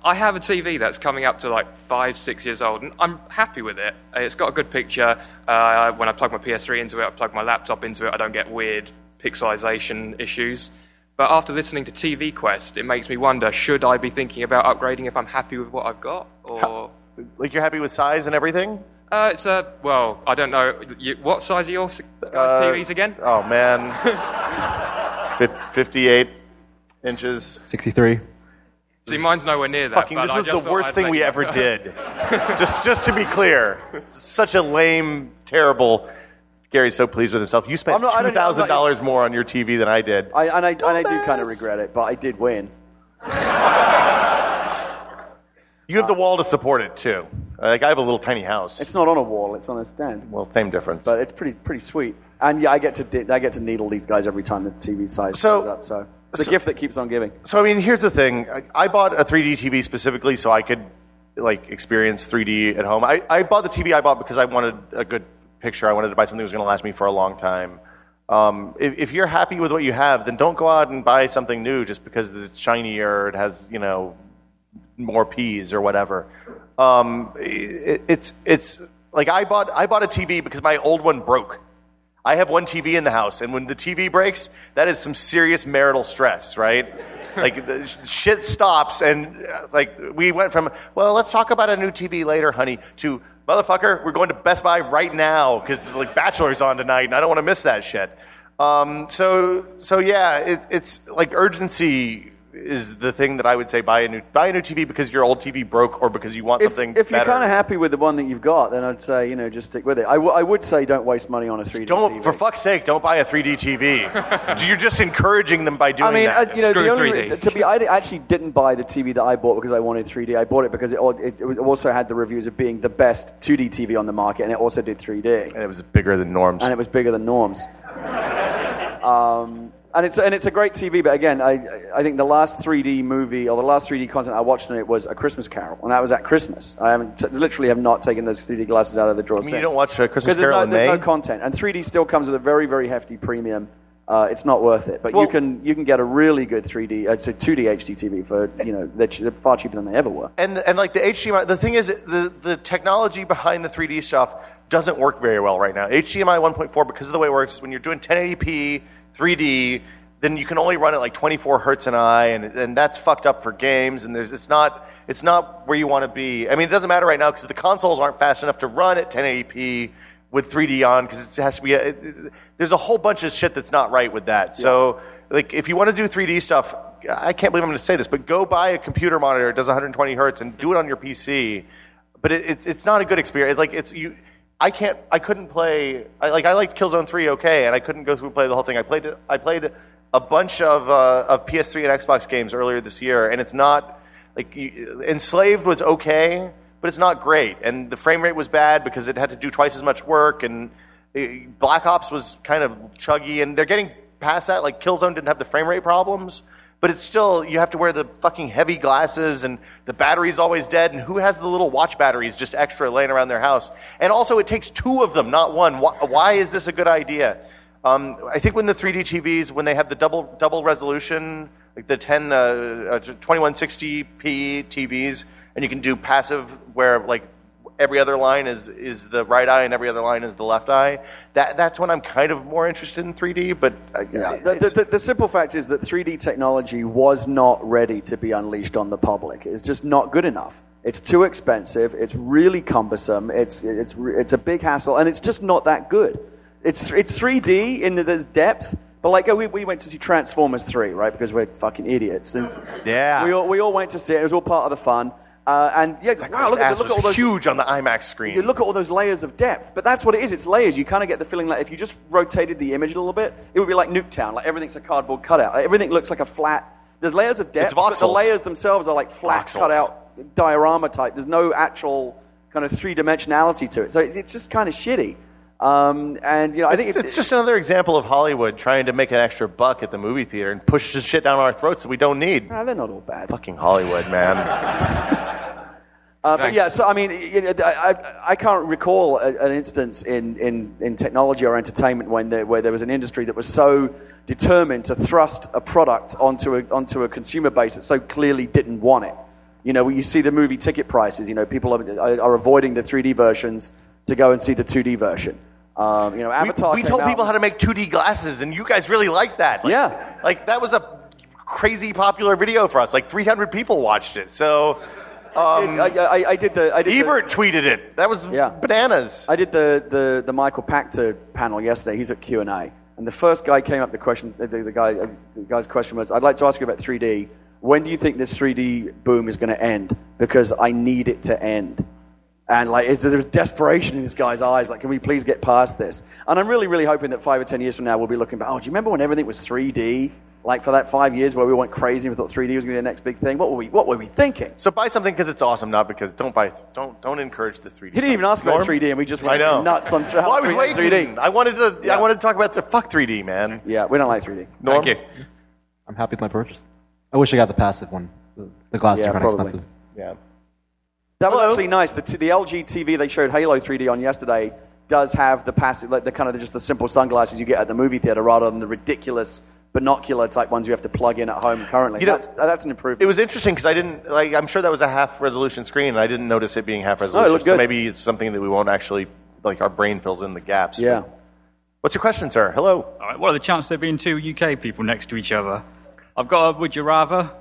Speaker 10: I have a TV that's coming up to like five, six years old, and I'm happy with it. It's got a good picture. Uh, when I plug my PS3 into it, I plug my laptop into it, I don't get weird pixelization issues. But after listening to TV Quest, it makes me wonder should I be thinking about upgrading if I'm happy with what I've got? Or.
Speaker 1: like you're happy with size and everything?
Speaker 10: Uh, it's a. Well, I don't know. You, what size are your s- guys'
Speaker 11: Uh,
Speaker 10: TVs again?
Speaker 1: Oh man, Fif- 58 inches.
Speaker 3: 63.
Speaker 10: See, mine's nowhere near that.
Speaker 1: Fucking,
Speaker 10: but
Speaker 1: this
Speaker 10: I
Speaker 1: was
Speaker 10: just
Speaker 1: the
Speaker 10: thought
Speaker 1: worst
Speaker 10: I'd
Speaker 1: thing
Speaker 10: let
Speaker 1: we
Speaker 10: you
Speaker 1: ever
Speaker 10: know.
Speaker 1: did. just, just to be clear, such a lame, terrible. Gary's so pleased with himself. You spent
Speaker 2: I'm not-
Speaker 1: two
Speaker 2: I don't- I'm not-
Speaker 1: thousand dollars more on your TV than I did.
Speaker 2: I, and I, and I do kind of regret it, but I did win.
Speaker 1: You have the wall to support it too. Like I have a little tiny house.
Speaker 2: It's not on a wall; it's on a stand.
Speaker 1: well, same difference.
Speaker 2: But it's pretty pretty sweet. And yeah, I get to di- I get to needle these guys every time the TV size
Speaker 1: So-
Speaker 2: goes up. So it's a
Speaker 1: so-
Speaker 2: gift that keeps on giving.
Speaker 1: so I mean, here's the thing. I, I bought a 3D TV specifically so I could like experience 3D at home. I, I bought the TV I bought because I wanted a good picture. I wanted to buy something that was going to last me for a long time. Um, if, if you're happy with what you have, then don't go out and buy something new just because it's shiny or it has you know more peas or whatever. Um, it, it's it's like I bought I bought a TV because my old one broke. I have one TV in the house, and when the TV breaks, that is some serious marital stress, right? like the sh- shit stops, and uh, like we went from well, let's talk about a new TV later, honey, to motherfucker, we're going to Best Buy right now because like Bachelor's on tonight, and I don't want to miss that shit. Um, so so yeah, it, it's like urgency is the thing that I would say buy a new buy a new TV because your old TV broke or because you want
Speaker 2: If,
Speaker 1: something
Speaker 2: if you're
Speaker 1: better.
Speaker 2: kind of happy with the one that you've got, then I'd say you know just stick with it. I, w- I would say don't waste money on a 3D.
Speaker 1: don't
Speaker 2: TV.
Speaker 1: for fuck's sake, don't buy a 3D TV. You're just encouraging them by doing
Speaker 2: I mean,
Speaker 1: that.
Speaker 2: uh, you know,
Speaker 10: Screw
Speaker 2: the only,
Speaker 10: 3D.
Speaker 2: to be, I di- actually didn't buy the TV that I bought because I wanted 3D. I bought it because it, al- it, it also had the reviews of being the best 2D TV on the market, and it also did 3D.
Speaker 1: and it was bigger than norms.
Speaker 2: and it was bigger than norms. um, and it's and it's a great TV, but again, I I think the last 3D movie or the last 3D content I watched on it was A Christmas Carol, and that was at Christmas. I haven't t- literally have not taken those 3D glasses out of the drawer.
Speaker 1: mean, you
Speaker 2: since.
Speaker 1: don't watch, uh, Christmas
Speaker 2: 'Cause there's
Speaker 1: Carol
Speaker 2: no,
Speaker 1: in
Speaker 2: there's
Speaker 1: May?
Speaker 2: no content, and 3D still comes with a very very hefty premium. Uh, it's not worth it, but
Speaker 1: Well-
Speaker 2: you can you can get a really good 3D, uh, so 2D HD TV for you know they're, ch- they're far cheaper than they ever were.
Speaker 1: and and like the HDMI, the thing is, the the technology behind the 3D stuff doesn't work very well right now. HDMI 1.4 because of the way it works, when you're doing 1080p 3D, then you can only run it like 24 hertz an eye, and and that's fucked up for games. And there's it's not it's not where you want to be. I mean, it doesn't matter right now because the consoles aren't fast enough to run at 1080p with 3D on because it has to be. A, it- it- there's a whole bunch of shit that's not right with that. So like if you want to do 3D stuff, I can't believe I'm going to say this, but go buy a computer monitor that does 120 hertz and do it on your PC. But it, it's it's not a good experience. Like it's you, I can't, I couldn't play. I, like I liked Killzone 3 okay, and I couldn't go through and play the whole thing. I played it- I played a bunch of uh, of PS3 and Xbox games earlier this year, and it's not like you, Enslaved was okay, but it's not great, and the frame rate was bad because it had to do twice as much work and. eh, Black Ops was kind of chuggy, and they're getting past that. Like Killzone didn't have the frame rate problems, but it's still you have to wear the fucking heavy glasses, and the battery's always dead. And who has the little watch batteries just extra laying around their house? And also, it takes two of them, not one. Why, why is this a good idea? Um, I think when the 3D TVs, when they have the double double resolution, like the 10 uh, uh, 2160p TVs, and you can do passive where like every other line is is the right eye and every other line is the left eye. That that's when I'm kind of more interested in 3D. But uh, I,
Speaker 2: Yeah. The, the, the, the simple fact is that 3D technology was not ready to be unleashed on the public. It's just not good enough. It's too expensive. It's really cumbersome. It's, it's, re- it's a big hassle, and it's just not that good. It's, th- it's 3D in that there's depth, but like uh, we, we went to see Transformers 3, right? Because we're fucking idiots. And
Speaker 1: Yeah.
Speaker 2: We all, we all went to see it. It was all part of the fun. Uh, and yeah, wow,
Speaker 1: His
Speaker 2: look at,
Speaker 1: ass
Speaker 2: the- look
Speaker 1: was
Speaker 2: at all those
Speaker 1: huge on the IMAX screen.
Speaker 2: you look at all those layers of depth, but that's what it is. It's layers. You kind of get the feeling like if you just rotated the image a little bit, it would be like Nuketown. Like everything's a cardboard cutout. Like everything looks like a flat. There's layers of depth,
Speaker 1: It's
Speaker 2: but the
Speaker 1: voxels.
Speaker 2: layers themselves are like flat
Speaker 1: Voxels.
Speaker 2: cutout diorama type. There's no actual kind of three dimensionality to it. So it, it's just kind of shitty. Um, and you know, I think
Speaker 1: it's, it's just another example of Hollywood trying to make an extra buck at the movie theater and push this shit down our throats that we don't need.
Speaker 2: Nah, they're not all bad.
Speaker 1: Fucking Hollywood, man.
Speaker 2: Uh, but yeah, so I mean, you know, I, I- I can't recall a, an instance in, in, in technology or entertainment when there, where there was an industry that was so determined to thrust a product onto a, onto a consumer base that so clearly didn't want it. You know, when you see the movie ticket prices, you know, people are, are- are avoiding the 3D versions to go and see the 2D version. Um, you know,
Speaker 1: we,
Speaker 2: Avatar.
Speaker 1: we
Speaker 2: came
Speaker 1: told
Speaker 2: out-
Speaker 1: people how to make 2D glasses, and you guys really liked that. Like,
Speaker 2: Yeah.
Speaker 1: like that was a crazy popular video for us. Like 300 people watched it. So um,
Speaker 2: I, I, I did the. I did the-
Speaker 1: Ebert tweeted it. That was
Speaker 2: Yeah.
Speaker 1: bananas.
Speaker 2: I did the, the, the Michael Pachter panel yesterday. He's at Q and A, and the first guy came up. The question, the, the guy, the guy's question was, "I'd like to ask you about 3D. When do you think this 3D boom is going to end? Because I need it to end." And like, is there, there's desperation in this guy's eyes. Like, can we please get past this? And I'm really, really hoping that five or ten years from now, we'll be looking back. Oh, do you remember when everything was 3D? Like for that five years where we went crazy, and we thought 3D was going to be the next big thing. What were we? What were we thinking?
Speaker 1: so buy something because it's awesome, not because don't buy don't don't encourage the 3D.
Speaker 2: He didn't even ask about 3D, and we just went
Speaker 1: I know.
Speaker 2: nuts on
Speaker 1: well, I was
Speaker 2: 3D.
Speaker 1: waiting. I wanted to I
Speaker 2: Yeah.
Speaker 1: wanted to talk about the fuck 3D, man.
Speaker 2: Yeah, we don't like 3D.
Speaker 1: Norm?
Speaker 10: Thank you.
Speaker 3: I'm happy with my purchase. I wish I got the passive one. The- The glasses
Speaker 2: Yeah,
Speaker 3: are kind of
Speaker 2: probably.
Speaker 3: expensive.
Speaker 1: Yeah.
Speaker 2: That was
Speaker 1: Hello.
Speaker 2: actually nice. The, t- the LG TV they showed Halo 3D on yesterday does have the passive, like the kind of just the simple sunglasses you get at the movie theater rather than the ridiculous binocular type ones you have to plug in at home currently.
Speaker 1: You know,
Speaker 2: that's, that's an improvement.
Speaker 1: It was interesting because I didn't like. I'm sure that was a half resolution screen, and I didn't notice it being half resolution.
Speaker 2: looked
Speaker 1: So
Speaker 2: good.
Speaker 1: maybe it's something that we won't actually like. Our brain fills in the gaps.
Speaker 2: yeah.
Speaker 1: What's your question, sir? Hello.
Speaker 8: All right, what are the chances there being two UK people next to each other? I've got a would you rather.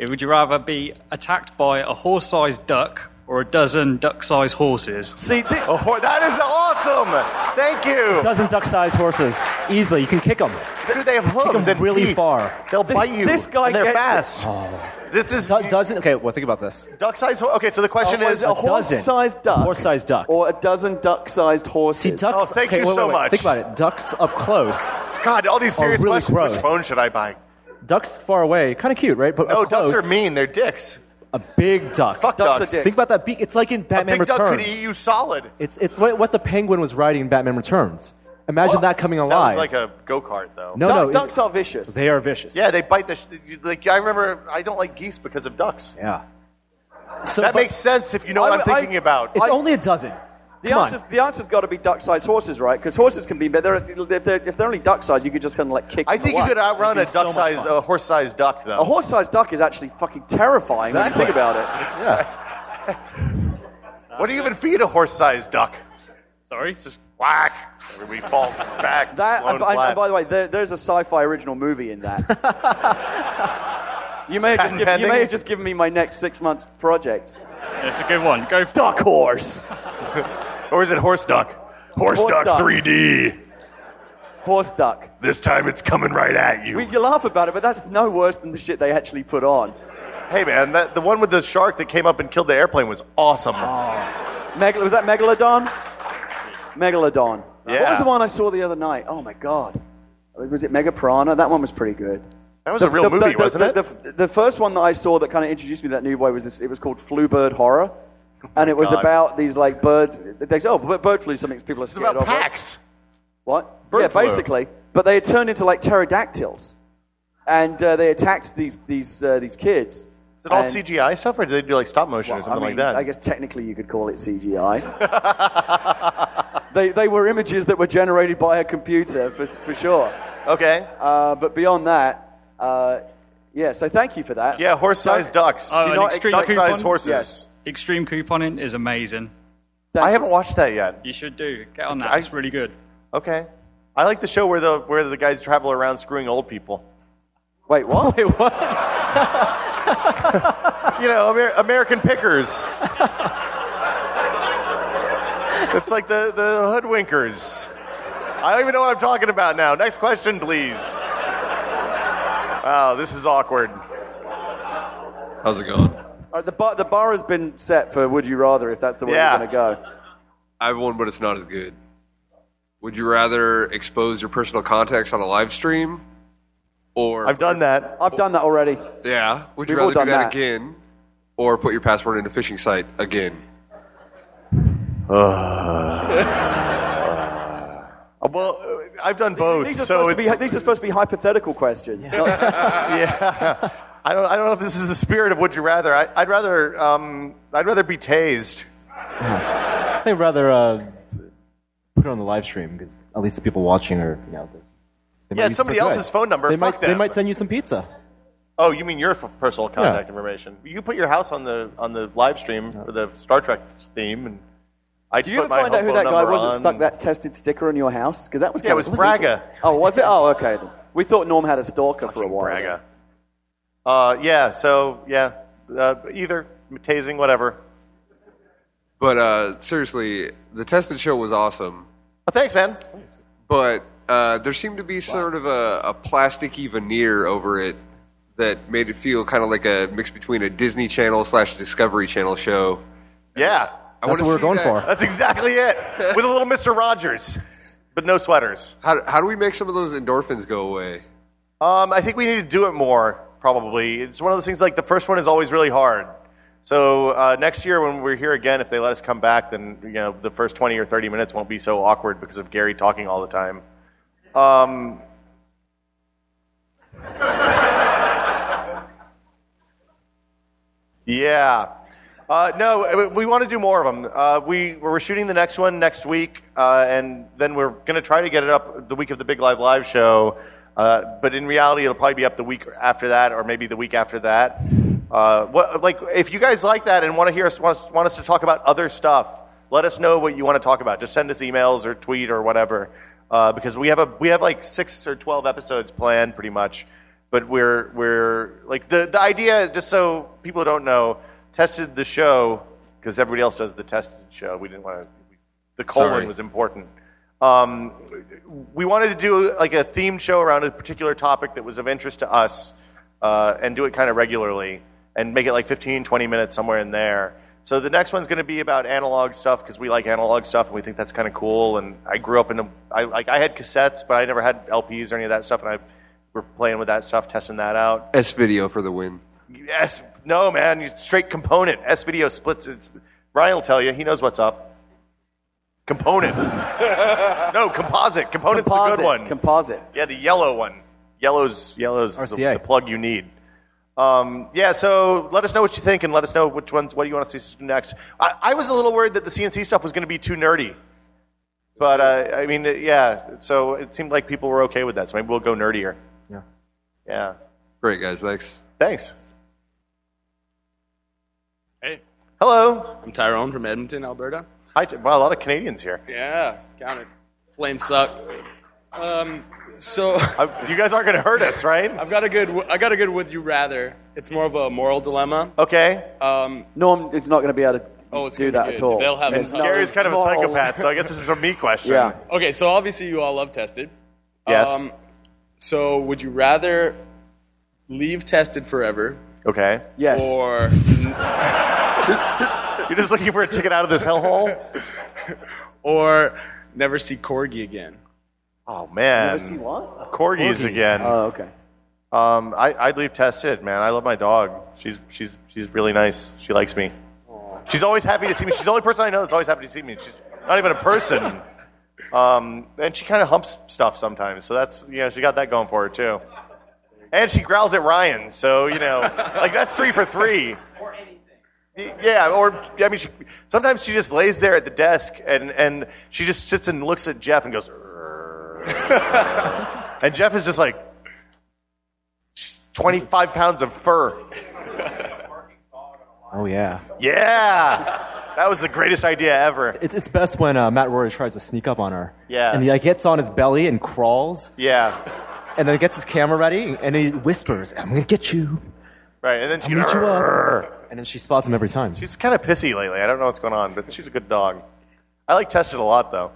Speaker 8: Eh, Would you rather be attacked by a horse-sized duck or a dozen duck-sized horses?
Speaker 2: See, thi-
Speaker 1: Oh, ho- that is awesome. Thank you.
Speaker 3: Dozen duck-sized horses. Easily, you can kick them.
Speaker 1: Dude, they have hooves
Speaker 3: them
Speaker 1: and
Speaker 3: really
Speaker 1: teeth.
Speaker 3: far.
Speaker 1: They'll bite you.
Speaker 2: this guy
Speaker 1: and they're
Speaker 2: gets Oh.
Speaker 1: fast. This is
Speaker 3: dozen. Okay, well, think about this.
Speaker 1: duck size. ho- Okay, so the question
Speaker 2: was
Speaker 1: is.
Speaker 2: Oh, it a
Speaker 3: A dozen.
Speaker 2: horse-sized duck,
Speaker 3: Horse-sized duck.
Speaker 2: or a dozen duck-sized horses.
Speaker 3: See, ducks.
Speaker 1: Oh, thank
Speaker 3: okay,
Speaker 1: you
Speaker 3: wait,
Speaker 1: so
Speaker 3: wait, wait.
Speaker 1: much.
Speaker 3: Think about it. Ducks up close.
Speaker 1: God, all these serious
Speaker 3: really
Speaker 1: questions. Which
Speaker 3: gross.
Speaker 1: phone should I buy?
Speaker 3: Ducks far away, kind of cute, right? But
Speaker 1: No,
Speaker 3: up close,
Speaker 1: Oh, ducks are mean. They're dicks.
Speaker 3: A big duck.
Speaker 1: Fuck
Speaker 2: Oh, Ducks are
Speaker 1: ducks.
Speaker 2: dicks.
Speaker 3: Think about that beak. It's like in
Speaker 1: A
Speaker 3: Batman
Speaker 1: big duck
Speaker 3: Returns.
Speaker 1: could eat you solid.
Speaker 3: It's it's what, what the penguin was riding in Batman Returns. Imagine that coming
Speaker 1: Oh, That was
Speaker 3: alive.
Speaker 1: like a go kart, though.
Speaker 3: no,
Speaker 2: Duck-
Speaker 3: no, it-
Speaker 2: ducks are vicious.
Speaker 3: they are vicious.
Speaker 1: Yeah, they bite the. Sh- like I remember, I don't like geese because of ducks.
Speaker 3: yeah. So
Speaker 1: That
Speaker 3: but
Speaker 1: makes sense if you know
Speaker 2: I
Speaker 1: what I'm
Speaker 2: would- I-
Speaker 1: thinking about.
Speaker 3: It's
Speaker 2: I-
Speaker 3: only a dozen.
Speaker 2: The
Speaker 3: Come
Speaker 2: answer's,
Speaker 3: on.
Speaker 2: the answer's got to be duck-sized horses, right? Because horses can be, but they're, if, they're, if they're only duck-sized, you could just kind of like kick.
Speaker 1: I
Speaker 2: them
Speaker 1: think you
Speaker 2: away.
Speaker 1: could outrun a
Speaker 3: It'd be so
Speaker 1: duck
Speaker 3: much
Speaker 1: sized,
Speaker 3: fun.
Speaker 1: a horse sized duck, though.
Speaker 2: A horse-sized duck is actually fucking terrifying
Speaker 3: Exactly.
Speaker 2: when you think about it.
Speaker 1: what do you even feed a horse sized duck?
Speaker 8: Sorry?
Speaker 1: Whack! Everybody falls back.
Speaker 2: That,
Speaker 1: blown
Speaker 2: and, and-
Speaker 1: flat.
Speaker 2: and by the way, there, there's a sci-fi original movie in that. you, may have just
Speaker 1: Patent
Speaker 2: given, you
Speaker 1: pending?
Speaker 2: may have just given me my next six months project.
Speaker 8: That's a good one. Go for
Speaker 2: Duck horse,
Speaker 1: or is it horse duck? Horse,
Speaker 2: Horse
Speaker 1: duck,
Speaker 2: duck.
Speaker 1: 3D.
Speaker 2: horse duck.
Speaker 1: This time it's coming right at you.
Speaker 2: We, you laugh about it, but that's no worse than the shit they actually put on.
Speaker 1: hey, man, that, the one with the shark that came up and killed the airplane was awesome.
Speaker 2: Oh. Megal- was that Megalodon? Megalodon. What
Speaker 1: Yeah.
Speaker 2: was the one I saw the other night? Oh my god, was it Megaprana? That one was pretty good.
Speaker 1: that was a real movie, wasn't it?
Speaker 2: the, The, the first one that I saw that kind of introduced me to that new way was this, it was called Flu Bird Horror. And it was
Speaker 1: Oh God.
Speaker 2: about these like birds. They say, oh, b- bird flu is something people are
Speaker 1: it's
Speaker 2: scared
Speaker 1: about
Speaker 2: of. right?
Speaker 1: packs.
Speaker 2: What?
Speaker 1: Bird
Speaker 2: yeah,
Speaker 1: flu.
Speaker 2: basically. But they had turned into like pterodactyls, and uh, they attacked these these uh, these kids.
Speaker 1: Is it all
Speaker 2: And-
Speaker 1: CGI stuff, or did they do like stop motion
Speaker 2: Well,
Speaker 1: or something
Speaker 2: I mean,
Speaker 1: like that?
Speaker 2: I guess technically you could call it CGI. they they were images that were generated by a computer for for sure.
Speaker 1: Okay.
Speaker 2: Uh, but beyond that, uh, yeah. So thank you for that.
Speaker 1: yeah, horse sized
Speaker 2: Don't-
Speaker 1: ducks.
Speaker 8: Oh,
Speaker 2: Do
Speaker 8: an
Speaker 2: not
Speaker 8: extreme
Speaker 2: expect-
Speaker 1: duck
Speaker 8: coupon?
Speaker 1: sized horses.
Speaker 2: Yes.
Speaker 8: Extreme couponing is amazing.
Speaker 1: I haven't watched that yet.
Speaker 8: You should do. Get on that.
Speaker 1: I-
Speaker 8: it's really good.
Speaker 1: Okay. I like the show where the where the guys travel around screwing old people.
Speaker 2: Wait, what?
Speaker 3: Wait, what?
Speaker 1: You know, Amer- American Pickers. it's like the, the hoodwinkers. I don't even know what I'm talking about now. Next question, please. Wow, this is awkward.
Speaker 12: How's it going?
Speaker 2: All right, Uh, the bar the bar has been set for Would You Rather if that's the way
Speaker 1: Yeah.
Speaker 2: we're going to go.
Speaker 12: I have one, but it's not as good. Would you rather expose your personal contacts on a live stream, or
Speaker 1: I've done that.
Speaker 2: I've done that already.
Speaker 12: yeah? Would you
Speaker 2: We've all
Speaker 12: rather do
Speaker 2: done
Speaker 12: that,
Speaker 2: that.
Speaker 12: again, or put your password in a phishing site again?
Speaker 1: Uh, Well, uh, I've done both.
Speaker 2: These
Speaker 1: so
Speaker 2: are, supposed
Speaker 1: it's,
Speaker 2: to be, these are supposed to be hypothetical questions. not-
Speaker 1: yeah. I don't, I don't know if this is the spirit of would you rather. I, I'd rather um, I'd rather be tased.
Speaker 3: I think rather uh, put it on the live stream because at least the people watching are, you know. They, they
Speaker 1: Yeah,
Speaker 3: might use
Speaker 1: it's
Speaker 3: it
Speaker 1: somebody
Speaker 3: for good.
Speaker 1: else's phone number.
Speaker 3: They
Speaker 1: Fuck
Speaker 3: might, they
Speaker 1: them.
Speaker 3: might send you some pizza.
Speaker 1: Oh, you mean your f- personal contact information? You can put your house on the on the live stream for the Star Trek theme, and I
Speaker 2: Did
Speaker 1: just
Speaker 2: you
Speaker 1: put
Speaker 2: ever
Speaker 1: my
Speaker 2: find out who
Speaker 1: home
Speaker 2: that
Speaker 1: phone
Speaker 2: guy
Speaker 1: number
Speaker 2: was that
Speaker 1: on.
Speaker 2: stuck that tested sticker on your house? Because that was
Speaker 1: Yeah, it was
Speaker 2: wasn't
Speaker 1: Braga.
Speaker 2: Oh, was it? Oh, okay. then. We thought Norm had a stalker for a while.
Speaker 1: Braga. Uh, yeah. So yeah, uh, either tasing, whatever.
Speaker 12: But uh, seriously, the tested show was awesome.
Speaker 1: Oh, thanks, man.
Speaker 12: but uh, there seemed to be sort of a, a plasticky veneer over it that made it feel kind of like a mix between a Disney Channel slash Discovery Channel show.
Speaker 1: Yeah,
Speaker 12: I
Speaker 3: That's
Speaker 12: wanna
Speaker 3: what we're
Speaker 12: see
Speaker 3: going
Speaker 12: that.
Speaker 3: for.
Speaker 1: that's exactly it. With a little Mister Rogers, but no sweaters.
Speaker 12: How, how do we make some of those endorphins go away?
Speaker 1: Um, I think we need to do it more. Probably, it's one of those things. Like the first one is always really hard. So uh, next year, when we're here again, if they let us come back, then you know the first twenty or thirty minutes won't be so awkward because of Gary talking all the time. Um, yeah. Uh, no, we- we want to do more of them. Uh, we, we're shooting the next one next week, uh, and then we're going to try to get it up the week of the Big Live Live show. Uh, but in reality, it'll probably be up the week after that, or maybe the week after that. Uh, what, like, if you guys like that and want to hear us, want us, want us to talk about other stuff, let us know what you want to talk about. Just send us emails or tweet or whatever, uh, because we have a we have like six or twelve episodes planned, pretty much. But we're we're like the the idea, just so people don't know, tested the show because everybody else does the tested show. We didn't want to. The colon
Speaker 12: Sorry.
Speaker 1: was important. Um, we wanted to do like a themed show around a particular topic that was of interest to us, uh, and do it kind of regularly, and make it like 15, 20 minutes somewhere in there. So the next one's going to be about analog stuff because we like analog stuff and we think that's kind of cool. And I grew up in a, I like I had cassettes, but I never had LPs or any of that stuff, and I were playing with that stuff, testing that out.
Speaker 12: S video for the win.
Speaker 1: Yes. No, man. You straight component. S video splits. It's, Brian will tell you. He knows what's up. Component. no, composite. Component's
Speaker 2: Composite.
Speaker 1: the good one.
Speaker 2: Composite.
Speaker 1: yeah, the yellow one. Yellow's yellow's the,
Speaker 3: RCA.
Speaker 1: the plug you need. Um, yeah. So let us know what you think, and let us know which ones. What do you want to see next? I, I was a little worried that the CNC stuff was going to be too nerdy. But uh, I mean, yeah. So it seemed like people were okay with that. So maybe we'll go nerdier.
Speaker 3: Yeah.
Speaker 1: Yeah.
Speaker 12: Great, guys. Thanks.
Speaker 1: Thanks.
Speaker 11: Hey,
Speaker 1: Hello.
Speaker 11: I'm Tyrone from Edmonton, Alberta.
Speaker 1: Hi, t- wow, a lot of Canadians here.
Speaker 11: Yeah, count it. Flames suck. Um, so
Speaker 1: I, Uh, you guys aren't going to hurt us, right?
Speaker 11: I've got a good. I got a good. Would you rather? It's more of a moral dilemma.
Speaker 1: Okay.
Speaker 11: Um,
Speaker 2: Norm is not going to be able to
Speaker 11: Oh, it's
Speaker 2: do
Speaker 11: gonna
Speaker 2: that
Speaker 11: be
Speaker 2: at
Speaker 11: good.
Speaker 2: all.
Speaker 11: They'll have
Speaker 2: There's
Speaker 11: it.
Speaker 2: no
Speaker 1: Gary's kind of a
Speaker 11: Oh.
Speaker 2: moral-
Speaker 1: psychopath, so I guess this is a me question.
Speaker 2: Yeah.
Speaker 11: okay, so obviously you all love tested.
Speaker 1: Yes.
Speaker 11: Um, so would you rather leave tested forever
Speaker 1: Okay.
Speaker 2: Yes.
Speaker 11: or
Speaker 1: You're just looking for a ticket out of this hellhole?
Speaker 11: or never see corgi again?
Speaker 1: Oh, man.
Speaker 2: Never see what?
Speaker 1: Corgis again.
Speaker 2: Oh, okay.
Speaker 1: um, I, I'd leave tested, man. I love my dog. She's, she's, she's really nice. She likes me. She's always happy to see me. She's the only person I know that's always happy to see me. She's not even a person. Um, and she kind of humps stuff sometimes, so that's, you know, she got that going for her, too. And she growls at Ryan, so, you know, like that's three for three. Yeah, or I mean, she, sometimes she just lays there at the desk and, and she just sits and looks at Jeff and goes, "Rrrr." and Jeff is just like twenty five pounds of fur.
Speaker 3: Oh, yeah.
Speaker 1: Yeah, That was the greatest idea ever.
Speaker 3: It's, it's best when uh, Matt Rory tries to sneak up on her.
Speaker 1: Yeah.
Speaker 3: And he like, gets on his belly and crawls,
Speaker 1: Yeah.
Speaker 3: and then gets his camera ready, and he whispers, I'm going to get you.
Speaker 1: Right. And then
Speaker 3: I'm
Speaker 1: she
Speaker 3: going to get you up. And then she spots him every time.
Speaker 1: She's kind of pissy lately. I don't know what's going on, but she's a good dog. I like Tested a lot, though.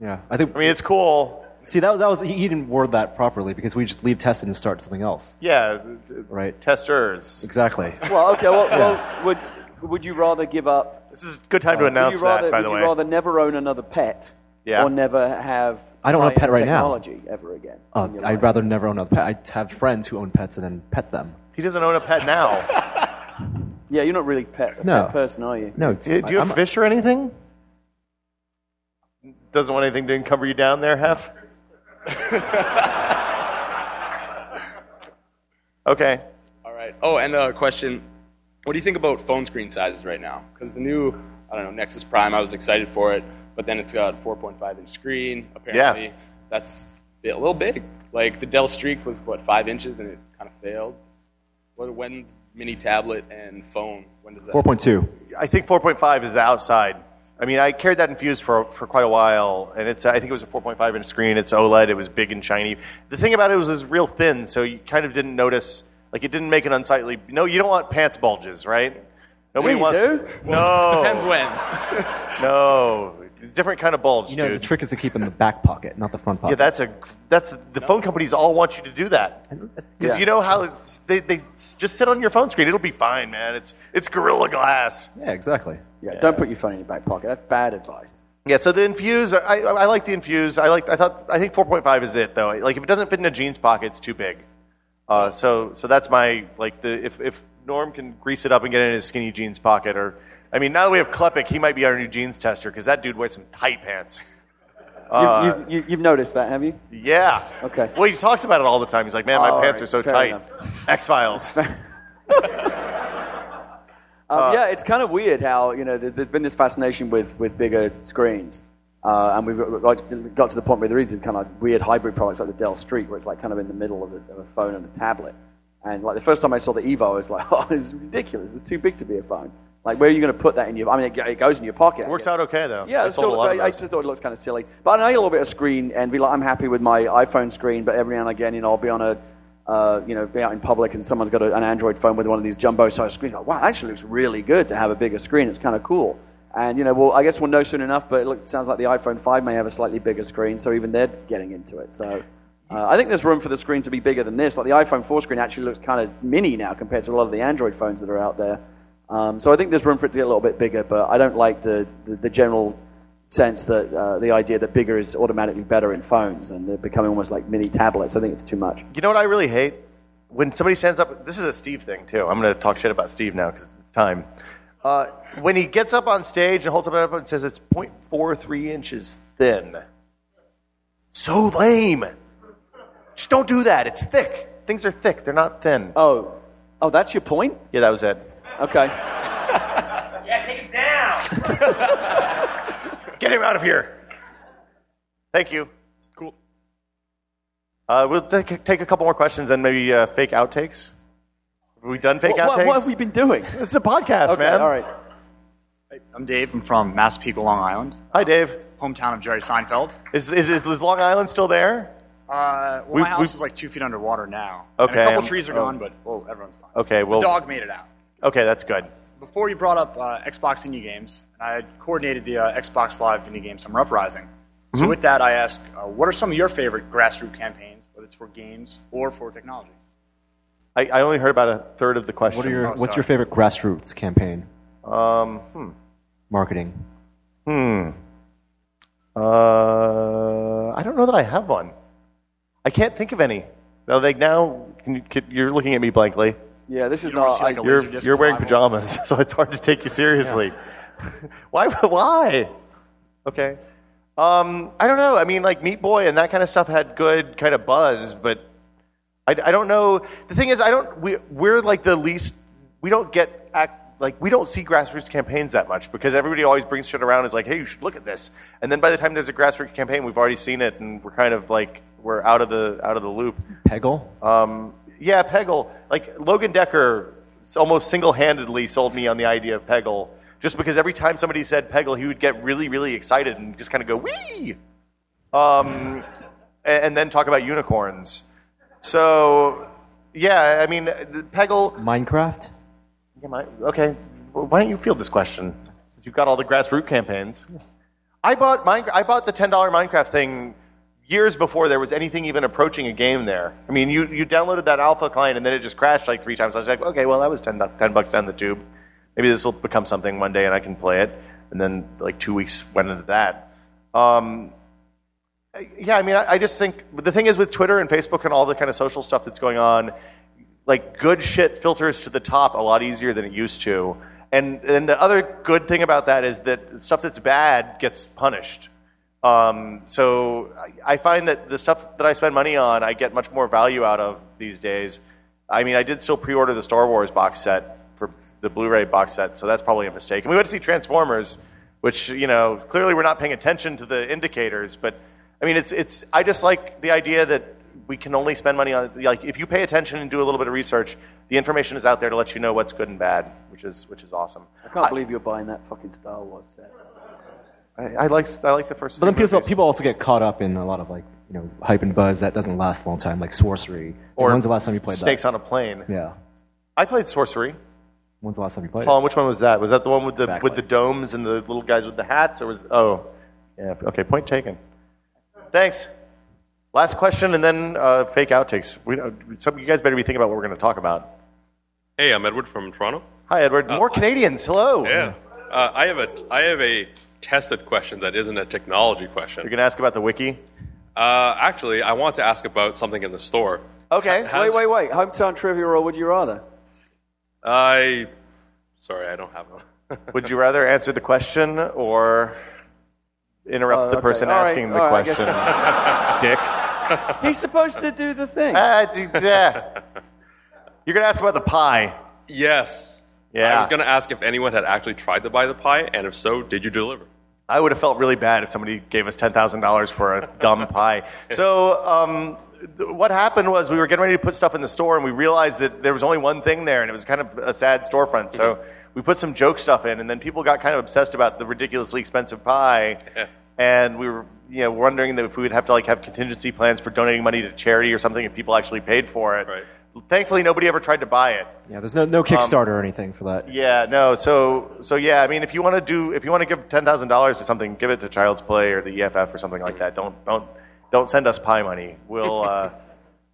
Speaker 3: Yeah. I think.
Speaker 1: I mean, it's cool.
Speaker 3: See, that, that was, he, he didn't word that properly because we just leave tested and start something else.
Speaker 1: Yeah.
Speaker 3: Right.
Speaker 1: Testers.
Speaker 3: Exactly.
Speaker 2: Well, okay. Well, well would would you rather give up?
Speaker 1: This is a good
Speaker 3: Uh,
Speaker 1: time to
Speaker 2: would you
Speaker 1: announce that,
Speaker 2: rather-
Speaker 1: by the
Speaker 2: would
Speaker 1: way.
Speaker 2: you rather never own another pet,
Speaker 1: Yeah.
Speaker 2: or never have?
Speaker 3: I don't want a pet
Speaker 2: high-end
Speaker 3: right now.
Speaker 2: technology ever again.
Speaker 3: Uh, I'd rather never own a pet. I'd have friends who own pets and then pet them.
Speaker 1: He doesn't own a pet now.
Speaker 2: Yeah, you're not really pet, a
Speaker 3: No.
Speaker 2: pet person, are you?
Speaker 3: No,
Speaker 1: do, do you have
Speaker 3: I'm-
Speaker 1: fish or anything? Doesn't want anything to encumber you down there, Hef? okay.
Speaker 11: All right. Oh, and a question. What do you think about phone screen sizes right now? Because the new, I don't know, Nexus Prime, I was excited for it, but then it's got 4.5 inch screen, apparently. That's a little big. Like the Dell Streak was, what, 5 inches and it kind of failed? What, when's mini tablet and phone? When does that
Speaker 3: 4.2.
Speaker 1: I think 4.5 is the outside. I mean, I carried that infused for, for quite a while, and it's I think it was a 4.5 inch screen. It's OLED. It was big and shiny. The thing about it was it was real thin, so you kind of didn't notice. Like it didn't make an unsightly. No, you don't want pants bulges, right? Nobody
Speaker 2: Yeah, you
Speaker 1: wants.
Speaker 2: do.
Speaker 1: No,
Speaker 11: Depends when.
Speaker 1: no, different kind of bulge,
Speaker 3: You know,
Speaker 1: dude.
Speaker 3: the trick is to keep in the back pocket, not the front
Speaker 1: yeah,
Speaker 3: pocket.
Speaker 1: that's a that's the phone companies all want you to do that because
Speaker 3: Yeah.
Speaker 1: you know how it's, they they s- just sit on your phone screen. It'll be fine, man. It's it's Gorilla Glass.
Speaker 3: Yeah, exactly.
Speaker 2: Yeah, don't put your phone in your back pocket. That's bad advice.
Speaker 1: Yeah, so the infuse, I, I I like the infuse. I like, I thought, I think 4.5 is it though. Like if it doesn't fit in a jeans pocket, it's too big. Uh, so, so that's my like the if if Norm can grease it up and get it in his skinny jeans pocket, or I mean, now that we have Klepek, he might be our new jeans tester because that dude wears some tight pants. Uh,
Speaker 2: You've, you've, you've noticed that, have you?
Speaker 1: yeah.
Speaker 2: Okay.
Speaker 1: Well, he talks about it all the time. He's like, man, my
Speaker 2: All
Speaker 1: pants
Speaker 2: right,
Speaker 1: are so
Speaker 2: fair
Speaker 1: tight.
Speaker 2: enough.
Speaker 1: X Files.
Speaker 2: Um, yeah, it's kind of weird how you know th- there's been this fascination with, with bigger screens, uh, and we've got- like, got to the point where there is these kind of weird hybrid products like the Dell Street, where it's like kind of in the middle of a, of a phone and a tablet. And like the first time I saw the Evo, I was like, oh, it's ridiculous. It's too big to be a phone. Like, where are you going to put that in your? I mean, it, it goes in your pocket. I
Speaker 1: Works
Speaker 2: guess.
Speaker 1: out okay though.
Speaker 2: Yeah,
Speaker 1: I
Speaker 2: it's
Speaker 1: sold a
Speaker 2: sort
Speaker 1: lot
Speaker 2: of-
Speaker 1: of
Speaker 2: I, I
Speaker 1: those.
Speaker 2: just thought it looks kind of silly. But I know a little bit of screen and be like, I'm happy with my iPhone screen, but every now and again, you know, I'll be on a, uh, you know, be out in public and someone's got a, an Android phone with one of these jumbo-sized screens. Like, wow, it actually looks really good to have a bigger screen. It's kind of cool. And you know, well, I guess we'll know soon enough. But it looks, sounds like the iPhone 5 may have a slightly bigger screen, so even they're getting into it. So. Uh, I think there's room for the screen to be bigger than this. Like the iPhone 4 screen actually looks kind of mini now compared to a lot of the Android phones that are out there. Um, so I think there's room for it to get a little bit bigger, but I don't like the, the, the general sense that uh, the idea that bigger is automatically better in phones and they're becoming almost like mini tablets. I think it's too much.
Speaker 1: You know what I really hate? When somebody stands up, this is a Steve thing too. I'm going to talk shit about Steve now because it's time. Uh, when he gets up on stage and holds up up and says it's 0.43 inches thin. So lame. Just don't do that. It's thick. Things are thick. They're not thin.
Speaker 2: Oh, oh, that's your point.
Speaker 1: Yeah, that was it.
Speaker 2: Okay.
Speaker 13: Yeah, take him down.
Speaker 1: Get him out of here. Thank you. Cool. Uh, we'll take take a couple more questions and maybe uh, fake outtakes. Are we done fake
Speaker 2: What,
Speaker 1: outtakes?
Speaker 2: what, what have we been doing?
Speaker 1: It's a podcast,
Speaker 2: okay,
Speaker 1: man.
Speaker 2: All right.
Speaker 14: I'm Dave. I'm from Massapequa, Long Island.
Speaker 1: Hi, Dave.
Speaker 14: Hometown of Jerry Seinfeld.
Speaker 1: Is, is, is, is Long Island still there?
Speaker 14: Uh, well,
Speaker 1: We've-
Speaker 14: my house
Speaker 1: we've-
Speaker 14: is like two feet underwater now. And
Speaker 1: Okay,
Speaker 14: a couple
Speaker 1: um,
Speaker 14: trees are
Speaker 1: oh.
Speaker 14: gone, but well, everyone's fine.
Speaker 1: Okay, well,
Speaker 14: the dog made it out.
Speaker 1: Okay, that's good.
Speaker 14: Before you brought up uh, Xbox indie games, and I had coordinated the uh, Xbox Live indie game Summer Uprising. So
Speaker 1: Mhm.
Speaker 14: with that, I ask, uh, what are some of your favorite grassroots campaigns, whether it's for games or for technology?
Speaker 1: I, I only heard about a third of the question.
Speaker 3: What are your, what's your favorite grassroots campaign?
Speaker 1: Um, hmm.
Speaker 3: Marketing.
Speaker 1: Hmm. Uh, I don't know that I have one. I can't think of any. Now, like now, can you, can, you're looking at me blankly.
Speaker 2: Yeah, this is
Speaker 14: don't wanna
Speaker 2: not.
Speaker 14: see, like, a
Speaker 1: You're,
Speaker 14: Laserdisc
Speaker 1: you're wearing
Speaker 14: revival.
Speaker 1: pajamas, so it's hard to take you seriously. why? Why? Okay. Um, I don't know. I mean, like Meat Boy and that kind of stuff had good kind of buzz, but I, I don't know. The thing is, I don't. We, we're like the least. We don't get act, like we don't see grassroots campaigns that much because everybody always brings shit around. And is like, hey, you should look at this. And then by the time there's a grassroots campaign, we've already seen it, and we're kind of like we're out of the out of the loop.
Speaker 3: Peggle?
Speaker 1: Um, yeah, Peggle. Like Logan Decker s- almost single-handedly sold me on the idea of Peggle just because every time somebody said Peggle, he would get really, really excited and just kind of go, wee! Um, and, and then talk about unicorns. So, yeah, I mean, the Peggle.
Speaker 3: Minecraft?
Speaker 1: Yeah, my, okay, well, why don't you field this question? Since you've got all the grassroots campaigns. I bought, Minecraft, I bought the $10 Minecraft thing years before there was anything even approaching a game there. I mean, you, you downloaded that alpha client and then it just crashed like three times. I was like, okay, well, that was 10, bu- 10 bucks down the tube. Maybe this will become something one day and I can play it. And then like two weeks went into that. Um, I- yeah, I mean, I, I just think but the thing is with Twitter and Facebook and all the kind of social stuff that's going on, like good shit filters to the top a lot easier than it used to. And, and the other good thing about that is that stuff that's bad gets punished. Um, so I, I find that the stuff that I spend money on, I get much more value out of these days. I mean, I did still pre-order the Star Wars box set for the Blu-ray box set, so that's probably a mistake. And we went to see Transformers, which you know clearly we're not paying attention to the indicators. But I mean, it's it's I just like the idea that we can only spend money on like if you pay attention and do a little bit of research, the information is out there to let you know what's good and bad, which is which is awesome.
Speaker 2: I can't believe you're buying that fucking Star Wars set.
Speaker 1: I, I like I like the first.
Speaker 3: But then
Speaker 1: three
Speaker 3: people,
Speaker 1: movies.
Speaker 3: people also get caught up in a lot of like you know hype and buzz that doesn't last a long time, like sorcery. Or when's the last time you played
Speaker 1: Snakes
Speaker 3: that?
Speaker 1: on a Plane.
Speaker 3: Yeah.
Speaker 1: I played Sorcery.
Speaker 3: When's the last time you played?
Speaker 1: Paul, which one was that? Was that the one with the
Speaker 3: Exactly.
Speaker 1: with the domes and the little guys with the hats, or was oh, yeah, okay, point taken. Thanks. Last question, and then uh, fake outtakes. We, don't- some, you guys better be thinking about what we're going to talk about.
Speaker 15: Hey, I'm Edward from Toronto.
Speaker 1: Hi, Edward. More Canadians. Hello.
Speaker 15: Uh, Yeah, uh, I have a I have a tested question that isn't a technology question.
Speaker 1: You're going to ask about the wiki.
Speaker 15: Uh, actually, I want to ask about something in the store.
Speaker 1: Okay.
Speaker 2: Wait, wait, wait. Hometown trivia or would you rather?
Speaker 15: I sorry, I don't have one.
Speaker 1: Would you rather answer the question or interrupt the
Speaker 15: Uh, okay.
Speaker 1: person
Speaker 15: All right,
Speaker 1: asking the
Speaker 15: all right, I
Speaker 1: question? Dick.
Speaker 2: He's supposed to do the thing.
Speaker 1: Uh, d- yeah. You're going to ask about the pie.
Speaker 15: Yes.
Speaker 1: Yeah.
Speaker 15: I was going to ask if anyone had actually tried to buy the pie, and if so, did you deliver?
Speaker 1: I would have felt really bad if somebody gave us ten thousand dollars for a dumb pie. So um, th- what happened was we were getting ready to put stuff in the store, and we realized that there was only one thing there, and it was kind of a sad storefront. So we put some joke stuff in, and then people got kind of obsessed about the ridiculously expensive pie, and we were you know wondering that if we would have to like have contingency plans for donating money to charity or something if people actually paid for it. Thankfully, nobody ever tried to buy it.
Speaker 3: Yeah, there's no no
Speaker 1: Um,
Speaker 3: Kickstarter or anything for that.
Speaker 1: Yeah, no. So, so yeah. I mean, if you want to do, if you want to give ten thousand dollars to something, give it to Child's Play or the EFF or something like that. Don't, don't, don't send us pie money. We'll, uh,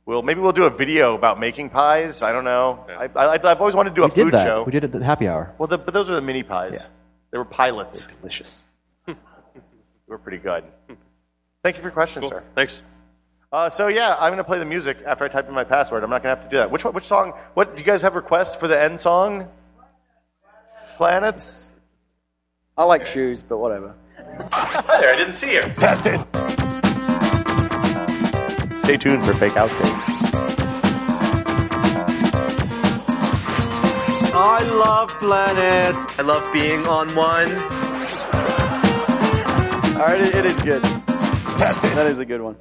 Speaker 1: we'll maybe we'll do a video about making pies. I don't know. I, I, I've always wanted to do a
Speaker 3: we did
Speaker 1: food
Speaker 3: that.
Speaker 1: show.
Speaker 3: We did it at happy hour.
Speaker 1: Well, the, but those are the mini pies. They were pilots.
Speaker 3: delicious.
Speaker 1: They were pretty good. Thank you for your question,
Speaker 15: Cool.
Speaker 1: sir.
Speaker 15: Thanks.
Speaker 1: Uh, so yeah, I'm gonna play the music after I type in my password. I'm not gonna have to do that. Which one- which song? What do you guys have requests for the end song? Planets.
Speaker 2: I like shoes, but whatever.
Speaker 1: Hi there. I didn't see you. Stay tuned for fake outtakes.
Speaker 13: I love planets. I love being on one.
Speaker 2: All right, it, it is good. That is a good one.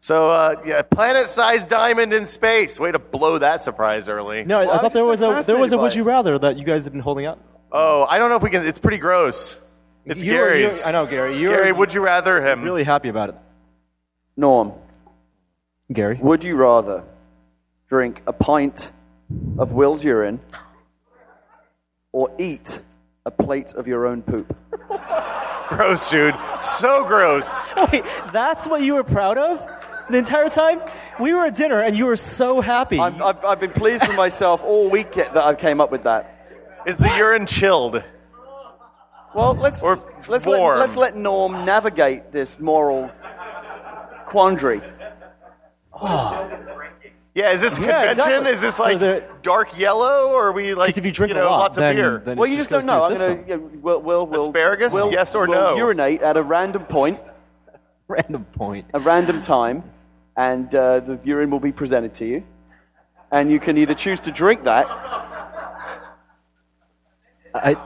Speaker 1: So uh, yeah, planet-sized diamond in space. Way to blow that surprise early.
Speaker 3: No, I- I thought there was a there was a
Speaker 1: fascinated by
Speaker 3: would you rather that you guys have been holding up.
Speaker 1: Oh, I don't know if we can. It's pretty gross. It's
Speaker 3: You were-
Speaker 1: Gary's.
Speaker 3: you were- I know, Gary. You
Speaker 1: Gary,
Speaker 3: were-
Speaker 1: would you rather him?
Speaker 3: Really happy about it.
Speaker 2: Norm.
Speaker 3: Gary.
Speaker 2: Would you rather drink a pint of Will's urine or eat a plate of your own poop?
Speaker 1: gross, dude. So gross.
Speaker 3: Wait, that's what you were proud of the entire time? We were at dinner and you were so happy.
Speaker 2: I'm, I've, I've been pleased with myself all week that I came up with that.
Speaker 1: Is the urine chilled?
Speaker 2: Well, let's
Speaker 1: Or
Speaker 2: let's let,
Speaker 1: warm?
Speaker 2: let's let Norm navigate this moral quandary.
Speaker 1: Yeah, is this
Speaker 2: Yeah,
Speaker 1: convention?
Speaker 2: exactly.
Speaker 1: Is this
Speaker 2: So
Speaker 1: like
Speaker 2: the-
Speaker 1: dark yellow, or are we like
Speaker 2: if you drink a
Speaker 1: know,
Speaker 2: lot,
Speaker 1: lots
Speaker 2: then-
Speaker 1: of beer?
Speaker 2: well, you just, don't know. I'm gonna, yeah, will, will, will,
Speaker 1: Asparagus?
Speaker 2: will-
Speaker 1: Yes or
Speaker 2: will
Speaker 1: no?
Speaker 2: Urinate at a random point,
Speaker 3: Random point.
Speaker 2: a random time, and uh, the urine will be presented to you, and you can either choose to drink that.
Speaker 3: I,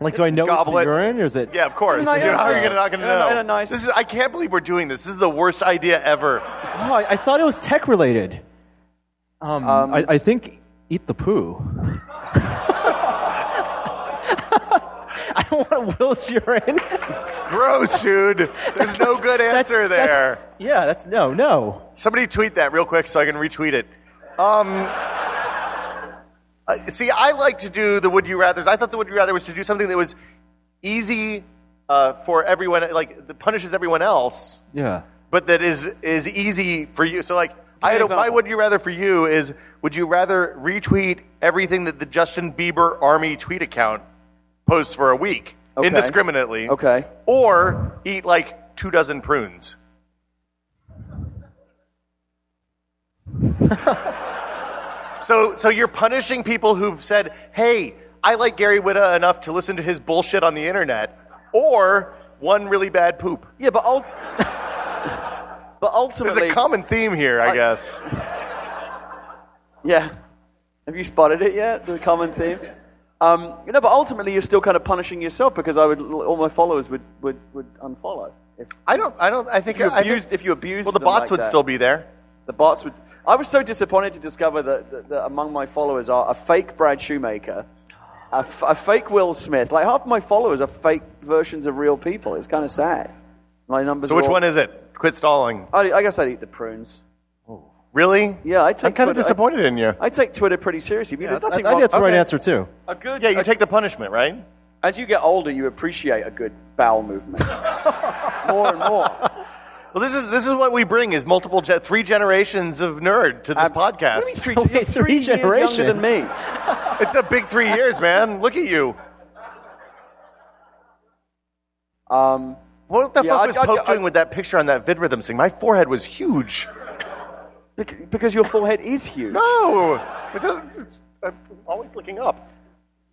Speaker 3: like, do I know
Speaker 1: Goblet.
Speaker 3: it's urine or is it?
Speaker 1: Yeah, of course.
Speaker 3: No,
Speaker 1: Dude,
Speaker 3: yeah,
Speaker 1: how are you
Speaker 3: yeah.
Speaker 1: gonna, not going to
Speaker 3: No, no,
Speaker 1: know?
Speaker 3: no, nice.
Speaker 1: This is, I can't believe we're doing this. This is the worst idea ever.
Speaker 3: Oh, I, I thought it was tech related. Um, I, I think eat the poo. I don't want Will's urine.
Speaker 1: Gross, dude. There's no good answer there.
Speaker 3: yeah, that's no, no.
Speaker 1: Somebody tweet that real quick so I can retweet it. Um, uh, see, I like to do the would you rather's. I thought the would you rather was to do something that was easy uh, for everyone, like that punishes everyone else,
Speaker 3: Yeah.
Speaker 1: but that is is easy for you. So, like, I had a, my
Speaker 3: example.
Speaker 1: would you rather for you is would you rather retweet everything that the Justin Bieber Army tweet account posts for a week
Speaker 2: Okay.
Speaker 1: indiscriminately?
Speaker 2: Okay.
Speaker 1: or eat like two dozen prunes. so, so you're punishing people who've said, "Hey, I like Gary Whitta enough to listen to his bullshit on the internet," or one really bad poop.
Speaker 2: Yeah, but ul- but ultimately,
Speaker 1: there's a common theme here, I, guess.
Speaker 2: Yeah. Have you spotted it yet? The common theme. Um, you know, but ultimately, you're still kind of punishing yourself because I would all my followers would would, would unfollow. If,
Speaker 1: I don't. I don't. I think
Speaker 2: if you
Speaker 1: I think-
Speaker 2: abused. if you abused.
Speaker 1: Well, the
Speaker 2: them
Speaker 1: bots
Speaker 2: like
Speaker 1: would
Speaker 2: that.
Speaker 1: still be there.
Speaker 2: The bots would. I was so disappointed to discover that, that, that among my followers are a fake Brad Shoemaker, a, f- a fake Will Smith. Like half my followers are fake versions of real people. It's kind of sad. My numbers.
Speaker 1: So,
Speaker 2: are
Speaker 1: which
Speaker 2: all-
Speaker 1: one is it? Quit stalling.
Speaker 2: I, I guess I'd eat the prunes.
Speaker 1: Really?
Speaker 2: Yeah, I take.
Speaker 1: I'm kind of
Speaker 2: Twitter- I-
Speaker 1: disappointed in you.
Speaker 2: I take Twitter pretty seriously. but
Speaker 1: Yeah,
Speaker 2: there's
Speaker 1: that's-
Speaker 2: nothing
Speaker 1: I think
Speaker 2: wrong-
Speaker 1: that's the right
Speaker 2: Okay.
Speaker 1: answer,
Speaker 3: too.
Speaker 2: A good,
Speaker 1: Yeah, you
Speaker 2: a-
Speaker 1: take the punishment, right?
Speaker 2: As you get older, you appreciate a good bowel movement more and more.
Speaker 1: Well, this is this is what we bring is multiple ge- three generations of nerd to this podcast.
Speaker 2: three, three,
Speaker 1: generations.
Speaker 2: Years younger than me.
Speaker 1: it's a big three years, man. Look at you.
Speaker 2: Um,
Speaker 1: what the
Speaker 2: yeah,
Speaker 1: fuck
Speaker 2: I-
Speaker 1: was
Speaker 2: I-
Speaker 1: Pope
Speaker 2: I-
Speaker 1: doing with that picture on that VidRhythm thing? My forehead was huge.
Speaker 2: Bec- Because your forehead is huge.
Speaker 1: No, it doesn't- it's- I'm always looking up.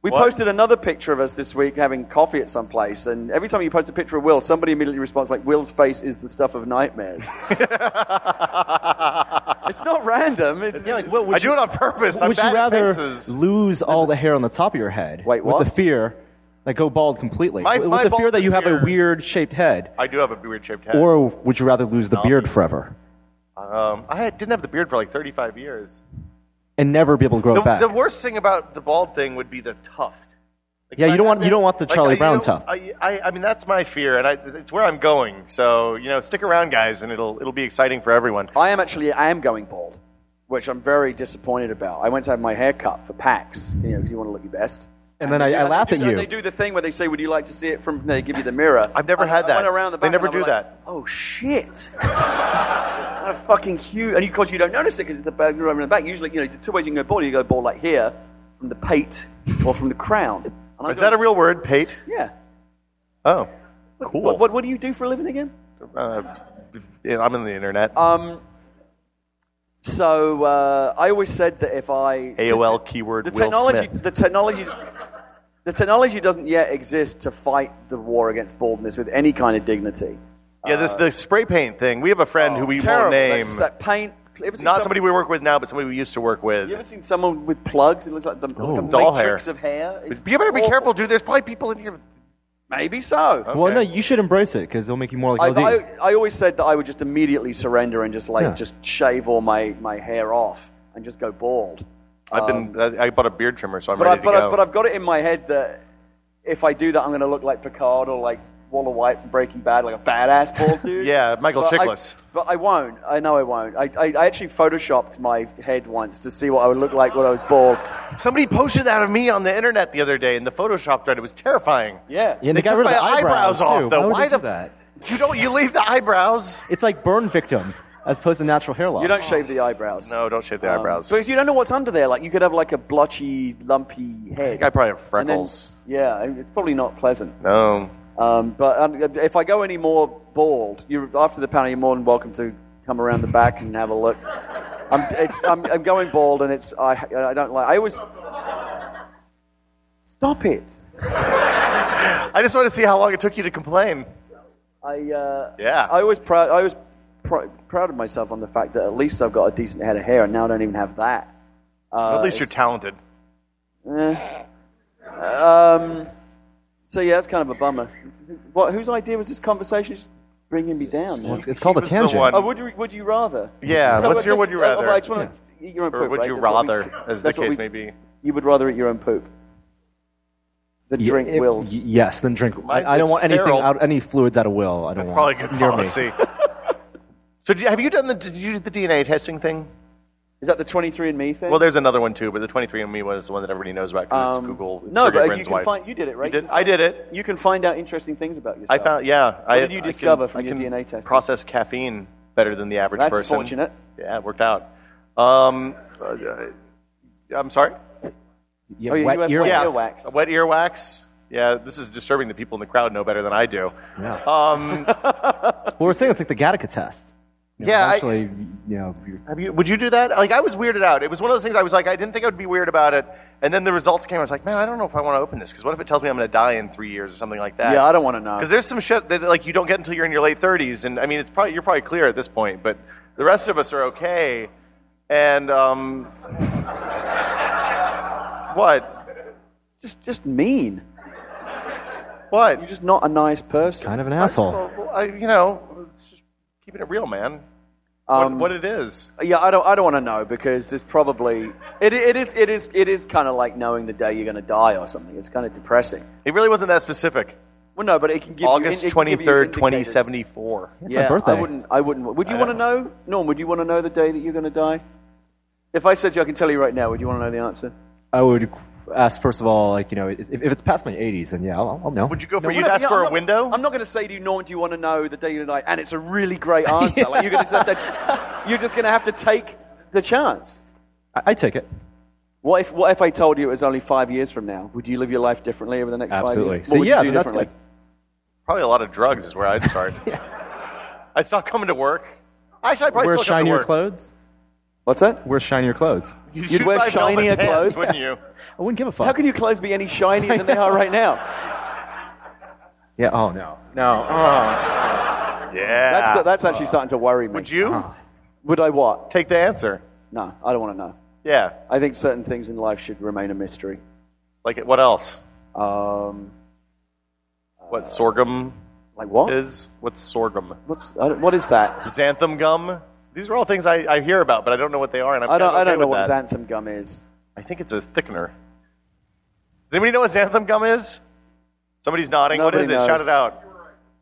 Speaker 2: We
Speaker 1: What?
Speaker 2: posted another picture of us this week having coffee at some place, and every time you post a picture of Will, somebody immediately responds like, "Will's face is the stuff of nightmares." it's not random. It's like,
Speaker 1: I do it on purpose. I'm
Speaker 3: Would you
Speaker 1: bad at
Speaker 3: rather
Speaker 1: faces.
Speaker 3: lose all the hair on the top of your head? Wait,
Speaker 1: what?
Speaker 3: With the fear, like go bald completely.
Speaker 1: My-
Speaker 3: with
Speaker 1: my
Speaker 3: the fear that
Speaker 1: baldness
Speaker 3: you have
Speaker 1: here-
Speaker 3: a weird shaped head,
Speaker 1: I do have a weird shaped head.
Speaker 3: or would you rather lose the
Speaker 1: Snobby.
Speaker 3: beard forever
Speaker 1: um, I had- didn't have the beard for like 35 years.
Speaker 3: and never be able to grow
Speaker 1: The,
Speaker 3: it back?
Speaker 1: the worst thing about the bald thing would be the tuft.
Speaker 3: yeah, you don't want
Speaker 1: That-
Speaker 3: you don't want the
Speaker 1: like,
Speaker 3: Charlie
Speaker 1: I- you
Speaker 3: Brown
Speaker 1: know,
Speaker 3: tuft.
Speaker 1: I, I, I mean, that's my fear, and I, it's where I'm going. So you know, stick around, guys, and it'll it'll be exciting for everyone.
Speaker 2: I am actually I am going bald, which I'm very disappointed about. I went to have my hair cut for PAX, you know, 'cause you want to look your best.
Speaker 3: And then I-
Speaker 2: they
Speaker 3: I
Speaker 2: do-
Speaker 3: laughed
Speaker 2: they
Speaker 3: at
Speaker 2: do-
Speaker 3: you.
Speaker 2: They do the thing where they say, "Would you like to see it from?" They give you the mirror.
Speaker 1: I've never
Speaker 2: I-
Speaker 1: had
Speaker 2: I
Speaker 1: that.
Speaker 2: went around the
Speaker 1: They
Speaker 2: back
Speaker 1: never
Speaker 2: and I was
Speaker 1: do
Speaker 2: like,
Speaker 1: that.
Speaker 2: Oh shit! What a fucking huge. And of course, you don't notice it because it's the back around the back. Usually, you know, the two ways you can go bald. You go bald like here, from the pate, or from the crown. And I'm
Speaker 1: Is that a
Speaker 2: going-
Speaker 1: real word, Pate?
Speaker 2: Yeah.
Speaker 1: Oh, cool.
Speaker 2: What, what, what do you do for a living again?
Speaker 1: Uh, yeah, I'm in the internet.
Speaker 3: Uh,
Speaker 2: Um, so uh, I always said that if I
Speaker 1: AOL keyword
Speaker 2: the
Speaker 1: Will
Speaker 2: technology,
Speaker 1: Smith.
Speaker 2: the technology, the technology doesn't yet exist to fight the war against baldness with any kind of dignity.
Speaker 1: yeah, this the spray paint thing. We have a friend
Speaker 3: Oh,
Speaker 1: who we
Speaker 2: Terrible.
Speaker 1: won't name.
Speaker 2: That's- that paint. you ever seen
Speaker 1: Not
Speaker 2: some-
Speaker 1: somebody we work with now, but somebody we used to work with.
Speaker 2: You ever seen someone with plugs? It looks like the like a
Speaker 1: Doll
Speaker 2: matrix
Speaker 1: hair.
Speaker 2: of hair. It's
Speaker 1: You better be
Speaker 2: awful.
Speaker 1: careful, Oh, dude. There's probably people in here.
Speaker 2: Maybe so.
Speaker 3: Well, no, you should embrace it because it'll make you more like LD.
Speaker 2: I, I, I always said that I would just immediately surrender and just like
Speaker 3: Yeah.
Speaker 2: just shave all my, my hair off and just go bald.
Speaker 1: I've been. I, um, I bought a beard trimmer, so I'm
Speaker 2: But, I,
Speaker 1: ready
Speaker 2: but,
Speaker 1: to
Speaker 2: I,
Speaker 1: go.
Speaker 2: but I've got it in my head that if I do that, I'm going to look like Picard or like Walter White from Breaking Bad, like a badass bald dude.
Speaker 1: yeah, Michael
Speaker 2: But I-
Speaker 1: Chiklis.
Speaker 2: but I won't. I know I won't. I, I, I actually photoshopped my head once to see what I would look like when I was bald.
Speaker 1: Somebody posted that of me on the internet the other day in the Photoshop thread. It was terrifying.
Speaker 2: Yeah.
Speaker 3: Yeah, and they
Speaker 1: They
Speaker 3: got
Speaker 1: took
Speaker 3: rid of
Speaker 1: my
Speaker 3: the eyebrows,
Speaker 1: eyebrows off,
Speaker 3: too.
Speaker 1: though.
Speaker 3: Why, would
Speaker 1: Why
Speaker 3: they do
Speaker 1: the-
Speaker 3: that?
Speaker 1: You don't. You leave the eyebrows.
Speaker 3: It's like burn victim as opposed to natural hair loss.
Speaker 2: You don't shave the eyebrows.
Speaker 1: No, don't shave the
Speaker 2: Um,
Speaker 1: eyebrows.
Speaker 2: because you don't know what's under there. Like you could have like a blotchy, lumpy head. I
Speaker 1: think I probably have
Speaker 2: And then-
Speaker 1: freckles.
Speaker 2: yeah, it's probably not pleasant.
Speaker 1: No.
Speaker 2: Um, but um, if I go any more bald, you after the panel, you're more than welcome to come around the back and have a look. I'm, it's, I'm, I'm going bald, and it's I, I don't like. I always stop it.
Speaker 1: I just want to see how long it took you to complain.
Speaker 2: I uh,
Speaker 1: Yeah.
Speaker 2: I was proud. I was pr- proud of myself on the fact that at least I've got a decent head of hair, and now I don't even have that. Uh,
Speaker 1: At least you're
Speaker 2: it's-
Speaker 1: talented.
Speaker 2: Eh. Um, so yeah, that's kind of a bummer. What, whose idea was this conversation? It's bringing me down. man.
Speaker 3: Well, it's- it's called a
Speaker 1: was the one-
Speaker 2: Oh, would you would you rather?
Speaker 1: Yeah, what's your
Speaker 2: just- uh,
Speaker 1: would you
Speaker 2: I- I
Speaker 1: rather?
Speaker 2: just wanna- eat your own
Speaker 1: Or
Speaker 2: poop,
Speaker 1: would
Speaker 2: right?
Speaker 1: you
Speaker 2: That's what we-
Speaker 1: rather, as the
Speaker 2: that's what
Speaker 1: case
Speaker 2: we-
Speaker 1: may be.
Speaker 2: You would rather eat your own poop. The drink wills.
Speaker 3: Y- yes, then drink.
Speaker 1: Mine-
Speaker 3: I, I don't
Speaker 1: it's
Speaker 3: want anything
Speaker 1: sterile.
Speaker 3: out, any fluids out of will. I don't
Speaker 1: That's probably
Speaker 3: want.
Speaker 1: good
Speaker 3: near me.
Speaker 1: policy. so do you- have you done the, did you do the DNA testing thing?
Speaker 2: Is that the 23andMe thing?
Speaker 1: Well, there's another one too, but the 23andMe one is the one that everybody knows about because
Speaker 2: Um,
Speaker 1: it's Google. it's
Speaker 2: No,
Speaker 1: Sergey
Speaker 2: but you
Speaker 1: Brin's
Speaker 2: can
Speaker 1: wife.
Speaker 2: find. You did it, right?
Speaker 1: You did-
Speaker 2: You can find-
Speaker 1: I did it.
Speaker 2: You can find out interesting things about yourself.
Speaker 1: I found, yeah.
Speaker 2: What
Speaker 1: I,
Speaker 2: did you
Speaker 1: I can-
Speaker 2: discover from
Speaker 1: I
Speaker 2: your
Speaker 1: can
Speaker 2: DNA test?
Speaker 1: Process caffeine better than the average
Speaker 2: That's
Speaker 1: person.
Speaker 2: fortunate.
Speaker 1: Yeah, it worked out. Um, uh, I'm sorry.
Speaker 3: Yeah, Oh, yeah, wet you have ear wet
Speaker 1: Yeah,
Speaker 3: earwax.
Speaker 1: wet earwax. Yeah, this is disturbing. The people in the crowd know better than I do.
Speaker 3: Yeah.
Speaker 1: Um,
Speaker 3: Well, we're saying it's like the Gattaca test. You know,
Speaker 1: Yeah, I-
Speaker 3: Actually, you know, you're-
Speaker 1: Have you, would you do that? Like, I was weirded out. It was one of those things I was like, I didn't think I would be weird about it. And then the results came. I was like, man, I don't know if I want to open this because what if it tells me I'm going to die in three years or something like that?
Speaker 2: Yeah, I don't want to know.
Speaker 1: Because there's some shit that like you don't get until you're in your late 30s, and I mean, it's probably you're probably clear at this point, but the rest of us are okay. And um, what?
Speaker 2: Just, just mean.
Speaker 1: What?
Speaker 2: You're just not a nice person.
Speaker 3: Kind of an
Speaker 1: Well, well, I, you know, it's just keeping it real, man.
Speaker 2: Um,
Speaker 1: what, what it is?
Speaker 2: Yeah, I don't. I don't want to know because there's probably it, it is. It is. It is kind of like knowing the day you're going to die or something. It's kind of depressing.
Speaker 1: It really wasn't that specific.
Speaker 2: Well, no, but it can give
Speaker 1: August
Speaker 2: you, it, it can give you
Speaker 1: 23rd,
Speaker 2: indicators.
Speaker 1: 2074.
Speaker 2: yeah, I wouldn't. I wouldn't. Would you
Speaker 1: I
Speaker 2: want to know, Norm? Would you want to know the day that you're going to die? If I said to you, I can tell you right now. Would you want to know the answer?
Speaker 3: I would ask first of all, like you know, if, if it's past my 80s, then yeah, I'll, I'll know. Would
Speaker 1: you go
Speaker 2: No, whatever, yeah, I'm not- I'm not going to say to you, Norm, do you want to know the day you're going to die? And it's a really great answer. Like you're, going to just have to, you're just going to have to take the chance.
Speaker 3: I, I take it.
Speaker 2: What if, what if I told you it was only five years from now? Would you live your life differently over the next
Speaker 3: Absolutely.
Speaker 2: five years?
Speaker 3: So
Speaker 2: What would
Speaker 3: yeah,
Speaker 2: you do
Speaker 3: then that's
Speaker 2: differently?
Speaker 1: Probably a lot of drugs is where I'd start. I'd stop coming to work. Actually, I'd probably
Speaker 3: Wear
Speaker 1: still come to
Speaker 3: shinier
Speaker 1: work.
Speaker 3: clothes.
Speaker 2: What's that?
Speaker 3: Wear shinier clothes.
Speaker 2: You'd You'd wear buy velvet shinier pants, clothes?
Speaker 1: wouldn't you?
Speaker 3: I wouldn't give a fuck.
Speaker 2: How can your clothes be any shinier than they are right now?
Speaker 3: Yeah. Oh no. No.
Speaker 1: uh,
Speaker 3: Oh.
Speaker 1: Yeah.
Speaker 2: That's, the, that's actually starting to worry me.
Speaker 1: Would you?
Speaker 2: Would I what?
Speaker 1: Take the answer.
Speaker 2: No, I don't want to know.
Speaker 1: Yeah.
Speaker 2: I think certain things in life should remain a mystery.
Speaker 1: Like what else?
Speaker 2: Um, Uh,
Speaker 1: What sorghum?
Speaker 2: Like what
Speaker 1: is what's sorghum?
Speaker 2: What's I don't- what is that?
Speaker 1: xanthan gum? These are all things I, I hear about, but I don't know what they are, and I'm
Speaker 2: I don't,
Speaker 1: kind of
Speaker 2: I
Speaker 1: okay
Speaker 2: don't know
Speaker 1: with
Speaker 2: what
Speaker 1: that.
Speaker 2: xanthan gum is.
Speaker 1: I think it's a thickener. Does anybody know what xanthan gum is? Somebody's nodding. what
Speaker 2: Nobody
Speaker 1: is it? Shout
Speaker 2: knows.
Speaker 1: it out.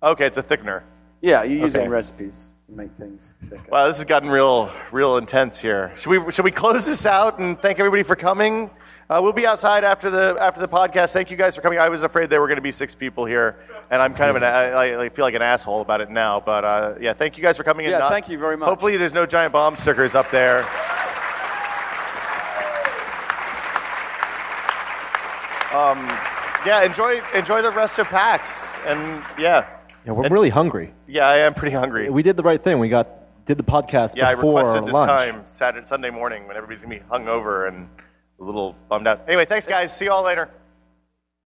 Speaker 1: Okay, it's a thickener.
Speaker 2: Yeah, you use it
Speaker 1: Okay.
Speaker 2: in recipes to make things thicker.
Speaker 1: Wow, this has gotten real, real intense here. Should we, should we close this out and thank everybody for coming? Uh, we'll be outside after the after the podcast. Thank you guys for coming. I was afraid there were going to be six people here, and I'm kind of an I, I feel like an asshole about it now. But uh, yeah, thank you guys for coming.
Speaker 2: Yeah,
Speaker 1: and not-
Speaker 2: thank you very much.
Speaker 1: Hopefully, there's no giant bomb stickers up there. Um, yeah, enjoy enjoy the rest of PAX, and yeah,
Speaker 3: Yeah, we're really hungry.
Speaker 1: yeah, I am pretty hungry.
Speaker 3: We did the right thing. We got did the podcast
Speaker 1: Yeah, I
Speaker 3: before
Speaker 1: requested this
Speaker 3: lunch.
Speaker 1: time Saturday, Sunday morning when everybody's gonna be hungover and a little bummed out. Anyway, thanks guys. See you all later.